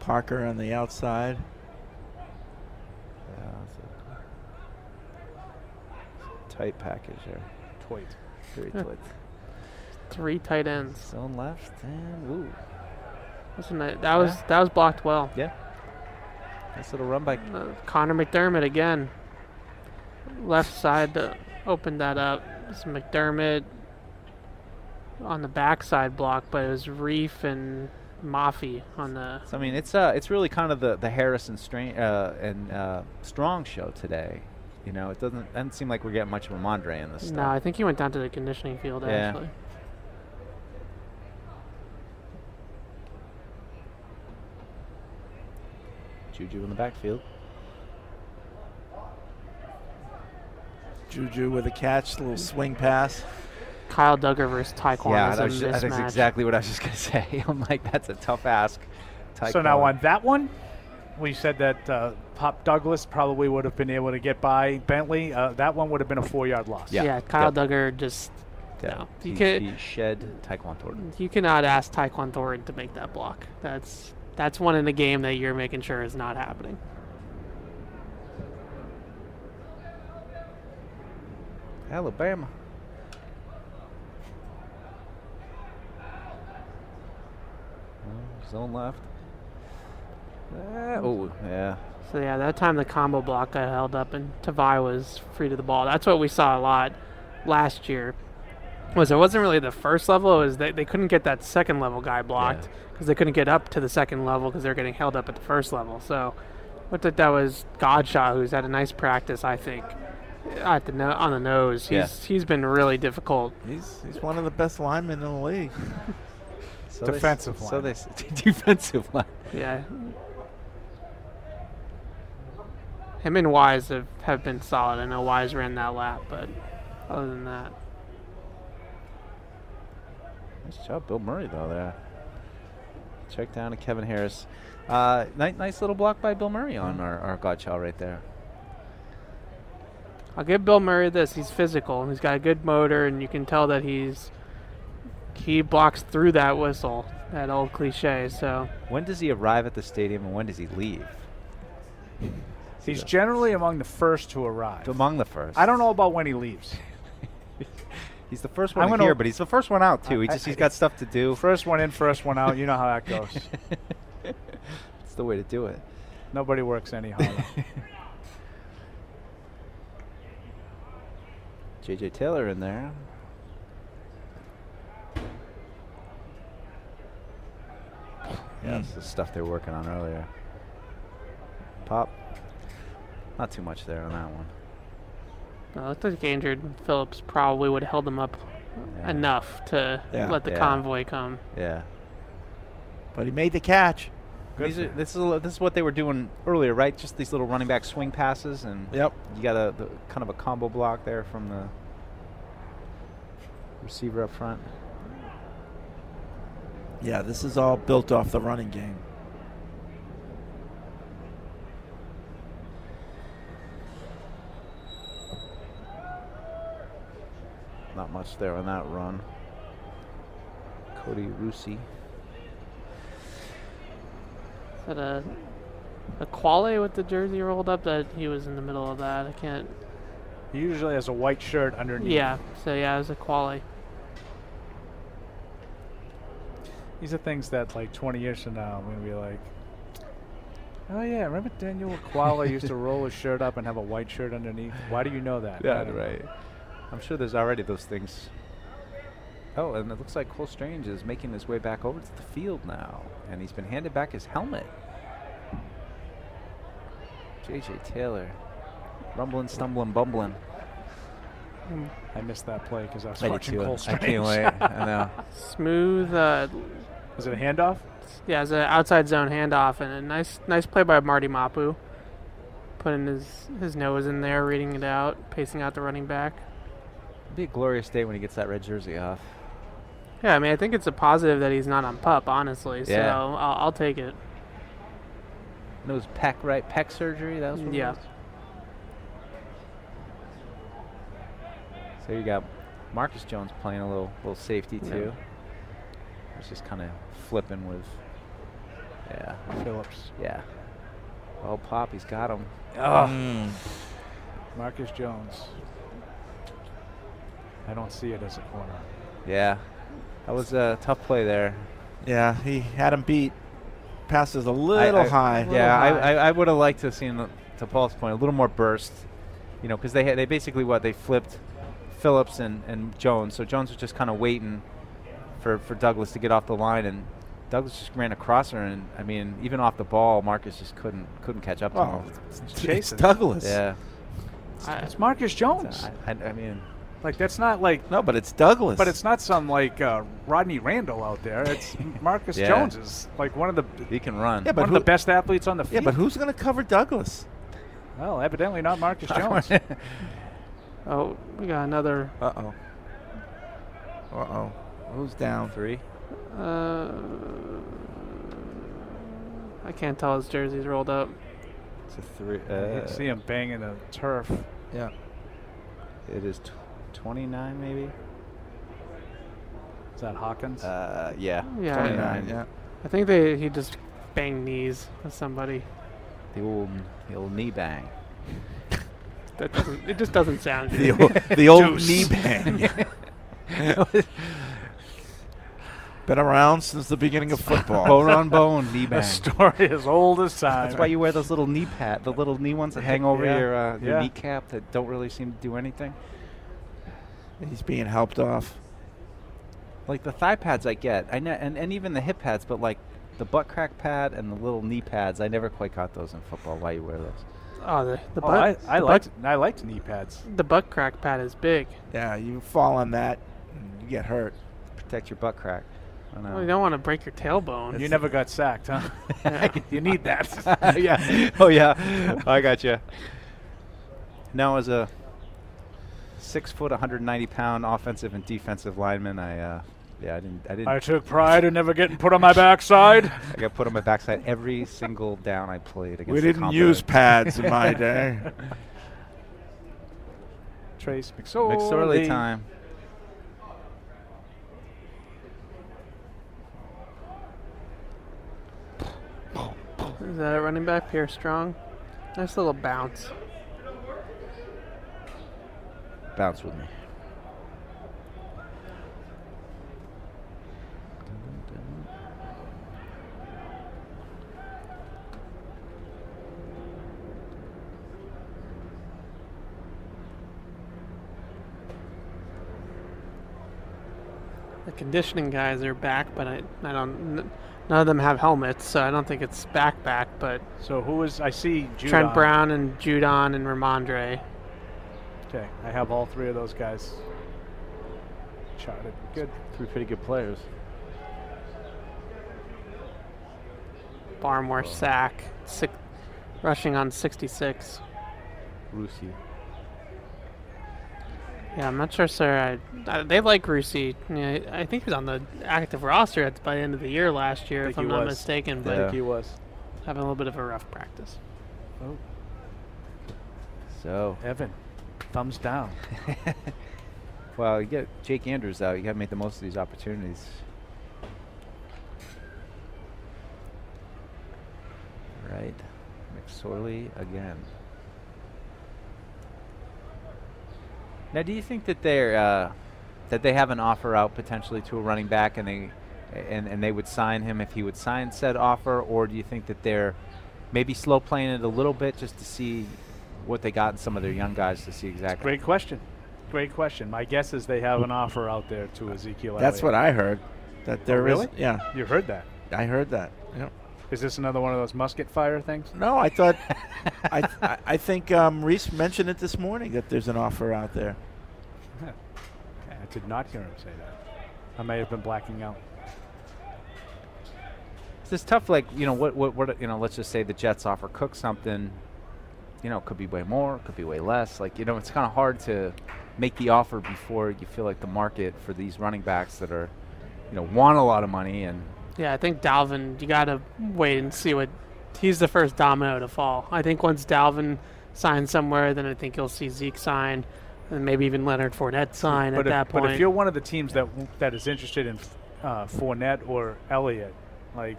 [SPEAKER 1] Parker on the outside.
[SPEAKER 6] Yeah, that's a tight package there.
[SPEAKER 5] Tweet.
[SPEAKER 6] Very
[SPEAKER 7] Yeah.
[SPEAKER 6] tight.
[SPEAKER 7] three tight ends.
[SPEAKER 6] Zone left and ooh,
[SPEAKER 7] That's a ni- that was that was blocked well.
[SPEAKER 6] Yeah. nice little run by.
[SPEAKER 7] Uh, Connor McDermott again. Left side to open that up. It's McDermott on the backside block, but it was Reef and Mafi on the.
[SPEAKER 6] So I mean, it's uh, it's really kind of the the Harrison strain uh, and uh, Strong show today. You know, it doesn't doesn't seem like we're getting much of a Mondre in this stuff.
[SPEAKER 7] No, I think he went down to the conditioning field
[SPEAKER 6] Yeah.
[SPEAKER 7] actually.
[SPEAKER 6] Juju in the backfield.
[SPEAKER 1] Juju with a catch, little swing pass.
[SPEAKER 7] Kyle Duggar versus Taekwondo.
[SPEAKER 6] yeah,
[SPEAKER 7] is
[SPEAKER 6] that
[SPEAKER 7] a
[SPEAKER 6] was ju- that's
[SPEAKER 7] mismatch.
[SPEAKER 6] exactly what I was just gonna say. I'm like, that's a tough ask.
[SPEAKER 5] So now
[SPEAKER 6] Taekwondo.
[SPEAKER 5] on that one, we said that uh, Pop Douglas probably would have been able to get by Bentley. Uh, that one would have been a four-yard loss.
[SPEAKER 7] Yeah, Kyle Duggar just. No. You,
[SPEAKER 6] he,
[SPEAKER 7] could,
[SPEAKER 6] he shed Taekwondo.
[SPEAKER 7] you cannot ask Taekwon Thornton to make that block. That's that's one in the game that you're making sure is not happening.
[SPEAKER 6] Alabama. Zone left. Uh, oh, yeah.
[SPEAKER 7] So yeah, that time the combo block got held up and Tavai was free to the ball. That's what we saw a lot last year. Was it wasn't really the first level? It was they, they couldn't get that second level guy blocked because they couldn't get up to the second level because they were getting held up at the first level. So, what that that was Godshaw, who's had a nice practice, I think, at the no, on the nose.
[SPEAKER 1] Yeah.
[SPEAKER 7] He's he's been really difficult.
[SPEAKER 1] He's he's one of the best linemen in the league.
[SPEAKER 6] So
[SPEAKER 5] they s- Defensive so
[SPEAKER 6] So
[SPEAKER 5] line.
[SPEAKER 6] they defensive line.
[SPEAKER 7] Yeah. Him and Wise have, have been solid. I know Wise ran that lap, but other than that,
[SPEAKER 6] Nice job, Bill Murray, though, there. Check down to Kevin Harris. Uh, nice, nice little block by Bill Murray on
[SPEAKER 5] Hmm.
[SPEAKER 6] our, our Godchild right there.
[SPEAKER 7] I'll give Bill Murray this. He's physical. He's got a good motor, and you can tell that he's he blocks through that whistle, that old cliche. So
[SPEAKER 6] When does he arrive at the stadium and when does he leave?
[SPEAKER 5] He's generally among the first to arrive.
[SPEAKER 6] Among the first.
[SPEAKER 5] I don't know about when he leaves.
[SPEAKER 6] He's the first
[SPEAKER 5] I'm
[SPEAKER 6] one
[SPEAKER 5] gonna-
[SPEAKER 6] here, but he's the first one out too. He
[SPEAKER 5] I-
[SPEAKER 6] just
[SPEAKER 5] I-
[SPEAKER 6] he's got stuff to do.
[SPEAKER 5] First one in, first one out. You know how that goes.
[SPEAKER 6] It's the way to do it.
[SPEAKER 5] Nobody works anyhow.
[SPEAKER 6] JJ Taylor in there.
[SPEAKER 1] Hmm.
[SPEAKER 6] Yeah, that's the stuff they were working on earlier. Pop. Not too much there on that one.
[SPEAKER 7] uh, it looked like injured Phillips probably would have held him up
[SPEAKER 6] Yeah.
[SPEAKER 7] enough to
[SPEAKER 1] Yeah.
[SPEAKER 7] let the
[SPEAKER 6] Yeah.
[SPEAKER 7] convoy come.
[SPEAKER 6] Yeah.
[SPEAKER 1] But he made the catch.
[SPEAKER 6] These are, this is a li- this is what they were doing earlier, right? Just these little running back swing passes, and
[SPEAKER 1] Yep.
[SPEAKER 6] you got a the, kind of a combo block there from the receiver up front.
[SPEAKER 1] Yeah, this is all built off the running game.
[SPEAKER 6] Not much there on that run. Cody Rusi.
[SPEAKER 7] Is that a a quale with the jersey rolled up? That he was in the middle of that. I can't.
[SPEAKER 5] he usually has a white shirt
[SPEAKER 6] Hmm.
[SPEAKER 5] underneath.
[SPEAKER 7] Yeah. So yeah, it was a quale.
[SPEAKER 5] These are things that, like, 20 years from now, I'm going to be like, oh, yeah, remember Daniel Aquala used to roll his shirt up and have a white shirt underneath? Why do you know that? I don't know.
[SPEAKER 6] I'm sure there's already those things. Oh, and it looks like Cole Strange is making his way back over to the field now, and he's been handed back his helmet. JJ Taylor, rumbling, stumbling, bumbling.
[SPEAKER 5] I missed that play because I was
[SPEAKER 6] I did
[SPEAKER 5] watching
[SPEAKER 6] too.
[SPEAKER 5] Cole
[SPEAKER 6] I
[SPEAKER 5] Strange.
[SPEAKER 6] can't wait. I know.
[SPEAKER 7] Smooth. Uh,
[SPEAKER 5] Was it a handoff?
[SPEAKER 7] Yeah, it's an outside zone handoff and a nice nice play by Marty Mapu. Putting his, his nose in there, reading it out, pacing out the running back.
[SPEAKER 6] It'll be a glorious day when he gets that red jersey off.
[SPEAKER 7] Yeah, I mean, I think it's a positive that he's not on pup, honestly. So
[SPEAKER 6] Yeah.
[SPEAKER 7] I'll, I'll take it.
[SPEAKER 6] And it was pec, right? Pec surgery? That was what it
[SPEAKER 7] Yeah.
[SPEAKER 6] was? So you got Marcus Jones playing a little little safety
[SPEAKER 7] Yeah.
[SPEAKER 6] too. I was just kind of flipping with, yeah,
[SPEAKER 5] Phillips.
[SPEAKER 6] yeah. Oh, Pop, he's got him.
[SPEAKER 5] Marcus Jones. I don't see it as a corner.
[SPEAKER 6] Yeah, that was a tough play there.
[SPEAKER 1] Yeah, he had him beat. Passes a little
[SPEAKER 6] I- I-
[SPEAKER 1] high.
[SPEAKER 6] Yeah, I,
[SPEAKER 1] Little high.
[SPEAKER 6] I, I would have liked to have seen, to Paul's point, a little more burst. You know, because they had, they basically what they flipped Phillips and, and Jones. So Jones was just kind of waiting for, for Douglas to get off the line, and Douglas just ran across her. And I mean, even off the ball, Marcus just couldn't couldn't catch up to
[SPEAKER 1] Oh,
[SPEAKER 6] him.
[SPEAKER 1] it's Douglas.
[SPEAKER 6] Yeah,
[SPEAKER 7] I,
[SPEAKER 5] It's Marcus Jones.
[SPEAKER 6] I, I, I mean,
[SPEAKER 5] Like that's not like,
[SPEAKER 1] No, but it's Douglas.
[SPEAKER 5] but it's not some like uh, Rodney Randall out there. It's Marcus
[SPEAKER 6] Yeah.
[SPEAKER 5] Jones is like one of the
[SPEAKER 6] he can run.
[SPEAKER 1] Yeah, but
[SPEAKER 5] one
[SPEAKER 1] who-
[SPEAKER 5] of the best athletes on the
[SPEAKER 1] yeah,
[SPEAKER 5] field.
[SPEAKER 1] but who's going to cover Douglas?
[SPEAKER 5] well, evidently not Marcus Jones.
[SPEAKER 7] Oh, we got another.
[SPEAKER 1] Uh oh. Uh oh. Who's down?
[SPEAKER 6] Three.
[SPEAKER 7] Uh, I can't tell his jersey's rolled up.
[SPEAKER 6] It's a three.
[SPEAKER 5] you
[SPEAKER 6] Uh,
[SPEAKER 5] can see him banging the turf.
[SPEAKER 1] Yeah.
[SPEAKER 6] It is t- 29, maybe.
[SPEAKER 5] Is that Hawkins?
[SPEAKER 6] Uh, yeah.
[SPEAKER 7] Yeah.
[SPEAKER 6] 29.
[SPEAKER 7] I think they he just banged knees with somebody.
[SPEAKER 6] The old, the old knee bang.
[SPEAKER 7] That doesn't, it just doesn't sound
[SPEAKER 1] The
[SPEAKER 7] good.
[SPEAKER 1] old, the old knee bang. Been around since the beginning of football.
[SPEAKER 6] Bone on bone, knee
[SPEAKER 5] The
[SPEAKER 6] bang.
[SPEAKER 5] story is old as time.
[SPEAKER 6] That's why you wear those little knee pad, the little knee ones that hang over
[SPEAKER 5] Yeah,
[SPEAKER 6] your, uh, your
[SPEAKER 5] yeah.
[SPEAKER 6] kneecap that don't really seem to do anything.
[SPEAKER 1] He's being helped off.
[SPEAKER 6] Like the thigh pads I get, I know, and, and even the hip pads, but like the butt crack pad and the little knee pads, I never quite got those in football. Why you wear those?
[SPEAKER 7] Oh, the, the
[SPEAKER 5] Oh,
[SPEAKER 7] butt.
[SPEAKER 5] I, I
[SPEAKER 7] the
[SPEAKER 5] liked I liked knee pads.
[SPEAKER 7] butt, the butt crack pad is big.
[SPEAKER 1] Yeah, you fall on that, and you get hurt.
[SPEAKER 6] Protect your butt crack. I don't know.
[SPEAKER 7] Well, Oh. you don't want to break your tailbone.
[SPEAKER 5] You never got sacked, huh? you need that.
[SPEAKER 6] yeah. Oh yeah. I got you. Now as a six foot, 190 pound offensive and defensive lineman, I uh, yeah, I didn't, I didn't,
[SPEAKER 5] I took pride in never getting put on my backside.
[SPEAKER 6] I got put on my backside every single down I played against.
[SPEAKER 1] We
[SPEAKER 6] the
[SPEAKER 1] didn't use
[SPEAKER 6] competent-
[SPEAKER 1] pads in my day.
[SPEAKER 5] Trace McSorley.
[SPEAKER 6] McSorley time.
[SPEAKER 7] Is that a running back Pierre Strong? Nice little bounce.
[SPEAKER 6] Bounce with me.
[SPEAKER 7] The conditioning guys are back, but I, I don't. N- none of them have helmets, so I don't think it's back back. But
[SPEAKER 5] So who is? I see Judon.
[SPEAKER 7] Trent Brown and Judon and Ramondre.
[SPEAKER 5] Okay, I have all three of those guys charted. Good.
[SPEAKER 6] Three pretty good players.
[SPEAKER 5] Oh.
[SPEAKER 7] Barmore sack, six, rushing on 66.
[SPEAKER 6] Rusi.
[SPEAKER 7] Yeah, I'm not sure, sir. I, I, they like Rusi. Yeah, I think he was on the active roster at, by the end of the year last year,
[SPEAKER 5] I
[SPEAKER 7] if
[SPEAKER 5] think
[SPEAKER 7] I'm
[SPEAKER 5] he
[SPEAKER 7] not
[SPEAKER 5] was.
[SPEAKER 7] mistaken. But
[SPEAKER 5] I think he was.
[SPEAKER 7] having a little bit of a rough practice.
[SPEAKER 6] So,
[SPEAKER 5] Oh, Evan, thumbs down.
[SPEAKER 6] well, you get Jake Andrews out. You got to make the most of these opportunities. Right, McSorley again. Now, do you think that they're uh, that they have an offer out potentially to a running back, and they and, and they would sign him if he would sign said offer, or do you think that they're maybe slow playing it a little bit just to see what they got in some of their young guys to see exactly?
[SPEAKER 5] Great question. Great question. My guess is they have an offer out there to Ezekiel.
[SPEAKER 1] That's what
[SPEAKER 5] Elliott.
[SPEAKER 1] I heard. That there is.
[SPEAKER 5] really?
[SPEAKER 1] Yeah,
[SPEAKER 5] you heard that.
[SPEAKER 1] I heard that. Yeah.
[SPEAKER 5] Is this another one of those musket fire things?
[SPEAKER 1] No, I thought. I, I I think um, Reese mentioned it this morning that there's an offer out there.
[SPEAKER 5] I did not hear him say that. I may have been blacking out.
[SPEAKER 6] It's just tough. Like you know, what what what you know. Let's just say the Jets offer Cook something. You know, it could be way more, it could be way less. Like you know, it's kind of hard to make the offer before you feel like the market for these running backs that are, you know, want a lot of money and
[SPEAKER 7] Yeah, I think Dalvin, you got to wait and see what. He's the first domino to fall. I think once Dalvin signs somewhere, then I think you'll see Zeke sign, and maybe even Leonard Fournette sign
[SPEAKER 5] but
[SPEAKER 7] at
[SPEAKER 5] if,
[SPEAKER 7] that
[SPEAKER 5] but
[SPEAKER 7] point.
[SPEAKER 5] if you're one of the teams that w- that is interested in uh, Fournette or Elliott, like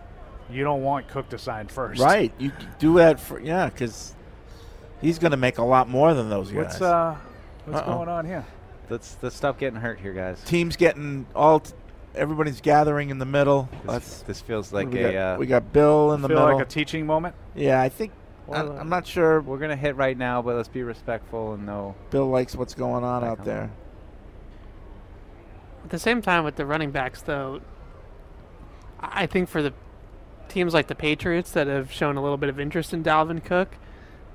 [SPEAKER 5] you don't want Cook to sign first,
[SPEAKER 1] Right. You do that for yeah, because he's going to make a lot more than those guys.
[SPEAKER 5] What's uh, what's
[SPEAKER 1] Uh-oh.
[SPEAKER 5] going on here?
[SPEAKER 6] let's let's stop getting hurt here, guys.
[SPEAKER 1] Teams getting all. T- everybody's gathering in the middle.
[SPEAKER 6] This,
[SPEAKER 1] Let's.
[SPEAKER 6] this feels like
[SPEAKER 1] we,
[SPEAKER 6] a.
[SPEAKER 1] got,
[SPEAKER 6] uh,
[SPEAKER 1] we got Bill in
[SPEAKER 5] I
[SPEAKER 1] the
[SPEAKER 5] feel
[SPEAKER 1] middle.
[SPEAKER 5] like a teaching moment.
[SPEAKER 1] yeah, I think. I,
[SPEAKER 7] Well, uh,
[SPEAKER 1] I'm not sure
[SPEAKER 6] we're gonna hit right now, but let's be respectful and know.
[SPEAKER 1] Bill likes what's going on
[SPEAKER 6] Back
[SPEAKER 1] out
[SPEAKER 6] on.
[SPEAKER 1] there.
[SPEAKER 7] At the same time, with the running backs, though, I I think for the teams like the Patriots that have shown a little bit of interest in Dalvin Cook,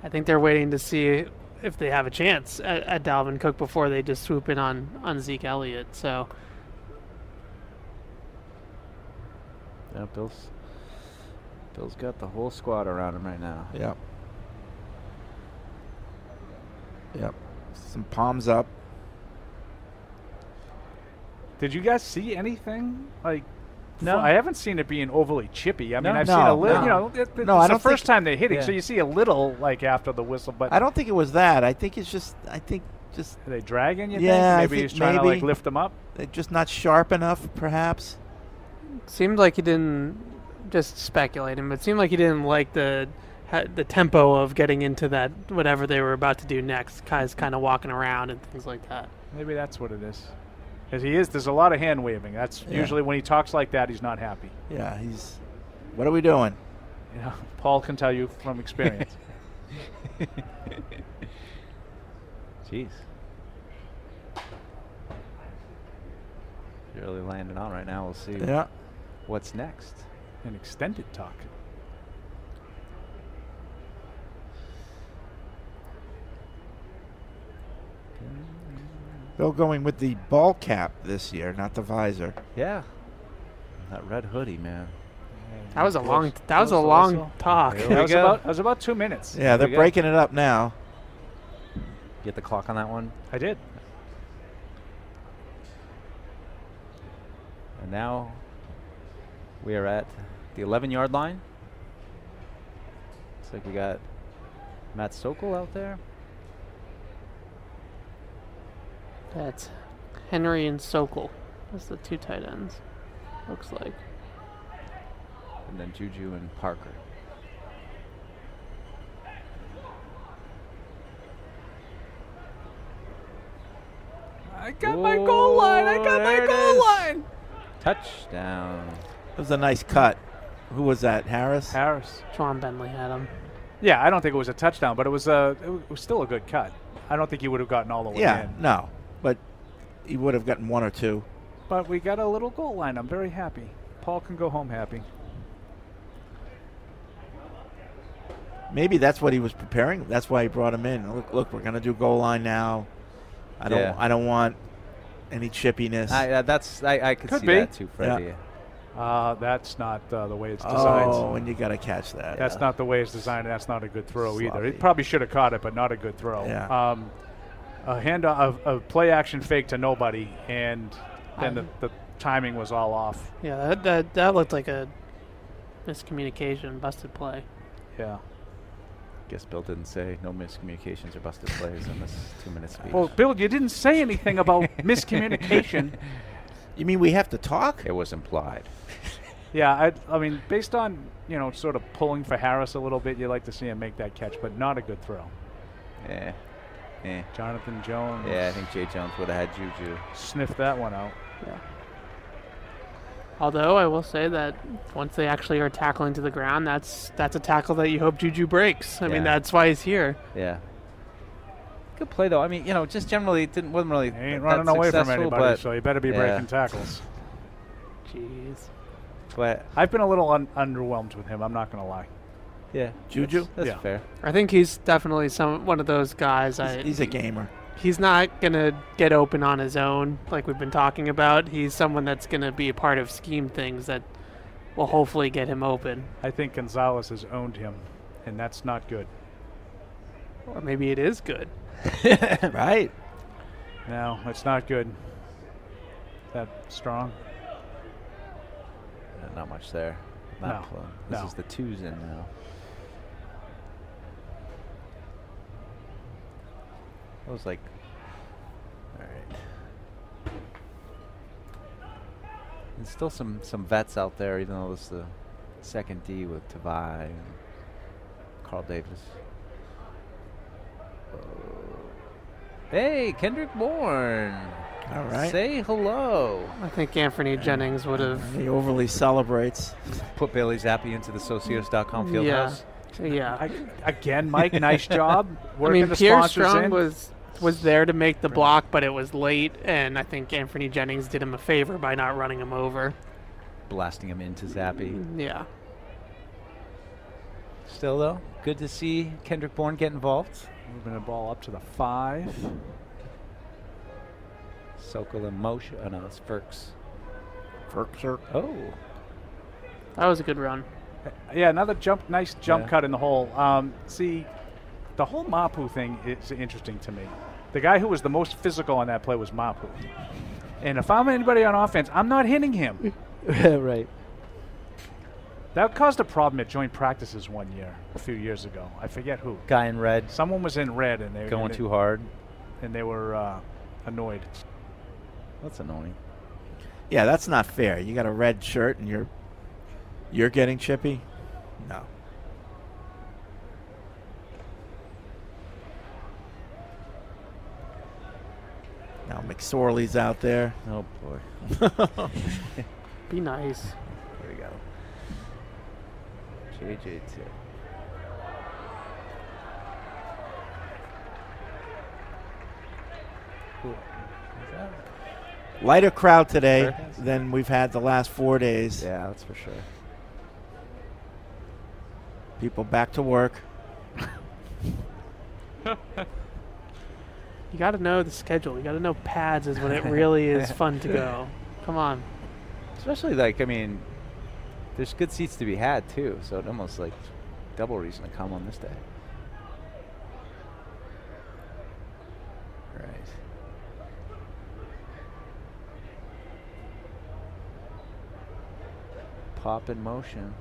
[SPEAKER 7] I think they're waiting to see if they have a chance at, at Dalvin Cook before they just swoop in on, on Zeke Elliott. So
[SPEAKER 6] Yeah, Bill's Bill's got the whole squad around him right now.
[SPEAKER 1] Yep. Yep. Some palms up.
[SPEAKER 5] Did you guys see anything like?
[SPEAKER 1] No.
[SPEAKER 5] I haven't seen it being overly chippy. I mean,
[SPEAKER 1] No.
[SPEAKER 5] I've seen a
[SPEAKER 1] No,
[SPEAKER 5] little. You
[SPEAKER 1] no.
[SPEAKER 5] know, it, it's
[SPEAKER 1] No, I
[SPEAKER 5] the
[SPEAKER 1] don't
[SPEAKER 5] first
[SPEAKER 1] think-
[SPEAKER 5] time they hit it,
[SPEAKER 1] Yeah.
[SPEAKER 5] so you see a little like after the whistle. But
[SPEAKER 1] I don't think it was that. I think it's just. I think just.
[SPEAKER 5] Are they dragging? You
[SPEAKER 1] yeah,
[SPEAKER 5] think? maybe
[SPEAKER 1] I think
[SPEAKER 5] he's trying to like
[SPEAKER 1] maybe
[SPEAKER 5] lift them up.
[SPEAKER 1] They're just not sharp enough, perhaps.
[SPEAKER 7] Seemed like he didn't just speculating, but seemed like he didn't like the ha- the tempo of getting into that whatever they were about to do next. Guys kind of walking around and things like that.
[SPEAKER 5] Maybe that's what it is. Because he is. There's a lot of hand waving. That's
[SPEAKER 7] Yeah.
[SPEAKER 5] usually when he talks like that, he's not happy.
[SPEAKER 1] Yeah, he's. What are we doing?
[SPEAKER 5] You know, Paul can tell you from experience.
[SPEAKER 6] Jeez. You're really laying it on right now. We'll see.
[SPEAKER 1] Yeah.
[SPEAKER 6] What's next?
[SPEAKER 5] An extended talk.
[SPEAKER 1] They're going with the ball cap this year, not the visor.
[SPEAKER 6] Yeah. That red hoodie, man.
[SPEAKER 7] That was a long. That was a long talk.
[SPEAKER 6] Here
[SPEAKER 5] That
[SPEAKER 6] we
[SPEAKER 5] was
[SPEAKER 6] go.
[SPEAKER 5] about, that was about two minutes.
[SPEAKER 1] Yeah, they're
[SPEAKER 6] we go.
[SPEAKER 1] breaking it up now.
[SPEAKER 6] Get the clock on that one.
[SPEAKER 5] I did.
[SPEAKER 6] And now we are at the 11 yard line. Looks like we got Matt Sokol out there.
[SPEAKER 7] That's Henry and Sokol. That's the two tight ends. Looks like.
[SPEAKER 6] And then Juju and Parker.
[SPEAKER 5] I got my goal line. I got my goal line.
[SPEAKER 6] Touchdown.
[SPEAKER 1] It was a nice cut. Who was that? Harris.
[SPEAKER 5] Harris.
[SPEAKER 7] Sean Bentley had him.
[SPEAKER 5] Yeah, I don't think it was a touchdown, but it was a. It was still a good cut. I don't think he would have gotten all the way
[SPEAKER 1] Yeah.
[SPEAKER 5] in.
[SPEAKER 1] No, but he would have gotten one or two.
[SPEAKER 5] But we got a little goal line. I'm very happy. Paul can go home happy.
[SPEAKER 1] Maybe that's what he was preparing. That's why he brought him in. Look, look, we're gonna do goal line now. I don't.
[SPEAKER 6] Yeah.
[SPEAKER 1] I don't want any chippiness.
[SPEAKER 6] I, uh, that's I, I could,
[SPEAKER 5] Could
[SPEAKER 6] see
[SPEAKER 5] be.
[SPEAKER 6] that too, Freddie.
[SPEAKER 1] Yeah.
[SPEAKER 5] Uh, that's not uh, the way it's designed.
[SPEAKER 1] oh, and you gotta catch that.
[SPEAKER 5] That's not the way it's designed, and that's not a good throw either.
[SPEAKER 1] Sloppy.
[SPEAKER 5] It probably should have caught it, but not a good throw.
[SPEAKER 1] Yeah.
[SPEAKER 5] Um, a hand a, a play action fake to nobody, and then the, the timing was all off.
[SPEAKER 7] Yeah, that that, that looked like a miscommunication, busted play.
[SPEAKER 5] Yeah.
[SPEAKER 6] Guess Bill didn't say no miscommunications or busted plays in this two minute speech.
[SPEAKER 5] Well, Bill, you didn't say anything about miscommunication.
[SPEAKER 1] You mean we have to talk?
[SPEAKER 6] It was implied.
[SPEAKER 5] Yeah, I, I mean, based on you know, sort of pulling for Harris a little bit, you like to see him make that catch, but not a good throw.
[SPEAKER 6] Yeah. Yeah.
[SPEAKER 5] Jonathan Jones.
[SPEAKER 6] Yeah, I think Jay Jones would have had Juju.
[SPEAKER 5] sniffed that one out.
[SPEAKER 7] Yeah. Although I will say that once they actually are tackling to the ground, that's that's a tackle that you hope Juju breaks. I
[SPEAKER 6] Yeah.
[SPEAKER 7] mean, that's why he's here.
[SPEAKER 6] Yeah. Good play though. I mean, you know, just generally it didn't wasn't really
[SPEAKER 5] He ain't
[SPEAKER 6] that
[SPEAKER 5] running away from
[SPEAKER 6] successful,
[SPEAKER 5] anybody,
[SPEAKER 6] but-
[SPEAKER 5] so you better be
[SPEAKER 6] yeah.
[SPEAKER 5] breaking tackles.
[SPEAKER 7] Jeez.
[SPEAKER 6] But
[SPEAKER 5] I've been a little un- underwhelmed with him. I'm not gonna lie.
[SPEAKER 6] yeah,
[SPEAKER 1] Juju?
[SPEAKER 6] That's, that's
[SPEAKER 5] Yeah.
[SPEAKER 6] fair.
[SPEAKER 7] I think he's definitely some one of those guys. I,
[SPEAKER 1] He's, he's a gamer.
[SPEAKER 7] he's not gonna get open on his own, like we've been talking about. He's someone that's gonna be a part of scheme things that will hopefully get him open,
[SPEAKER 5] I think Gonzalez has owned him, and that's not good.
[SPEAKER 7] or maybe it is good.
[SPEAKER 1] right.
[SPEAKER 5] No, it's not good. That strong?
[SPEAKER 6] Uh, Not much there. Not
[SPEAKER 5] No.
[SPEAKER 6] close. This
[SPEAKER 5] No.
[SPEAKER 6] is the twos in now. It was like, all right. And still some some vets out there, even though it's the second D with Tavai and Carl Davis. Oh. Hey, Kendrick Bourne.
[SPEAKER 1] All right.
[SPEAKER 6] Say hello.
[SPEAKER 7] I think Anthony Jennings would have.
[SPEAKER 1] He overly celebrates.
[SPEAKER 6] Put Bailey Zappi into the Socios.com fieldhouse.
[SPEAKER 7] Yeah. Yeah.
[SPEAKER 5] I, again, Mike, nice job.
[SPEAKER 7] I
[SPEAKER 5] Working
[SPEAKER 7] mean,
[SPEAKER 5] the
[SPEAKER 7] Pierre
[SPEAKER 5] sponsors
[SPEAKER 7] Strong
[SPEAKER 5] in.
[SPEAKER 7] was was there to make the block, but it was late, and I think Anthony Jennings did him a favor by not running him over.
[SPEAKER 6] blasting him into Zappy.
[SPEAKER 7] Yeah,
[SPEAKER 6] Still though, good to see Kendrick Bourne get involved.
[SPEAKER 5] Moving the ball up to the five.
[SPEAKER 6] Sokol and Moshe, oh no, it's Ferks.
[SPEAKER 1] Ferkser.
[SPEAKER 6] Oh,
[SPEAKER 7] that was a good run.
[SPEAKER 5] Yeah, another jump, nice jump
[SPEAKER 6] Yeah.
[SPEAKER 5] cut in the hole. Um, see, the whole Mapu thing is interesting to me. The guy who was the most physical on that play was Mapu. And if I'm anybody on offense, I'm not hitting him.
[SPEAKER 11] right.
[SPEAKER 5] That caused a problem at joint practices one year, a few years ago. I forget who.
[SPEAKER 6] Guy in red.
[SPEAKER 5] Someone was in red, and they
[SPEAKER 6] Going
[SPEAKER 5] and they-
[SPEAKER 6] too hard.
[SPEAKER 5] and they were uh, annoyed.
[SPEAKER 6] That's annoying.
[SPEAKER 1] Yeah, that's not fair. You got a red shirt and you're you're getting chippy. No. Now McSorley's out there.
[SPEAKER 6] Oh boy.
[SPEAKER 7] Be nice.
[SPEAKER 6] Here we go. JJ tip.
[SPEAKER 1] Lighter crowd today
[SPEAKER 6] Sure.
[SPEAKER 1] than we've had the last four days.
[SPEAKER 6] Yeah, that's for sure.
[SPEAKER 1] People back to work.
[SPEAKER 7] You got to know the schedule. You got to know pads is when it really is fun to go. Come on.
[SPEAKER 6] Especially like I mean, there's good seats to be had too. So it almost like double reason to come on this day. Right. Pop in motion.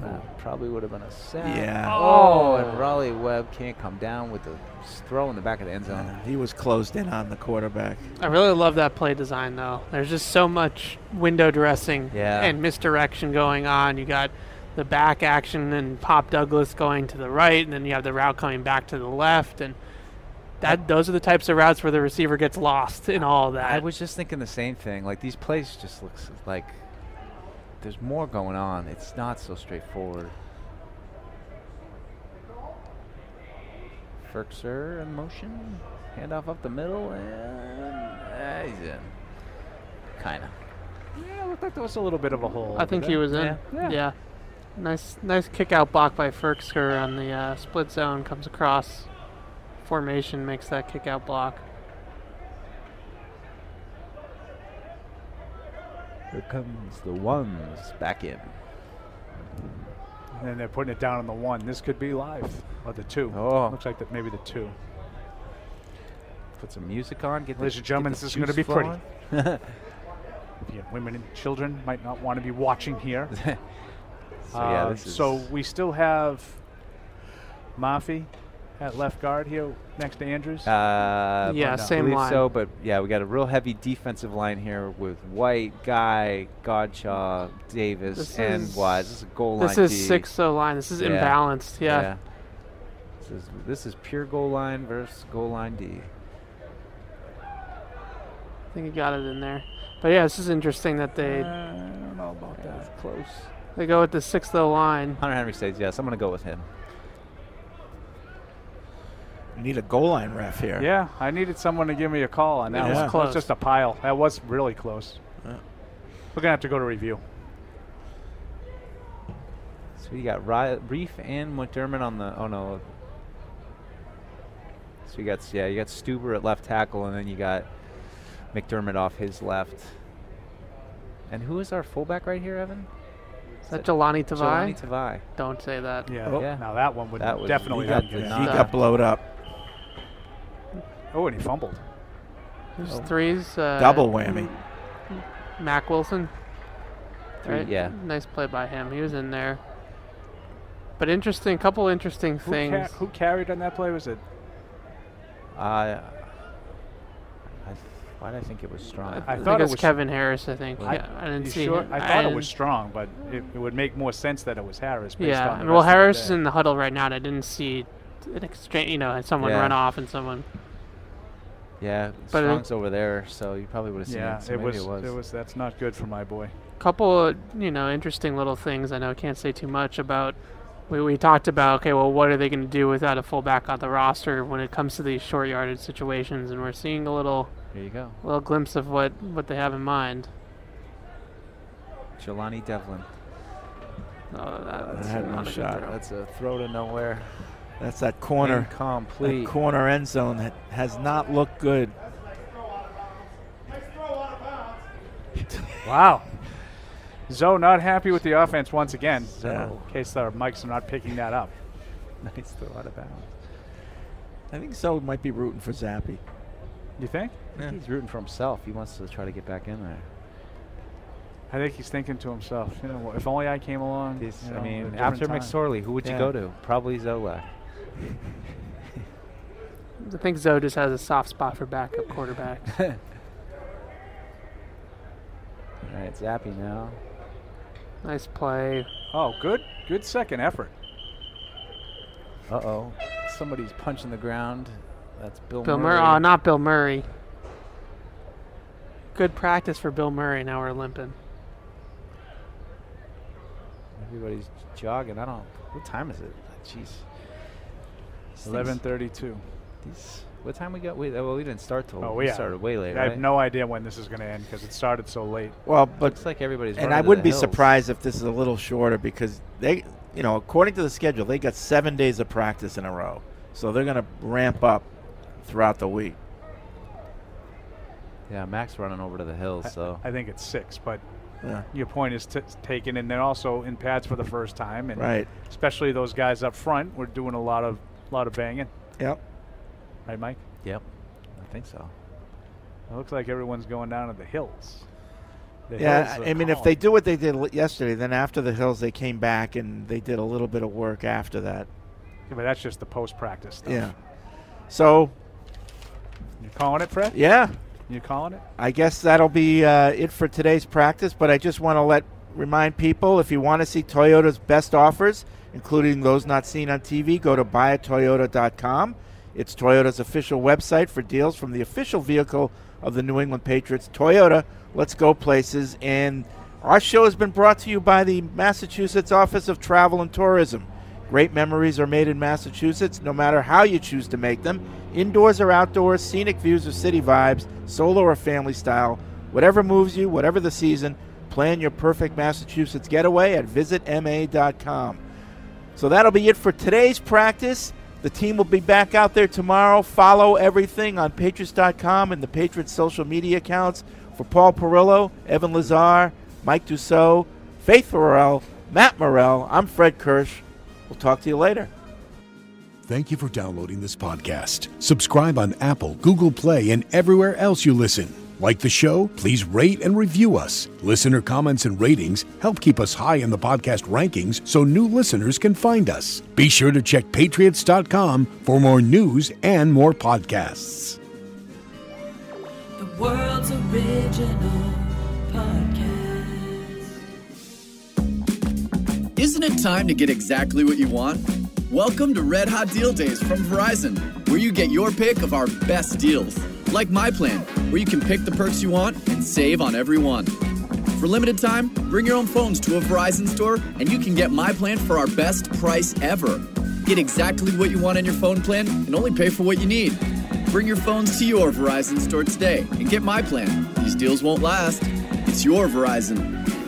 [SPEAKER 6] That probably would have been a sack.
[SPEAKER 1] Yeah.
[SPEAKER 6] Oh, and Raleigh Webb can't come down with the s- throw in the back of the end zone.
[SPEAKER 1] He was closed in on the quarterback.
[SPEAKER 7] I really love that play design though. There's just so much window dressing
[SPEAKER 6] Yeah.
[SPEAKER 7] and misdirection going on. You got the back action and Pop Douglas going to the right, and then you have the route coming back to the left, and that those are the types of routes where the receiver gets lost in all of that.
[SPEAKER 6] I was just thinking the same thing. Like these plays just looks like there's more going on. It's not so straightforward. Ferkser in motion, handoff up the middle, and uh, he's in. Kinda.
[SPEAKER 5] Yeah, it looked like there was a little bit of a hole.
[SPEAKER 7] I think he was in. Yeah. Nice, nice kick out block by Ferksker on the uh, split zone. Comes across formation, makes that kick out block.
[SPEAKER 6] Here comes the ones back in.
[SPEAKER 5] And they're putting it down on the one. This could be live or the two.
[SPEAKER 6] Oh.
[SPEAKER 5] Looks like that maybe the two.
[SPEAKER 6] Put some music on. Get the-
[SPEAKER 5] Ladies and
[SPEAKER 6] get
[SPEAKER 5] gentlemen,
[SPEAKER 6] the
[SPEAKER 5] this is going to
[SPEAKER 6] juice
[SPEAKER 5] be pretty.
[SPEAKER 6] flowing.
[SPEAKER 5] Yeah, women and children might not want to be watching here.
[SPEAKER 6] So, yeah,
[SPEAKER 5] Uh,
[SPEAKER 6] this
[SPEAKER 5] so
[SPEAKER 6] is-
[SPEAKER 5] we still have Mafi at left guard here next to Andrews.
[SPEAKER 6] Uh,
[SPEAKER 7] Yeah,
[SPEAKER 6] I
[SPEAKER 7] same
[SPEAKER 6] believe
[SPEAKER 7] line.
[SPEAKER 6] So, but yeah, we got a real heavy defensive line here with White, Guy, Godshaw, Davis,
[SPEAKER 7] This
[SPEAKER 6] and
[SPEAKER 7] is-
[SPEAKER 6] Wise. This is a goal
[SPEAKER 7] This
[SPEAKER 6] line.
[SPEAKER 7] is
[SPEAKER 6] D.
[SPEAKER 7] six O line. This is imbalanced. Yeah.
[SPEAKER 6] This is this is pure goal line versus goal line D.
[SPEAKER 7] I think he got it in there. But yeah, this is interesting that they
[SPEAKER 6] I don't know about that. It's close.
[SPEAKER 7] they go with the sixth O line.
[SPEAKER 6] Hunter Henry says yes. I'm going to go with him.
[SPEAKER 1] We need a goal line ref here.
[SPEAKER 5] yeah, I needed someone to give me a call on that.
[SPEAKER 1] That
[SPEAKER 5] one.
[SPEAKER 1] was
[SPEAKER 5] That
[SPEAKER 1] close.
[SPEAKER 5] just a pile. That was really close.
[SPEAKER 1] Yeah.
[SPEAKER 5] We're gonna have to go to review.
[SPEAKER 6] So you got Ry- Reef and McDermott on the. Oh no. So you got yeah, you got Stuber at left tackle, and then you got McDermott off his left. And who is our fullback right here, Evan?
[SPEAKER 7] Is that Jelani
[SPEAKER 6] Jelani
[SPEAKER 7] Tavai?
[SPEAKER 6] Tavai.
[SPEAKER 7] Don't say that.
[SPEAKER 5] Yeah.
[SPEAKER 6] Oh. Yeah.
[SPEAKER 5] Now that one would
[SPEAKER 6] That was-
[SPEAKER 5] definitely.
[SPEAKER 6] he got
[SPEAKER 5] have been-
[SPEAKER 1] He got blowed up.
[SPEAKER 5] oh, and he fumbled.
[SPEAKER 7] There's threes. Uh,
[SPEAKER 1] Double whammy.
[SPEAKER 7] Mac Wilson.
[SPEAKER 6] Three, yeah.
[SPEAKER 7] Nice play by him. He was in there. But interesting, couple interesting
[SPEAKER 5] Who, ca-
[SPEAKER 7] things.
[SPEAKER 5] who carried on that play? Was it?
[SPEAKER 6] Uh, I, why did I think it was strong?
[SPEAKER 5] I
[SPEAKER 7] I
[SPEAKER 5] thought
[SPEAKER 7] think
[SPEAKER 5] it
[SPEAKER 7] it's
[SPEAKER 5] was-
[SPEAKER 7] Kevin Harris. I think.
[SPEAKER 5] I-
[SPEAKER 7] Yeah, I didn't
[SPEAKER 5] you
[SPEAKER 7] see.
[SPEAKER 5] sure?
[SPEAKER 7] him.
[SPEAKER 5] I thought it
[SPEAKER 7] didn't-
[SPEAKER 5] was strong, but it, it would make more sense that it was Harris. Based
[SPEAKER 7] Yeah.
[SPEAKER 5] on the
[SPEAKER 7] and well,
[SPEAKER 5] rest of the
[SPEAKER 7] Harris
[SPEAKER 5] day.
[SPEAKER 7] is in the huddle right now, and I didn't see an exchange. You know, had someone
[SPEAKER 6] Yeah.
[SPEAKER 7] run off and someone.
[SPEAKER 6] yeah,
[SPEAKER 7] But it-
[SPEAKER 6] Strong's over there, so you probably would have seen
[SPEAKER 5] Yeah,
[SPEAKER 6] it. So
[SPEAKER 5] it
[SPEAKER 6] maybe
[SPEAKER 5] was,
[SPEAKER 6] it was.
[SPEAKER 5] It was. That's not good for my boy.
[SPEAKER 7] couple of, you know interesting little things i know i can't say too much about we, we talked about okay well what are they going to do without a fullback on the roster when it comes to these short yardage situations and we're seeing a little
[SPEAKER 6] Here you go,
[SPEAKER 7] little glimpse of what what they have in mind
[SPEAKER 6] Jelani Devlin.
[SPEAKER 7] uh,
[SPEAKER 1] I
[SPEAKER 7] that's
[SPEAKER 1] had no
[SPEAKER 7] not a good
[SPEAKER 1] shot.
[SPEAKER 7] throw.
[SPEAKER 6] That's a throw to nowhere.
[SPEAKER 1] That's that corner.
[SPEAKER 6] Incomplete.
[SPEAKER 1] That corner end zone that has not looked good.
[SPEAKER 5] Wow. Zoe not happy with the offense once again.
[SPEAKER 1] Yeah.
[SPEAKER 5] In case our mics are not picking that up.
[SPEAKER 6] nice throw out of bounds.
[SPEAKER 1] I think so. Might be rooting for Zappy.
[SPEAKER 5] You think?
[SPEAKER 6] think He's rooting for himself. He wants to try to get back in there.
[SPEAKER 5] I think he's thinking to himself, you know, if only I came along. you
[SPEAKER 6] I
[SPEAKER 5] know, at a
[SPEAKER 6] mean,
[SPEAKER 5] different
[SPEAKER 6] after
[SPEAKER 5] time.
[SPEAKER 6] McSorley, who would you
[SPEAKER 5] Yeah.
[SPEAKER 6] go to? Probably Zolak.
[SPEAKER 7] I think Zoe just has a soft spot for backup quarterbacks.
[SPEAKER 6] All right, Zappy now.
[SPEAKER 7] nice play.
[SPEAKER 5] Oh, good, good second effort.
[SPEAKER 6] Uh oh. Somebody's punching the ground. That's Bill,
[SPEAKER 7] Bill Murray.
[SPEAKER 6] Murray.
[SPEAKER 7] Oh, not Bill Murray. Good practice for Bill Murray. Now we're limping.
[SPEAKER 6] Everybody's jogging. I don't. What time is it? Jeez. These
[SPEAKER 5] Eleven
[SPEAKER 6] things-
[SPEAKER 5] thirty-two.
[SPEAKER 6] These. What time we got? We, well, we didn't start till.
[SPEAKER 5] Oh,
[SPEAKER 6] we
[SPEAKER 5] yeah.
[SPEAKER 6] started way later.
[SPEAKER 5] I
[SPEAKER 6] right?
[SPEAKER 5] have no idea when this is going to end because it started so late.
[SPEAKER 1] Well, but
[SPEAKER 6] Looks like everybody's
[SPEAKER 1] and
[SPEAKER 6] running
[SPEAKER 1] I
[SPEAKER 6] to
[SPEAKER 1] wouldn't
[SPEAKER 6] the
[SPEAKER 1] be
[SPEAKER 6] hills.
[SPEAKER 1] surprised if this is a little shorter because they, you know, according to the schedule, they got seven days of practice in a row, so they're going to ramp up throughout the week.
[SPEAKER 6] Yeah, Max running over to the hills. so.
[SPEAKER 5] I think it's six, but
[SPEAKER 1] Yeah.
[SPEAKER 5] your point is t- taken. And they're also in pads for the first time, and
[SPEAKER 1] Right.
[SPEAKER 5] especially those guys up front, we're doing a lot of lot of banging,
[SPEAKER 1] Yep.
[SPEAKER 5] right, Mike?
[SPEAKER 6] Yep. I think so.
[SPEAKER 5] It looks like everyone's going down to the hills. The
[SPEAKER 1] yeah,
[SPEAKER 5] hills
[SPEAKER 1] I
[SPEAKER 5] are
[SPEAKER 1] mean, if
[SPEAKER 5] calm.
[SPEAKER 1] they do what they did l- yesterday, then after the hills, they came back and they did a little bit of work after that.
[SPEAKER 5] Yeah, but that's just the post practice stuff.
[SPEAKER 1] Yeah. So
[SPEAKER 5] You calling it, Fred?
[SPEAKER 1] yeah,
[SPEAKER 5] You calling it?
[SPEAKER 1] I guess that'll be uh, it for today's practice, but I just want to let remind people if you want to see Toyota's best offers, including those not seen on TV, go to buyatoyota.com. It's Toyota's official website for deals from the official vehicle of the New England Patriots, Toyota. Let's go places. And our show has been brought to you by the Massachusetts Office of Travel and Tourism. Great memories are made in Massachusetts, no matter how you choose to make them indoors or outdoors, scenic views or city vibes, solo or family style. Whatever moves you, whatever the season, plan your perfect Massachusetts getaway at visitma.com. So that'll be it for today's practice. The team will be back out there tomorrow. Follow everything on Patriots.com and the Patriots social media accounts for Paul Perillo, Evan Lazar, Mike Dussault, Faith Morrell, Matt Morrell. I'm Fred Kirsch. We'll talk to you later.
[SPEAKER 2] Thank you for downloading this podcast. Subscribe on Apple, Google Play, and everywhere else you listen. Like the show? Please rate and review us. Listener comments and ratings help keep us high in the podcast rankings so new listeners can find us. Be sure to check patriots.com for more news and more podcasts.
[SPEAKER 3] The world's original podcast.
[SPEAKER 11] Isn't it time to get exactly what you want? Welcome to Red Hot Deal Days from Verizon, where you get your pick of our best deals. Like My Plan, where you can pick the perks you want and save on every one. For limited time, bring your own phones to a Verizon store and you can get My Plan for our best price ever. Get exactly what you want in your phone plan and only pay for what you need. Bring your phones to your Verizon store today and get My Plan. These deals won't last. It's your Verizon.